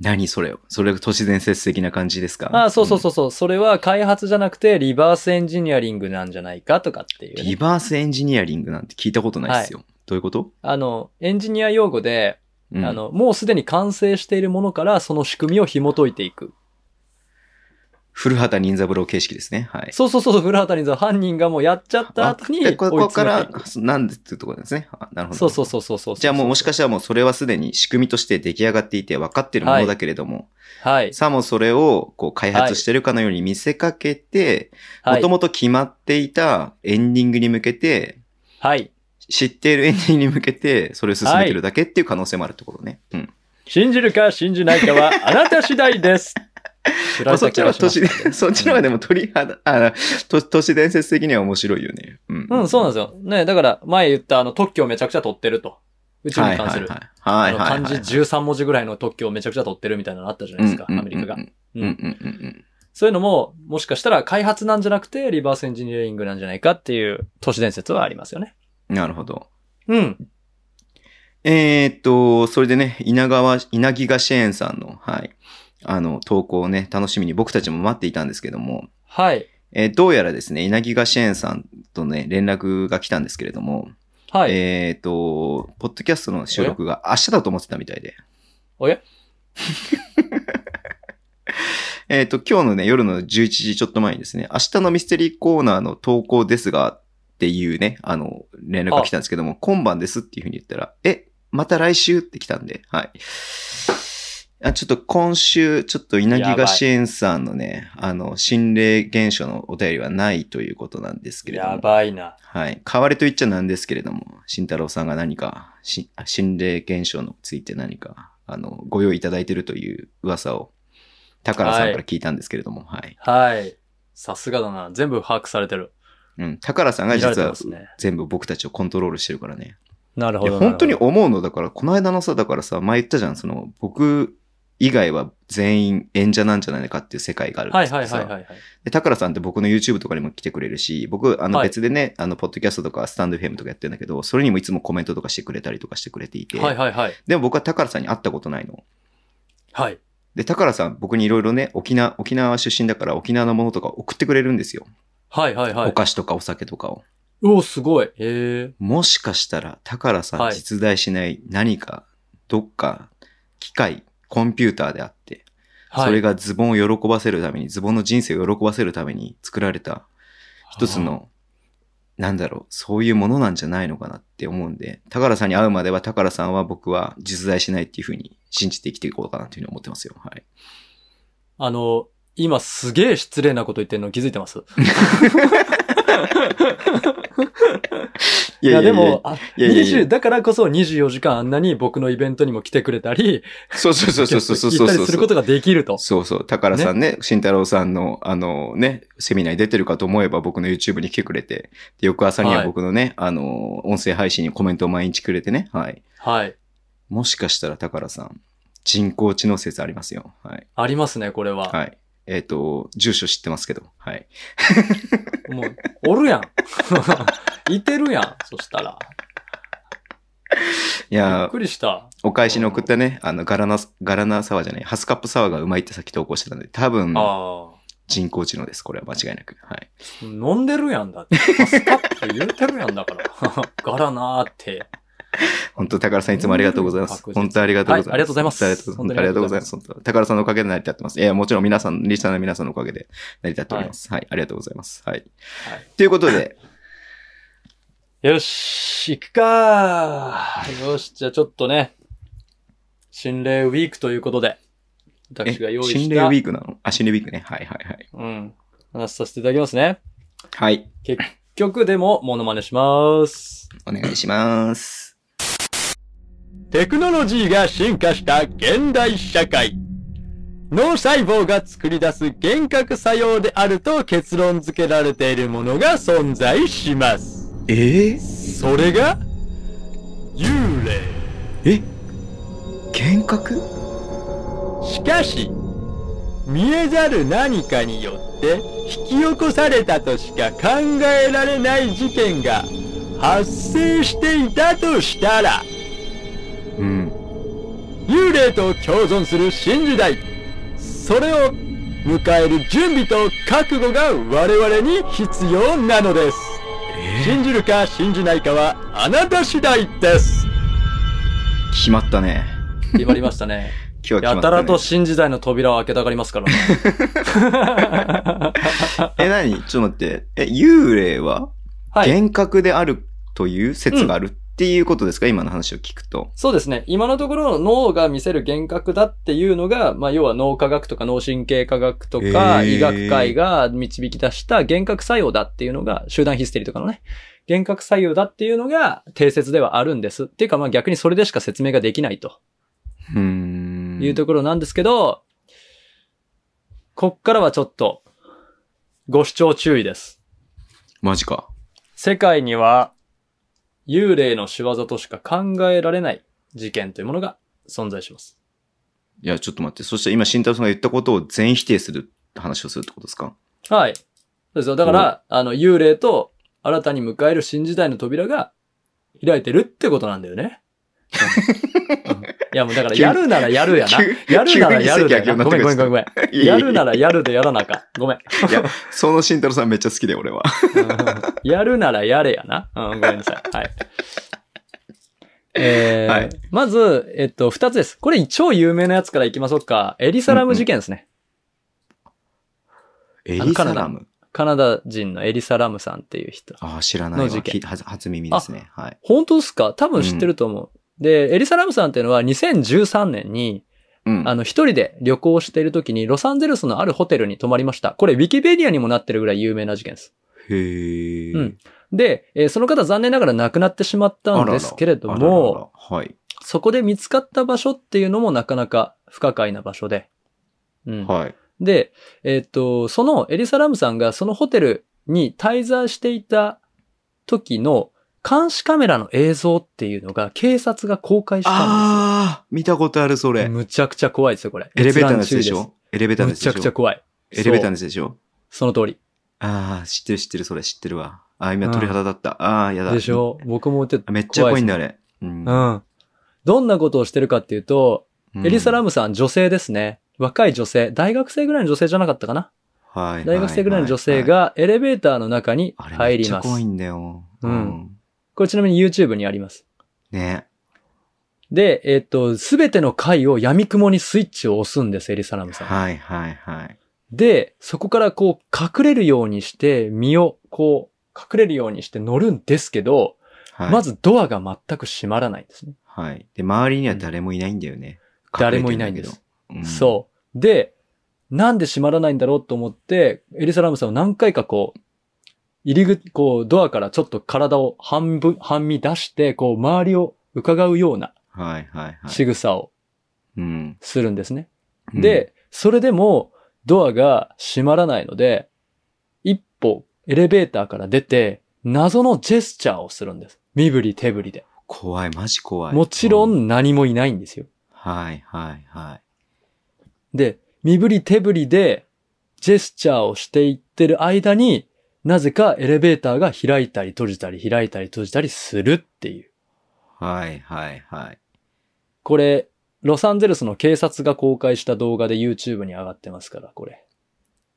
[SPEAKER 2] 何それそれ都市伝説的な感じですか
[SPEAKER 3] ああ、そうそうそうそう、それは開発じゃなくてリバースエンジニアリングなんじゃないかとかっていうう、
[SPEAKER 2] リ
[SPEAKER 3] ね。
[SPEAKER 2] バースエンジニアリングなんて聞いたことないですよ。どういうこと、
[SPEAKER 3] あの、エンジニア用語で、
[SPEAKER 2] うん、
[SPEAKER 3] あの、もうすでに完成しているものからその仕組みを紐解いていく。
[SPEAKER 2] 古畑任三郎形式ですね。はい。
[SPEAKER 3] そうそうそうそう、古畑任三郎犯人がもうやっちゃった後に追い
[SPEAKER 2] でこここか
[SPEAKER 3] 詰め
[SPEAKER 2] ら
[SPEAKER 3] ていく。、
[SPEAKER 2] なんでっていうところですね。あなるほど。
[SPEAKER 3] そうそうそうそうそう。
[SPEAKER 2] じゃあもうもしかしたらもうそれはすでに仕組みとして出来上がっていて分かってるものだけれども、
[SPEAKER 3] はい。
[SPEAKER 2] さもそれをこう開発してるかのように見せかけて、も
[SPEAKER 3] はい
[SPEAKER 2] と。もと決まっていたエンディングに向けて、
[SPEAKER 3] はい。
[SPEAKER 2] 知っているエンディングに向けて、それを進めてるだけっていう可能性もあるってことね。うん。
[SPEAKER 3] 信じるか信じないかはあなた次第です。
[SPEAKER 2] まあそっちの方が都市
[SPEAKER 3] 知ら
[SPEAKER 2] 伝
[SPEAKER 3] せた気がします
[SPEAKER 2] そっちの方がでも鳥肌、あ都都市伝説的には面白いよね。うん。
[SPEAKER 3] うん、そうなんですよ。ね、だから前言ったあの特許をめちゃくちゃ取ってると。宇宙に関する。
[SPEAKER 2] はいはいはい。はいはい、はい。
[SPEAKER 3] あの漢字13文字ぐらいの特許をめちゃくちゃ取ってるみたいなのあったじゃないですか、
[SPEAKER 2] うん
[SPEAKER 3] アメリカが
[SPEAKER 2] うん。う
[SPEAKER 3] うん
[SPEAKER 2] うん
[SPEAKER 3] ん
[SPEAKER 2] うんうん。
[SPEAKER 3] そういうのも、もしかしたら開発なんじゃなくて、リバースエンジニアリングなんじゃないかっていう都市伝説はありますよね。
[SPEAKER 2] うんなるほど。
[SPEAKER 3] うん。
[SPEAKER 2] えーっと、それでね、稲川、稲木がシェーンさんの、はい、あの、投稿をね、楽しみに僕たちも待っていたんですけども、
[SPEAKER 3] はい。
[SPEAKER 2] えーどうやらですね、稲木がシェーンさんとね、連絡が来たんですけれども、
[SPEAKER 3] はい。
[SPEAKER 2] えーっと、ポッドキャストの収録が明日だと思ってたみたいで、
[SPEAKER 3] おや
[SPEAKER 2] [laughs] えーっと、今日のね、夜の11時ちょっと前にですね、明日のミステリーコーナーの投稿ですが、っていうね、あの、連絡が来たんですけども、今晩ですっていうふうに言ったら、え、また来週って来たんで、はい。あちょっと今週、ちょっと稲木
[SPEAKER 3] やば
[SPEAKER 2] が
[SPEAKER 3] い
[SPEAKER 2] 支援さんのね、あの、心霊現象のお便りはないということなんですけれども。
[SPEAKER 3] やばいな。
[SPEAKER 2] はい。代わりと言っちゃなんですけれども、慎太郎さんが何か、しあ心霊現象について何か、あの、ご用意いただいてるという噂を、高良さんから聞いたんですけれども、はい。
[SPEAKER 3] はい。さすがだな。全部把握されてる。
[SPEAKER 2] うん。高良さんが
[SPEAKER 3] 見られ
[SPEAKER 2] 実
[SPEAKER 3] て
[SPEAKER 2] は
[SPEAKER 3] ますね。
[SPEAKER 2] 全部僕たちをコントロールしてるからね。
[SPEAKER 3] なる
[SPEAKER 2] い
[SPEAKER 3] ほ
[SPEAKER 2] や、
[SPEAKER 3] ど。
[SPEAKER 2] 本当に
[SPEAKER 3] なるほ
[SPEAKER 2] 思うの、だから、この間のさ、だからさ、前言ったじゃん、その、僕以外は全員演者なんじゃないかっていう世界があるっ
[SPEAKER 3] どはい
[SPEAKER 2] て言
[SPEAKER 3] は
[SPEAKER 2] って
[SPEAKER 3] い
[SPEAKER 2] さ
[SPEAKER 3] はいはいはい。
[SPEAKER 2] で、タカラさんって僕の YouTube とかにも来てくれるし、僕、あの
[SPEAKER 3] はい
[SPEAKER 2] 別でね、あの、ポッドキャストとかスタンド FM とかやってるんだけど、それにもいつもコメントとかしてくれたりとかしてくれていて、
[SPEAKER 3] はいはいはい。
[SPEAKER 2] でも僕はタカラさんに会ったことないの。
[SPEAKER 3] はい。
[SPEAKER 2] で、タカラさん僕にいろいろね、沖縄、沖縄出身だから沖縄のものとか送ってくれるんですよ。
[SPEAKER 3] はいはいは
[SPEAKER 2] お
[SPEAKER 3] い。
[SPEAKER 2] 菓子とかお酒とかを。
[SPEAKER 3] うお、すごい。ええ。
[SPEAKER 2] もしかしたら、タカラさん
[SPEAKER 3] はい
[SPEAKER 2] 実在しない何か、どっか、機械、コンピューターであって、
[SPEAKER 3] はい。
[SPEAKER 2] それがズボンを喜ばせるために、ズボンの人生を喜ばせるために作られた一つの、なんだろう、そういうものなんじゃないのかなって思うんで、高良さんに会うまでは高良さんは僕は実在しないっていうふうに信じて生きていこうかなというふうに思ってますよ。はい。
[SPEAKER 3] あの、今すげえ失礼なこと言ってるの気づいてます。
[SPEAKER 2] い
[SPEAKER 3] いや、でも、、あ
[SPEAKER 2] いやいやいや
[SPEAKER 3] 20だからこそ24時間あんなに僕のイベントにも来てくれたり、
[SPEAKER 2] そうそうそうそうそうそう
[SPEAKER 3] 行
[SPEAKER 2] そ
[SPEAKER 3] った
[SPEAKER 2] う
[SPEAKER 3] りする
[SPEAKER 2] そ
[SPEAKER 3] こ
[SPEAKER 2] う。
[SPEAKER 3] とができると。
[SPEAKER 2] そうそう。高良さんね、慎太郎さん [laughs] の、あのね、セミナーに出てるかと思えば僕の YouTube に来てくれて、で翌朝には
[SPEAKER 3] はい
[SPEAKER 2] 僕のね、あの、音声配信にコメントを毎日くれてね、はい。
[SPEAKER 3] はい。
[SPEAKER 2] もしかしたら高良さん、人工知能説ありますよ。はい。
[SPEAKER 3] ありますね、これは。
[SPEAKER 2] はい。えっ、と、住所知ってますけど、はい。
[SPEAKER 3] もう、おるやん。 [laughs] いてるやん、そしたら。
[SPEAKER 2] い
[SPEAKER 3] びっ
[SPEAKER 2] やー
[SPEAKER 3] く、りした。
[SPEAKER 2] お返しに送ったね、あの、ガラナ、ガラナサワーじゃない、ハスカップサワーがうまいってさっき投稿してたんで、多分、
[SPEAKER 3] ああ。
[SPEAKER 2] 人工知能です。これは間違いなく。はい。
[SPEAKER 3] 飲んでるやんだって。パスタって言うてるやんだから。 [laughs] ガラなーって。
[SPEAKER 2] 本当高田さんいつもありがとうございま
[SPEAKER 3] 確
[SPEAKER 2] す。
[SPEAKER 3] 実
[SPEAKER 2] 本当ありがとうございます。
[SPEAKER 3] はいありがとうございます
[SPEAKER 2] ありがとうございます。ありがとうございます。本当高田さんのおかげで成り立ってます。いや、もちろん皆さん、リスナーの皆さんのおかげで成り立っております。はい。ありがとうございます。はい。ということで、
[SPEAKER 3] よし、行くかよし、じゃあちょっとね、心霊ウィークということ
[SPEAKER 2] え
[SPEAKER 3] で、私が用意した。
[SPEAKER 2] 心霊ウィークなのあ、心霊ウィークね。はいはいはい。
[SPEAKER 3] うん。話させていただきますね。
[SPEAKER 2] はい。
[SPEAKER 3] 曲でもモノマネします。
[SPEAKER 2] お願いします。
[SPEAKER 3] テクノロジーが進化した現代社会。脳細胞が作り出す幻覚作用であると結論付けられているものが存在します。
[SPEAKER 2] ええ
[SPEAKER 3] それが、幽霊。
[SPEAKER 2] え幻覚
[SPEAKER 3] しかし、見えざる何かによって引き起こされたとしか考えられない事件が
[SPEAKER 1] 発生していたとしたら、うん。幽霊と共存する新時代。それを迎える準備と覚悟が我々に必要なのです。信じるか信じないかはあなた次第です。
[SPEAKER 2] 決まったね。
[SPEAKER 3] 決まりましたね。
[SPEAKER 2] 今日は決まった、ね。
[SPEAKER 3] やたらと新時代の扉を開けたがりま
[SPEAKER 2] [laughs]
[SPEAKER 3] すからね。
[SPEAKER 2] え、何ちょっと待って。え、幽霊は
[SPEAKER 3] はい。
[SPEAKER 2] 幻覚であるという説があるっていうことですか、今の話を聞くと。
[SPEAKER 3] そうですね。今のところ脳が見せる幻覚だっていうのが、まあ要は脳科学とか脳神経科学とか、
[SPEAKER 2] えー
[SPEAKER 3] 医学界が導き出した幻覚作用だっていうのが、集団ヒステリーとかのね、幻覚作用だっていうのが定説ではあるんです。っていうかまあ逆にそれでしか説明ができないと。
[SPEAKER 2] うーん。
[SPEAKER 3] いうところなんですけど、こっからはちょっと、ご視聴注意です。
[SPEAKER 2] マジか。
[SPEAKER 3] 世界には、幽霊の仕業としか考えられない事件というものが存在します。
[SPEAKER 2] いや、ちょっと待って。そして今、慎太郎さんが言ったことを全否定する話をするってことですか
[SPEAKER 3] はい。そうですよ。だから、あの、幽霊と新たに迎える新時代の扉が開いてるってことなんだよね。いや、もう
[SPEAKER 2] [laughs]
[SPEAKER 3] だから、やるならやるやな。
[SPEAKER 2] 急
[SPEAKER 3] やるならやるだよな。ご
[SPEAKER 2] 急
[SPEAKER 3] めん
[SPEAKER 2] に
[SPEAKER 3] ご
[SPEAKER 2] 席
[SPEAKER 3] めんごめんご
[SPEAKER 2] [laughs]
[SPEAKER 3] めん。
[SPEAKER 2] 空きにな
[SPEAKER 3] [laughs] や
[SPEAKER 2] ってく
[SPEAKER 3] るならやるでやらなあかん。ごめん。
[SPEAKER 2] いや、その慎太郎さんめっちゃ好きで、俺は。
[SPEAKER 3] うん [laughs] やるならやれやな。うん、ごめんなさい。はい。えー
[SPEAKER 2] はい
[SPEAKER 3] まず、えっと、二つです。これ超有名なやつからいきましょうか。エリサラム事件ですね。
[SPEAKER 2] エ
[SPEAKER 3] の
[SPEAKER 2] リサラム。
[SPEAKER 3] カナダ人のエリサラムさんっていう人。
[SPEAKER 2] ああ、知らないわ。
[SPEAKER 3] の事件
[SPEAKER 2] きはず初耳ですね。はい。
[SPEAKER 3] 本当ですか多分知ってると思う。で、エリサラムさんっていうのは2013年に、
[SPEAKER 2] うん。
[SPEAKER 3] あの、一人で旅行している時に、ロサンゼルスのあるホテルに泊まりました。これ、ウィキペディアにもなってるぐらい有名な事件です。
[SPEAKER 2] へえ。
[SPEAKER 3] うんで、えーその方残念ながら亡くなってしまったんですけれども、
[SPEAKER 2] あららあららはい。
[SPEAKER 3] そこで見つかった場所っていうのもなかなか不可解な場所で。うん。
[SPEAKER 2] はい。
[SPEAKER 3] で、えーっと、そのエリサラムさんがそのホテルに滞在していた時の監視カメラの映像っていうのが警察が公開したん
[SPEAKER 2] ああ、見たことある、そ
[SPEAKER 3] です
[SPEAKER 2] れ
[SPEAKER 3] よ。。むちゃくちゃ怖いですよ、これ。
[SPEAKER 2] エレベーターのやつで
[SPEAKER 3] 閲
[SPEAKER 2] し
[SPEAKER 3] 覧中
[SPEAKER 2] ょエレベーターの
[SPEAKER 3] で
[SPEAKER 2] や
[SPEAKER 3] す
[SPEAKER 2] つ
[SPEAKER 3] むち
[SPEAKER 2] で
[SPEAKER 3] ゃくち
[SPEAKER 2] し
[SPEAKER 3] ゃ
[SPEAKER 2] ょ
[SPEAKER 3] 怖い。
[SPEAKER 2] エレベーターの
[SPEAKER 3] そう
[SPEAKER 2] やつでしょ
[SPEAKER 3] その通り。
[SPEAKER 2] ああ、知ってる知ってる、それ知ってるわ。ああ、今鳥肌だった。ああ、やだ。
[SPEAKER 3] でしょ僕もちょっと
[SPEAKER 2] あめっちゃ怖いん
[SPEAKER 3] だ。
[SPEAKER 2] だ、あれ。うん
[SPEAKER 3] うん。どんなことをしてるかっていうと、エリサラ
[SPEAKER 2] ム、
[SPEAKER 3] ムさん女性ですね。若い女性。大学生ぐらいの女性じゃなかったかな
[SPEAKER 2] はい
[SPEAKER 3] 大学生ぐらいの女性、
[SPEAKER 2] は
[SPEAKER 3] がエレベーターの中に
[SPEAKER 2] いはいはいあれ
[SPEAKER 3] 入
[SPEAKER 2] めっ
[SPEAKER 3] り
[SPEAKER 2] ちゃ
[SPEAKER 3] ます。
[SPEAKER 2] 怖いんだよ。
[SPEAKER 3] うん。これちなみに YouTube にあります。
[SPEAKER 2] ね。
[SPEAKER 3] で、えっ、と、すべての回を闇雲にスイッチを押すんです、エリサラムさん。
[SPEAKER 2] はいはいはい。
[SPEAKER 3] で、そこからこう隠れるようにして、身をこう隠れるようにして乗るんですけど、
[SPEAKER 2] はい、
[SPEAKER 3] ま、ずドアが全く閉まらないんですね。
[SPEAKER 2] はい。で、周りには誰もいないんだよね。
[SPEAKER 3] 誰もいないんです
[SPEAKER 2] 隠れてんだけど。
[SPEAKER 3] そう。で、なんで閉まらないんだろうと思って、エリサラムさんは何回かこう、入り口、こう、ドアからちょっと体を半分、半身出して、こう、周りを伺うような
[SPEAKER 2] うん。はいはいはい。
[SPEAKER 3] 仕草を
[SPEAKER 2] うん。
[SPEAKER 3] するんですね。
[SPEAKER 2] うん、
[SPEAKER 3] で、それでもドアが閉まらないので、一歩エレベーターから出て、謎のジェスチャーをするんです。身振り手振りで。
[SPEAKER 2] 怖い、マジ怖い。
[SPEAKER 3] もちろ
[SPEAKER 2] うん。
[SPEAKER 3] ん何もいないんですよ。
[SPEAKER 2] はいはいはい。
[SPEAKER 3] で、身振り手振りでジェスチャーをしていってる間に、なぜかエレベーターが開いたり閉じたり開いたり閉じたりするっていう。
[SPEAKER 2] はいはいはい。
[SPEAKER 3] これ、ロサンゼルスの警察が公開した動画で YouTube に上がってますから、これ。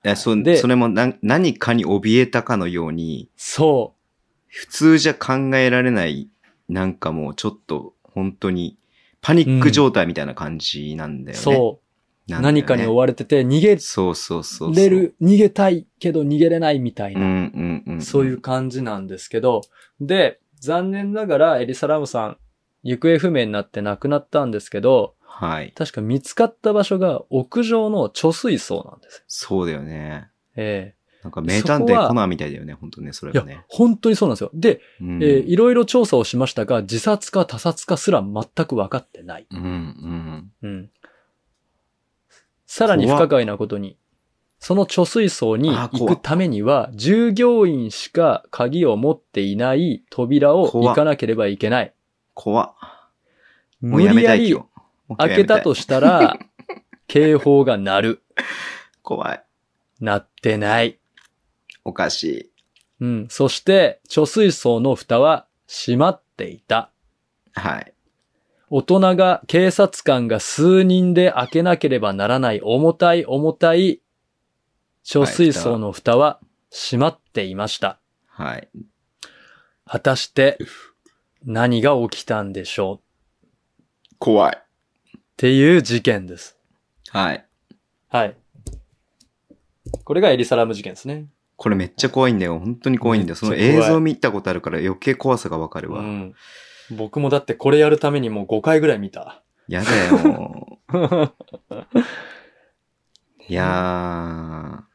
[SPEAKER 2] え、そ、
[SPEAKER 3] で
[SPEAKER 2] それもな、何かに怯えたかのように、
[SPEAKER 3] そう。
[SPEAKER 2] 普通じゃ考えられない、なんかもうちょっと、本当に、パニック状態みたいな感じなんだよね。
[SPEAKER 3] そう。
[SPEAKER 2] なんだよね
[SPEAKER 3] 何かに追われてて、逃げ
[SPEAKER 2] そうそうそうそう。
[SPEAKER 3] 出る、逃げたいけど逃げれないみたい
[SPEAKER 2] うん
[SPEAKER 3] な、
[SPEAKER 2] うんうん。
[SPEAKER 3] そういう。感じなんですけど、で、残念ながらエリサラムさん、行方不明になって亡くなったんですけど、
[SPEAKER 2] はい。
[SPEAKER 3] 確か見つかった場所が屋上の貯水槽なんです。
[SPEAKER 2] そうだよね。
[SPEAKER 3] え
[SPEAKER 2] なんか名探
[SPEAKER 3] そこ
[SPEAKER 2] 偵
[SPEAKER 3] は
[SPEAKER 2] コナンみたいだよね、本当ね、それ
[SPEAKER 3] え
[SPEAKER 2] はい
[SPEAKER 3] や
[SPEAKER 2] ね、。
[SPEAKER 3] 本当にそうなんですよ。で、
[SPEAKER 2] うん
[SPEAKER 3] えーいろいろ調査をしましたが、自殺か他殺かすら全く分かってない。
[SPEAKER 2] うんうん。
[SPEAKER 3] うん。さらに不可解なことに、その貯水槽に
[SPEAKER 2] あー
[SPEAKER 3] 行
[SPEAKER 2] 怖
[SPEAKER 3] くためには、従業員しか鍵を持っていない扉を
[SPEAKER 2] 怖っ
[SPEAKER 3] 行かなければいけない。
[SPEAKER 2] 怖っ。も
[SPEAKER 3] 無
[SPEAKER 2] うや
[SPEAKER 3] 理
[SPEAKER 2] め
[SPEAKER 3] や
[SPEAKER 2] たい、
[SPEAKER 3] り
[SPEAKER 2] 今日。もう今日
[SPEAKER 3] 開けた
[SPEAKER 2] やめい
[SPEAKER 3] と。したら、 [laughs] 警報が鳴る。
[SPEAKER 2] 怖い。
[SPEAKER 3] 鳴ってない。
[SPEAKER 2] おかしい。
[SPEAKER 3] うん。そして、貯水槽の蓋は閉まっていた。
[SPEAKER 2] はい。
[SPEAKER 3] 大人が、警察官が数人で開けなければならない重たい重たい貯水槽の蓋は閉まっていました。
[SPEAKER 2] はい。
[SPEAKER 3] 果たして何が起きたんでしょう
[SPEAKER 2] 怖い。
[SPEAKER 3] っていう事件です。
[SPEAKER 2] はい。
[SPEAKER 3] はい。これがエリサラム事件ですね。
[SPEAKER 2] これめっちゃ怖いんだよ。本当に怖いんだよ。その
[SPEAKER 3] めっちゃ怖い
[SPEAKER 2] 映像見たことあるから余計怖さがわかる
[SPEAKER 3] う
[SPEAKER 2] わ。
[SPEAKER 3] ん。僕もだってこれやるためにもう5回ぐらい見た。
[SPEAKER 2] やだよ。
[SPEAKER 3] はい
[SPEAKER 2] や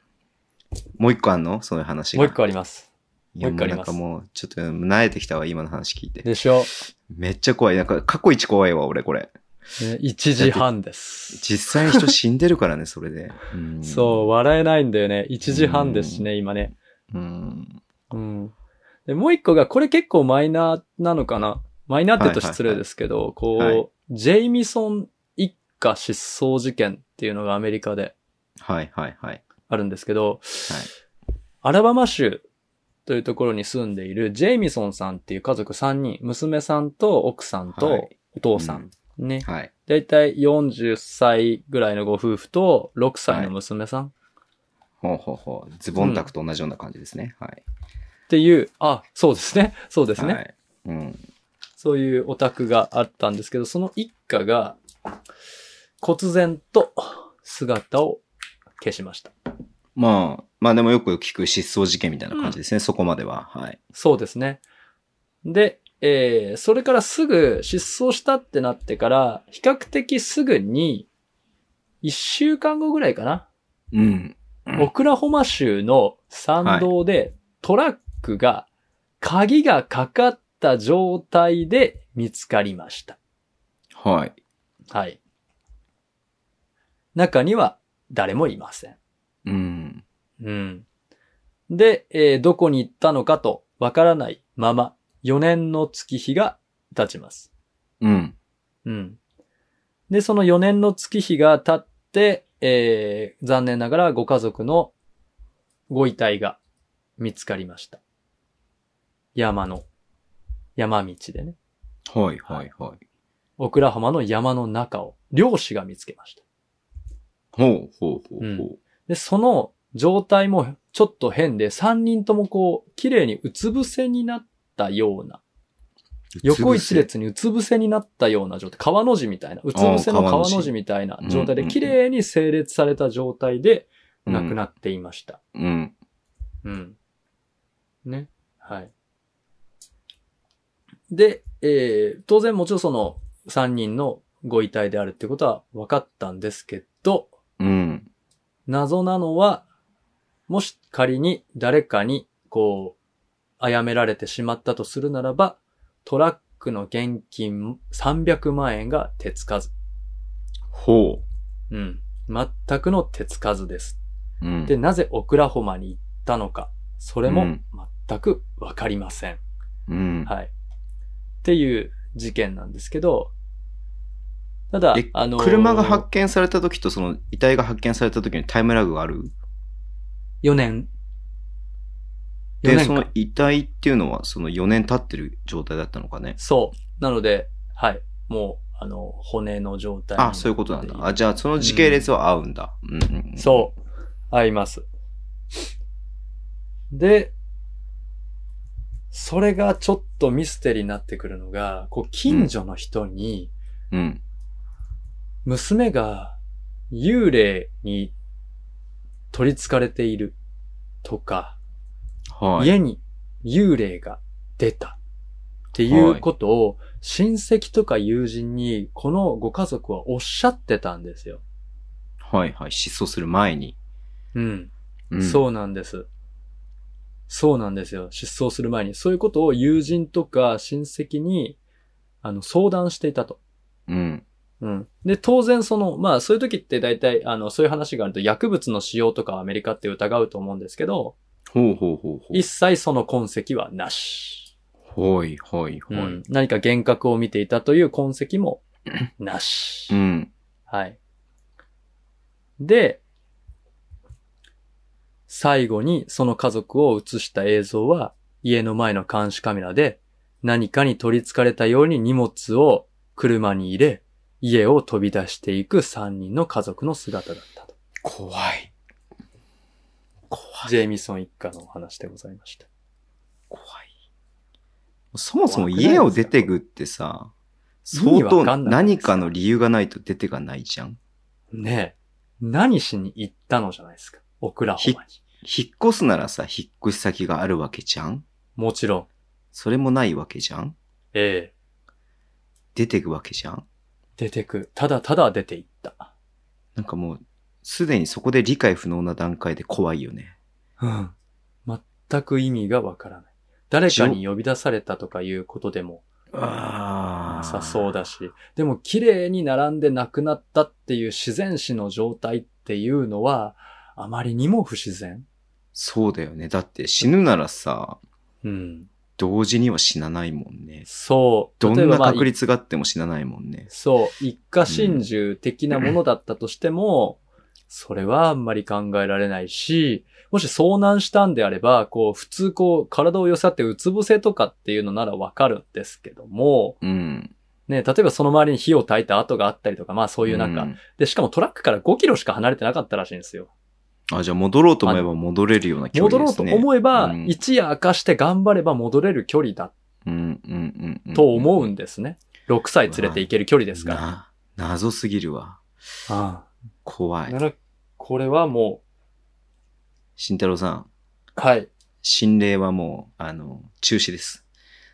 [SPEAKER 2] ー。もう一個あんのそういう話
[SPEAKER 3] い
[SPEAKER 2] が。
[SPEAKER 3] もう一個あります。
[SPEAKER 2] いや
[SPEAKER 3] もう一個あります
[SPEAKER 2] もうなんかもう、ちょっと慣れてきたわ、今の話聞いて。
[SPEAKER 3] でしょ。
[SPEAKER 2] めっちゃ怖い。なんか、過去一怖いわ、俺、これ。
[SPEAKER 3] ね1時半です。
[SPEAKER 2] 実際人死んでるからね、 [laughs] それで。うん
[SPEAKER 3] そう、笑えないんだよね。1時半ですしね、今ね。
[SPEAKER 2] う。うん。
[SPEAKER 3] うん。で、もう一個が、これ結構マイナーなのかなマイナーって言うと失礼ですけど、こう、
[SPEAKER 2] はい
[SPEAKER 3] ジェイミソン一家失踪事件っていうのがアメリカで
[SPEAKER 2] はい、はい、はい。
[SPEAKER 3] あるんですけど、アラバマ州というところに住んでいるジェイミソンさんっていう家族3人、娘さんと奥さ
[SPEAKER 2] は
[SPEAKER 3] んと
[SPEAKER 2] い
[SPEAKER 3] お父さん、
[SPEAKER 2] うん
[SPEAKER 3] ね。
[SPEAKER 2] はい。
[SPEAKER 3] だいたい40歳ぐらいのご夫婦と6歳の娘さん
[SPEAKER 2] ほうほうほう。ズボンタクと同じような感じですね。はい。
[SPEAKER 3] っていう、あ、そうですね。そうですね。
[SPEAKER 2] はい。うん。
[SPEAKER 3] そういうオタクがあったんですけど、その一家が、忽然と姿を消しました。
[SPEAKER 2] まあ、まあでもよく聞く失踪事件みたいな感じですね、そこまでは。はい。
[SPEAKER 3] そうですね。で、えー、それからすぐ失踪したってなってから、比較的すぐに、一週間後ぐらいかな、
[SPEAKER 2] うん。うん
[SPEAKER 3] オクラホマ州の山道で、トラックが、鍵がかかった状態で見つかりました。
[SPEAKER 2] はい。
[SPEAKER 3] はい。中には誰もいません。
[SPEAKER 2] うん。
[SPEAKER 3] うん。で、えーどこに行ったのかとわからないまま、4年の月日が経ちます。
[SPEAKER 2] うん。
[SPEAKER 3] うん。で、その4年の月日が経って、えー残念ながらご家族のご遺体が見つかりました。山の、山道でね。
[SPEAKER 2] はい、はい、はい。
[SPEAKER 3] オクラハマの山の中を漁師が見つけました。
[SPEAKER 2] ほうほうほうほう。
[SPEAKER 3] うんで、その状態もちょっと変で、3人ともこう、綺麗にうつ伏せになったような、横一列にうつ伏せになったような状態、川の字みたいな、うつ伏せの
[SPEAKER 2] あー川の
[SPEAKER 3] 川
[SPEAKER 2] 字
[SPEAKER 3] の字みたいな状
[SPEAKER 2] う
[SPEAKER 3] 態
[SPEAKER 2] んうんう
[SPEAKER 3] で、
[SPEAKER 2] ん
[SPEAKER 3] 綺麗に整列された状態で
[SPEAKER 2] うん
[SPEAKER 3] 亡くなっていました。
[SPEAKER 2] うん。
[SPEAKER 3] うん。ね。はい。で、えー、当然もちろんその3人のご遺体であるってことは分かったんですけど、
[SPEAKER 2] うん。
[SPEAKER 3] 謎なのは、もし仮に誰かに、こう、殺められてしまったとするならば、トラックの現金300万円が手つかず。
[SPEAKER 2] ほ
[SPEAKER 3] うん。全くの手つかずです。
[SPEAKER 2] う。うん。
[SPEAKER 3] で、なぜオクラホマに行ったのか、それ
[SPEAKER 2] う
[SPEAKER 3] も
[SPEAKER 2] ん
[SPEAKER 3] 全くわかりません。
[SPEAKER 2] うん。
[SPEAKER 3] はい。っていう事件なんですけど、ただ
[SPEAKER 2] え、
[SPEAKER 3] あのー
[SPEAKER 2] 車が発見された時とその遺体が発見された時にタイムラグがある。
[SPEAKER 3] 4年。4
[SPEAKER 2] で、
[SPEAKER 3] 年
[SPEAKER 2] その
[SPEAKER 3] か。
[SPEAKER 2] 遺体っていうのはその4年経ってる状態だったのかね。
[SPEAKER 3] そう。なので、はい。もう、あの、骨の状態に
[SPEAKER 2] あ、そういうことなんだ。あ、
[SPEAKER 3] なって
[SPEAKER 2] じゃあその時系列は合うんだ。うんうんうん
[SPEAKER 3] いるそう。合います。で、それがちょっとミステリーになってくるのが、こう、近所の人に、
[SPEAKER 2] うん。
[SPEAKER 3] 娘が幽霊に取り憑かれているとか、
[SPEAKER 2] はい。
[SPEAKER 3] 家に幽霊が出たっていうことを親戚とか友人にこのご家族はおっしゃってたんですよ。
[SPEAKER 2] はいはい。失踪する前に。
[SPEAKER 3] うん。
[SPEAKER 2] うん、
[SPEAKER 3] そうなんです。そうなんですよ。失踪する前に。そういうことを友人とか親戚にあの相談していたと。
[SPEAKER 2] う。うん。
[SPEAKER 3] うん。で、当然その、まあそういう時って大体、あの、そういう話があると薬物の使用とかアメリカって疑うと思うんですけど、
[SPEAKER 2] ほうほうほうほ
[SPEAKER 3] 一切その痕跡はなし。
[SPEAKER 2] う。はいはいは
[SPEAKER 3] う
[SPEAKER 2] い。
[SPEAKER 3] ん、何か幻覚を見ていたという痕跡もなし。
[SPEAKER 2] うん。
[SPEAKER 3] はい。で、最後にその家族を映した映像は家の前の監視カメラで何かに取り憑かれたように荷物を車に入れ、家を飛び出していく3人の家族の姿だったと。
[SPEAKER 2] 怖い。怖い。
[SPEAKER 3] ジェイミソン一家のお話でございました。
[SPEAKER 2] 怖い。そもそも家を出てくってさ、
[SPEAKER 3] 意味
[SPEAKER 2] 相
[SPEAKER 3] わ
[SPEAKER 2] 当
[SPEAKER 3] かんない
[SPEAKER 2] 何かの理由がないと出てがないじゃん。
[SPEAKER 3] ねえ。何しに行ったのじゃないですか。オクラホマに。
[SPEAKER 2] 引っ越すならさ、引っ越し先があるわけじゃん
[SPEAKER 3] もちろん。
[SPEAKER 2] それもないわけじゃん
[SPEAKER 3] ええ。
[SPEAKER 2] 出てくわけじゃん
[SPEAKER 3] 出てく。ただただ出て行った。
[SPEAKER 2] なんかもう、すでにそこで理解不能な段階で怖いよね。
[SPEAKER 3] うん。全く意味がわからない。誰かに呼び出されたとかいうことでも
[SPEAKER 2] あ
[SPEAKER 3] なさそうだし、でも綺麗に並んで亡くなったっていう自然死の状態っていうのは、あまりにも不自然。
[SPEAKER 2] そうだよね。だって死ぬならさ、
[SPEAKER 3] うん。
[SPEAKER 2] 同時には死なないもんね。
[SPEAKER 3] そう。
[SPEAKER 2] ど
[SPEAKER 3] 例え
[SPEAKER 2] ん
[SPEAKER 3] ば
[SPEAKER 2] な
[SPEAKER 3] まあ
[SPEAKER 2] 確率があっても死なないもんね。
[SPEAKER 3] そう、一家心中的なものだったとしても、それはあんまり考えられないし、もし遭難したんであれば、こう、普通こう、体を寄せ合ってうつ伏せとかっていうのならわかるんですけども、
[SPEAKER 2] うん。
[SPEAKER 3] ね、例えばその周りに火を焚いた跡があったりとか、まあそういうなんか、
[SPEAKER 2] ん
[SPEAKER 3] で、しかもトラックから5キロしか離れてなかったらしいんですよ。
[SPEAKER 2] あ、じゃあ戻ろうと思えば戻れるような距
[SPEAKER 3] 戻
[SPEAKER 2] 離
[SPEAKER 3] ろ
[SPEAKER 2] で
[SPEAKER 3] う
[SPEAKER 2] す
[SPEAKER 3] と
[SPEAKER 2] ね。
[SPEAKER 3] 思えば、
[SPEAKER 2] うん
[SPEAKER 3] 一夜明かして頑張れば戻れる距離だ
[SPEAKER 2] うんうんうんうん。
[SPEAKER 3] と思うんですね。6歳連れて行ける距離ですから。
[SPEAKER 2] な謎すぎるわ。
[SPEAKER 3] あ
[SPEAKER 2] 怖
[SPEAKER 3] あ
[SPEAKER 2] い
[SPEAKER 3] な。ら、これはも
[SPEAKER 2] 慎太郎さん、
[SPEAKER 3] う、はい。
[SPEAKER 2] 心霊はもう、あの、中止です。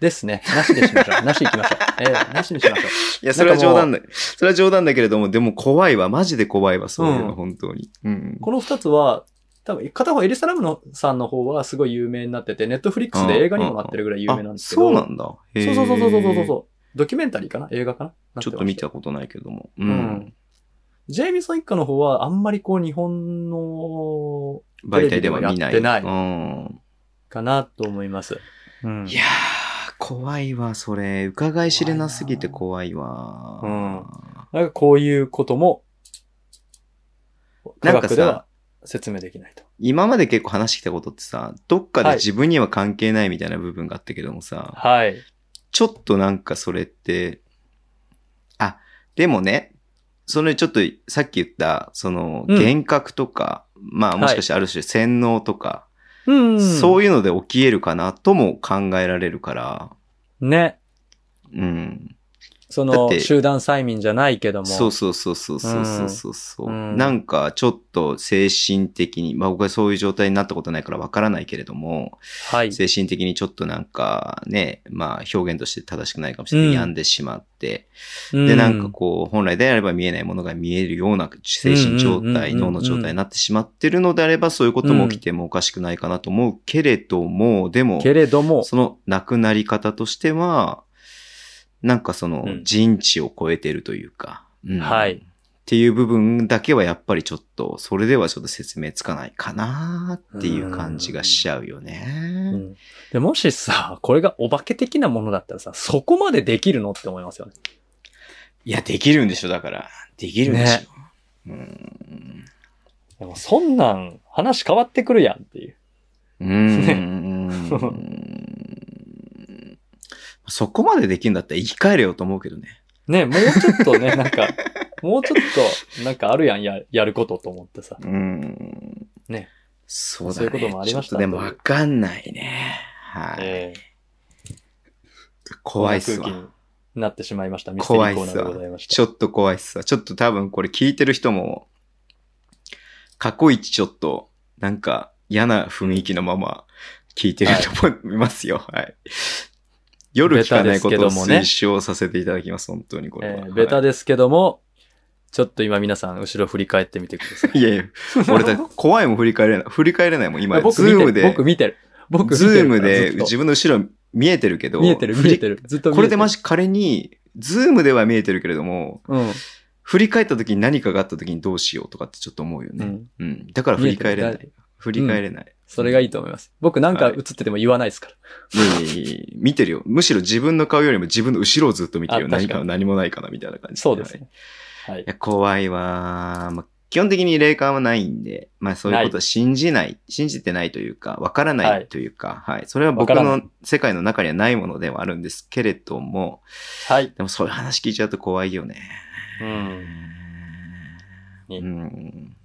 [SPEAKER 3] ですね。なしでしましょう。なしでいきましょう。ええなしにしましょ
[SPEAKER 2] いや、それは冗談だ。それは冗談だけれども、でも怖いわ。マジで怖いわ、そういうの、
[SPEAKER 3] うん
[SPEAKER 2] 本当に。うん
[SPEAKER 3] う。。この二つは、多分、片方エリサラムのさんの方はすごい有名になってて、ネットフリックスで映画にもなってるぐらい有名なんですけど。
[SPEAKER 2] あそうなんだ。へ
[SPEAKER 3] そう
[SPEAKER 2] ー
[SPEAKER 3] そうそうそうそうそうそう。ドキュメンタリーかな映画かな
[SPEAKER 2] ちょっと見
[SPEAKER 3] た
[SPEAKER 2] たことないけども。う
[SPEAKER 3] うん
[SPEAKER 2] ん。
[SPEAKER 3] ジェイミソン一家の方はあんまりこう日本の
[SPEAKER 2] 媒体では見
[SPEAKER 3] テレビでは
[SPEAKER 2] ない。
[SPEAKER 3] やってない
[SPEAKER 2] うん。
[SPEAKER 3] かなと思います。うん
[SPEAKER 2] いやー、怖いわ、それ。伺い知れなすぎて怖いわ。
[SPEAKER 3] 怖いななんかこういうことも、
[SPEAKER 2] な
[SPEAKER 3] 科
[SPEAKER 2] んか
[SPEAKER 3] 学では
[SPEAKER 2] さ、
[SPEAKER 3] 説明できないと。
[SPEAKER 2] 今まで結構話してきたことってさ、どっかで
[SPEAKER 3] はい
[SPEAKER 2] 自分には関係ないみたいな部分があったけどもさ、
[SPEAKER 3] はい。
[SPEAKER 2] ちょっとなんかそれって、あ、でもね、それちょっとさっき言った、その
[SPEAKER 3] うん
[SPEAKER 2] 幻覚とか、まあもしかしてある種洗脳とか、
[SPEAKER 3] うん
[SPEAKER 2] そういうので起きえるかなとも考えられるから、
[SPEAKER 3] ね。
[SPEAKER 2] うん。
[SPEAKER 3] そ
[SPEAKER 2] だっ
[SPEAKER 3] の、
[SPEAKER 2] て
[SPEAKER 3] 集団催眠じゃないけども。
[SPEAKER 2] そうそうそうそうそうそうそうそう、
[SPEAKER 3] うん
[SPEAKER 2] なんかちょっと精神的に、まあ僕はそういう状態になったことないからわからないけれども、
[SPEAKER 3] はい。
[SPEAKER 2] 精神的にちょっとなんかね、まあ表現として正しくないかもしれない、
[SPEAKER 3] うん
[SPEAKER 2] 病んでしまって、
[SPEAKER 3] で
[SPEAKER 2] で、なんかこう、本来であれば見えないものが見えるような精神状態、
[SPEAKER 3] うんうんうんうん
[SPEAKER 2] 脳の状態になってしまってるのであれば、そういうことも起きてもおかしくないかなと思うけれども、でも、
[SPEAKER 3] けれども、
[SPEAKER 2] その亡くなり方としては、なんかその
[SPEAKER 3] うん
[SPEAKER 2] 人知を超えてるというか、うん
[SPEAKER 3] はい
[SPEAKER 2] っていう部分だけはやっぱりちょっと、それではちょっと説明つかないかなっていう感じがしちゃうよ
[SPEAKER 3] う
[SPEAKER 2] ね。
[SPEAKER 3] んで、もしさ、 [laughs] これがお化け的なものだったらさ、そこまでできるのって思いますよね。
[SPEAKER 2] いや、できるんでしょ、だから。できるんでしょ。うん
[SPEAKER 3] でも、そんなん、話変わってくるやんっていう。
[SPEAKER 2] うーんそこまでできるんだったら生き返れよと思うけどね。
[SPEAKER 3] ね、もうちょっとね、なん [laughs] か、もうちょっと、なんかあるやん、や、やることと思っ
[SPEAKER 2] [laughs]
[SPEAKER 3] てさ。
[SPEAKER 2] うーん。
[SPEAKER 3] ね。
[SPEAKER 2] そうだ
[SPEAKER 3] そうい
[SPEAKER 2] ね。
[SPEAKER 3] うこともありました
[SPEAKER 2] ちょっとでもわかんないね。はい。
[SPEAKER 3] ええ
[SPEAKER 2] 怖いっす
[SPEAKER 3] こんな空
[SPEAKER 2] わ。
[SPEAKER 3] 気になってしまいました。ミステリーコーナーでございまし
[SPEAKER 2] ち
[SPEAKER 3] た。
[SPEAKER 2] ょっと怖いっすわ。ちょっと多分これ聞いてる人も、過去一ちょっと、なんか嫌な雰囲気のまま聞いてると思いますよ。はい。夜聞かないことを推奨させていただきます。本当にこれは。
[SPEAKER 3] ええベ
[SPEAKER 2] はい
[SPEAKER 3] タですけども、ちょっと今皆さん、後ろ振り返ってみてください。
[SPEAKER 2] いやいや、俺だ、怖いも振り返れない、振り返れないもん、今、
[SPEAKER 3] [laughs] 僕
[SPEAKER 2] ズ
[SPEAKER 3] 見て
[SPEAKER 2] ーム
[SPEAKER 3] る。
[SPEAKER 2] で
[SPEAKER 3] 僕、見てる。僕見てる
[SPEAKER 2] ズーム
[SPEAKER 3] から
[SPEAKER 2] で
[SPEAKER 3] ずっと
[SPEAKER 2] 自分の後ろ見えてるけど、
[SPEAKER 3] 見えてる、
[SPEAKER 2] 振り
[SPEAKER 3] 見えてる。ずっと見えてる。
[SPEAKER 2] これでマジ仮に、ズームでは見えてるけれども、
[SPEAKER 3] うん。
[SPEAKER 2] 振り返った時に何かがあった時にどうしようとかってちょっと思うよ
[SPEAKER 3] う
[SPEAKER 2] ね。
[SPEAKER 3] ん。
[SPEAKER 2] うん。だから振り返れな
[SPEAKER 3] 見えて
[SPEAKER 2] い。振り返れない。
[SPEAKER 3] それがいいと思います。僕なんか
[SPEAKER 2] はい
[SPEAKER 3] 映ってても言わないですから。
[SPEAKER 2] いやいやいや見てるよ。むしろ自分の顔よりも自分の後ろをずっと見てるよ。
[SPEAKER 3] あ確
[SPEAKER 2] 何
[SPEAKER 3] か
[SPEAKER 2] か
[SPEAKER 3] に
[SPEAKER 2] 何もないかな、みたいな感じ。
[SPEAKER 3] そうです
[SPEAKER 2] はい
[SPEAKER 3] ね。はい
[SPEAKER 2] い。や、怖いわー。まあ基本的に霊感はないんで、まあそういうことを信じない、信じてないというか、わからな
[SPEAKER 3] はいい
[SPEAKER 2] というか、はい、それは僕
[SPEAKER 3] わから
[SPEAKER 2] の世界の中にはないものではあるんですけれども、
[SPEAKER 3] はい。
[SPEAKER 2] でもそういう話聞いちゃうと怖いよね。
[SPEAKER 3] うん。
[SPEAKER 2] う
[SPEAKER 3] ね
[SPEAKER 2] ん。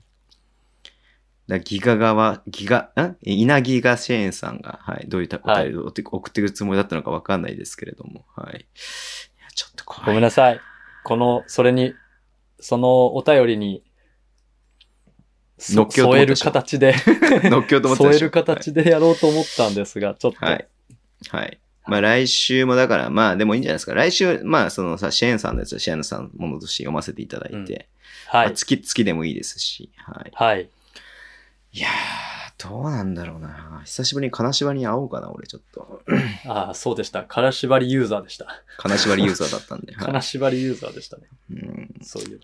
[SPEAKER 2] だギガ側、ギガ、ん稲木がシェーンさんが、はい、どういうたお便りを送って送ってくるつもりだったのかわかんないですけれども、はい。いやちょっと怖い。
[SPEAKER 3] ごめんなさい。この、それに、そのお便りに、そ
[SPEAKER 2] 乗っけようと思ったで
[SPEAKER 3] 添える
[SPEAKER 2] しょ
[SPEAKER 3] 形で、
[SPEAKER 2] [laughs] 乗っけようと思ってた
[SPEAKER 3] 添
[SPEAKER 2] で
[SPEAKER 3] え
[SPEAKER 2] しょ
[SPEAKER 3] る形でやろうと思ったんですが、ちょっと。
[SPEAKER 2] はい。はい。まあ来週もだから、まあでもいいんじゃないですか。来週、まあそのさ、シェーンさんのやつはシェーンさんものとして読ませていただいて、
[SPEAKER 3] うん
[SPEAKER 2] まあ
[SPEAKER 3] はい。
[SPEAKER 2] 月、月でもいいですし、はい。
[SPEAKER 3] はい。
[SPEAKER 2] いやー、どうなんだろうな。久しぶりに金縛りに会おうかな、俺ちょっと。
[SPEAKER 3] ああ、そうでした。金縛りユーザーでした。
[SPEAKER 2] 金縛りユーザーだったんで。は
[SPEAKER 3] [laughs] 金縛りユーザーでしたね。
[SPEAKER 2] い、うん
[SPEAKER 3] そういう。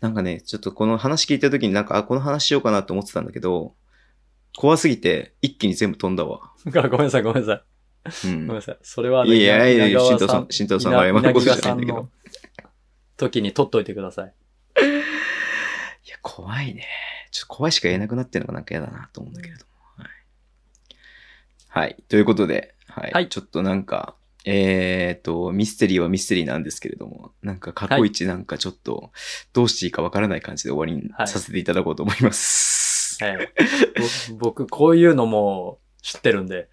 [SPEAKER 2] なんかね、ちょっとこの話聞いた時になんか、あ、この話しようかなと思ってたんだけど、怖すぎて一気に全部飛んだわ。
[SPEAKER 3] あ [laughs] ごめんなさい、ごめんなさい。
[SPEAKER 2] う
[SPEAKER 3] ごめん
[SPEAKER 2] ん。
[SPEAKER 3] なさい。それは、
[SPEAKER 2] いやいやいや
[SPEAKER 3] 稲川
[SPEAKER 2] 慎太郎さん慎太郎さんが謝る
[SPEAKER 3] 稲
[SPEAKER 2] ことじゃないんだけど
[SPEAKER 3] 稲川さの時に取っといてください。
[SPEAKER 2] いや、怖いね。ちょっと怖いしか言えなくなってるのがなんか嫌だなと思うんだけれども。はい。はい。ということで、はい。
[SPEAKER 3] はい
[SPEAKER 2] ちょっとなんか、えーと、ミステリーはミステリーなんですけれども、なんか過去一なんかちょっと、どうしていいかわからない感じで終わりに
[SPEAKER 3] はい
[SPEAKER 2] させていただこうと思います。
[SPEAKER 3] はい。 [laughs] ぼ僕、こういうのも知ってる
[SPEAKER 2] [laughs]
[SPEAKER 3] んで、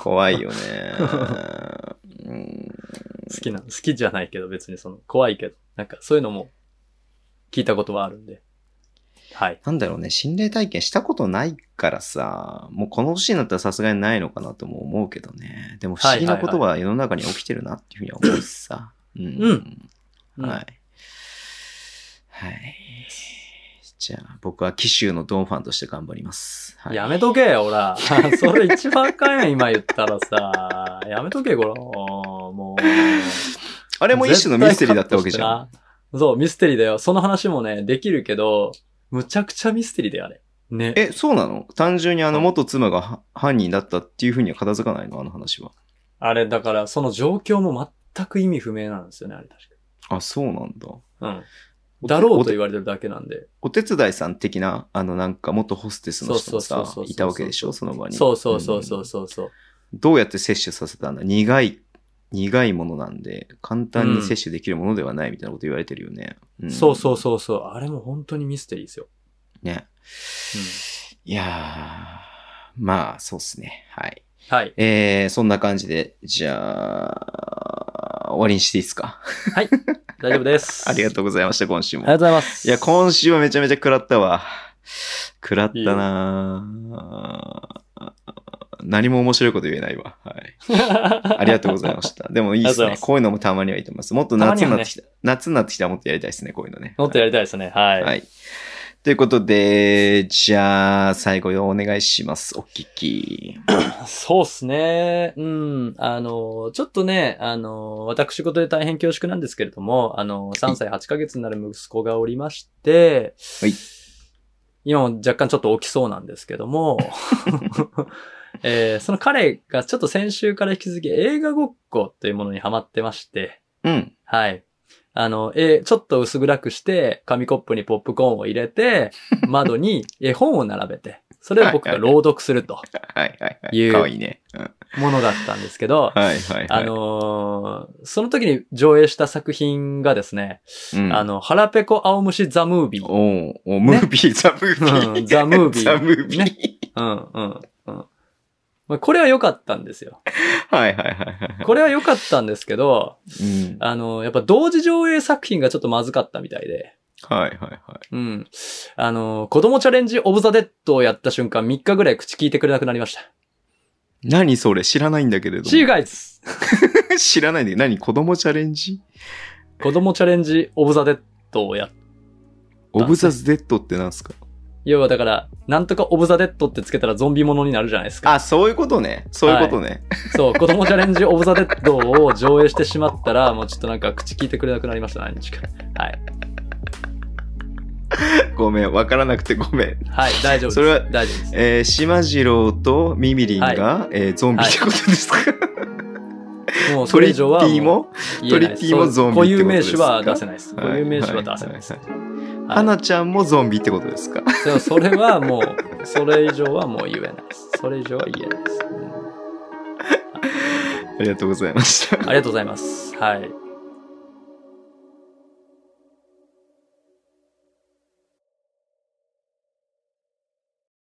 [SPEAKER 2] 怖いよね。 [laughs] うん
[SPEAKER 3] 好きな、好きじゃないけど、別にその、怖いけど、なんかそういうのも聞いたことはあるんで。はい。
[SPEAKER 2] なんだろうね、心霊体験したことないからさ、もうこの年になったらさすがにないのかなとも思うけどね。でも不思議なことは世の中に起きてるなっていうふうには思うしさ。うん。はい。はい。じゃあ、僕は紀州のドンファンとして頑張ります。はい、
[SPEAKER 3] やめとけよ、ほら。それ一番あかんやん、今言ったらさ。やめとけ、こら。もう。
[SPEAKER 2] あれも一種のミステリーだったわけじゃん。
[SPEAKER 3] ん。そう、ミステリーだよ。その話もね、できるけど、むちゃくちゃミステリーだよ、あれ。ね。
[SPEAKER 2] え、そうなの単純にあの元妻がは犯人だったっていうふうには片付かないのあの話は。
[SPEAKER 3] あれ、だから、その状況も全く意味不明なんですよね、あれ確
[SPEAKER 2] あ、そうなんだ。
[SPEAKER 3] か。うん。だろうと言
[SPEAKER 2] わ
[SPEAKER 3] われてるだけなんで。
[SPEAKER 2] お手伝いさん的な、あの、なんか、元ホステスの人も
[SPEAKER 3] そ
[SPEAKER 2] さ
[SPEAKER 3] うそうそうそう、そう
[SPEAKER 2] いたわけでしょその場に。
[SPEAKER 3] そうそうそうそ
[SPEAKER 2] ん
[SPEAKER 3] うそうそう。
[SPEAKER 2] どうやって摂取させたんだ苦い、苦いものなんで、簡単に摂取できるものではないみたいなこと言われてるよね。ん
[SPEAKER 3] そうそうそうそう。あれも本当にミステリーですよ。
[SPEAKER 2] ね。いやー、まあ、そうっすね。はい。
[SPEAKER 3] はい。
[SPEAKER 2] えー、そんな感じで、じゃあ、終わりにしていいですか。 [laughs]
[SPEAKER 3] 大丈夫です。
[SPEAKER 2] ありがと
[SPEAKER 3] う。
[SPEAKER 2] うございました、今週
[SPEAKER 3] あ
[SPEAKER 2] も
[SPEAKER 3] りがと。うございます。
[SPEAKER 2] いや、今週はめちゃめちゃ食らったわ。食らった
[SPEAKER 3] いい
[SPEAKER 2] なぁ何も面白いこと言えないわ。はい。ありがとうございました。でもいいですね。
[SPEAKER 3] ありがとうございます
[SPEAKER 2] こういうのもたまにはいいと思います。もっと
[SPEAKER 3] たま
[SPEAKER 2] 夏
[SPEAKER 3] に
[SPEAKER 2] に
[SPEAKER 3] は
[SPEAKER 2] な
[SPEAKER 3] ね
[SPEAKER 2] ってきた、夏になってきたらもっとやりたいですね、こういうのね。
[SPEAKER 3] [laughs] もっとやりたいですね。はい。
[SPEAKER 2] はい。ということで、じゃあ、最後お願いします。お聞き。
[SPEAKER 3] そうっすね。うん。あの、ちょっとね、あの、私事で大変恐縮なんですけれども、あの、3歳8ヶ月になる息子がおりまして、
[SPEAKER 2] はい
[SPEAKER 3] 今も若干ちょっと起きそうなんですけども、
[SPEAKER 2] [laughs]
[SPEAKER 3] [laughs] えーその彼がちょっと先週から引き続き映画ごっこというものにハマってまして、
[SPEAKER 2] うん。
[SPEAKER 3] はい。あの、え、ちょっと薄暗くして、紙コップにポップコーンを入れ
[SPEAKER 2] [laughs]
[SPEAKER 3] て、窓に絵本を並べて、それを僕が朗読する
[SPEAKER 2] [laughs]
[SPEAKER 3] と、
[SPEAKER 2] はいはいは
[SPEAKER 3] 言
[SPEAKER 2] い。
[SPEAKER 3] う
[SPEAKER 2] かわいいね。うん
[SPEAKER 3] ものだったんですけど、
[SPEAKER 2] はいはいはい。
[SPEAKER 3] あのーその時に上映した作品がですね、
[SPEAKER 2] うん、
[SPEAKER 3] あの、腹ペコ青虫ザムービー。
[SPEAKER 2] おうおうムービー、ザムービ
[SPEAKER 3] う
[SPEAKER 2] ー。
[SPEAKER 3] んザムービー
[SPEAKER 2] ザムービ
[SPEAKER 3] ね
[SPEAKER 2] ー。
[SPEAKER 3] うん、うん、うん。まあこれは良かったんですよ。
[SPEAKER 2] はいはいはいはい。
[SPEAKER 3] これは良かったんですけど、
[SPEAKER 2] うん
[SPEAKER 3] あの、やっぱ同時上映作品がちょっとまずかったみたいで。
[SPEAKER 2] はいはいはい。
[SPEAKER 3] うん。あの、子供チャレンジオブザ・デッドをやった瞬間3日ぐらい口聞いてくれなくなりました。
[SPEAKER 2] 何それ知らないんだけれども。
[SPEAKER 3] See you guys!
[SPEAKER 2] [laughs] 知らないんだけど、何子供チャレンジ
[SPEAKER 3] 子供チャレンジオブザ・デッドをやっ、
[SPEAKER 2] オブザ・デッドってなんすか
[SPEAKER 3] 要はだから、なんとかオブザ・デッドってつけたらゾンビものになるじゃないですか。
[SPEAKER 2] あ、そういうことね。そういうことね。
[SPEAKER 3] そう、子供チャレンジオブザ・デッドを上映してしまったら、もうちょっとなんか口聞いてくれなくなりました、何日か。はい。
[SPEAKER 2] ごめん、わからなくてごめん。
[SPEAKER 3] はい、大丈夫です。
[SPEAKER 2] それは
[SPEAKER 3] 大丈夫です。
[SPEAKER 2] えー、島次郎とミミリンが、
[SPEAKER 3] は
[SPEAKER 2] えーゾンビってことですか、
[SPEAKER 3] もうそ
[SPEAKER 2] ト
[SPEAKER 3] れ
[SPEAKER 2] リッテ
[SPEAKER 3] 以上は
[SPEAKER 2] ィ
[SPEAKER 3] も
[SPEAKER 2] も、
[SPEAKER 3] う言えない
[SPEAKER 2] トリッティもゾンビってこ
[SPEAKER 3] 固有
[SPEAKER 2] とで
[SPEAKER 3] 名
[SPEAKER 2] す
[SPEAKER 3] 詞
[SPEAKER 2] か
[SPEAKER 3] は出せないです。固有名詞は出せないです。
[SPEAKER 2] はいはいはい
[SPEAKER 3] はい
[SPEAKER 2] はなちゃんもゾンビってことですか。 [laughs]
[SPEAKER 3] でもそれはもう、それ以上はもう言えないです。それ以上は言えないです。うん
[SPEAKER 2] ありがとうございました。
[SPEAKER 3] ありがとうございます。はい。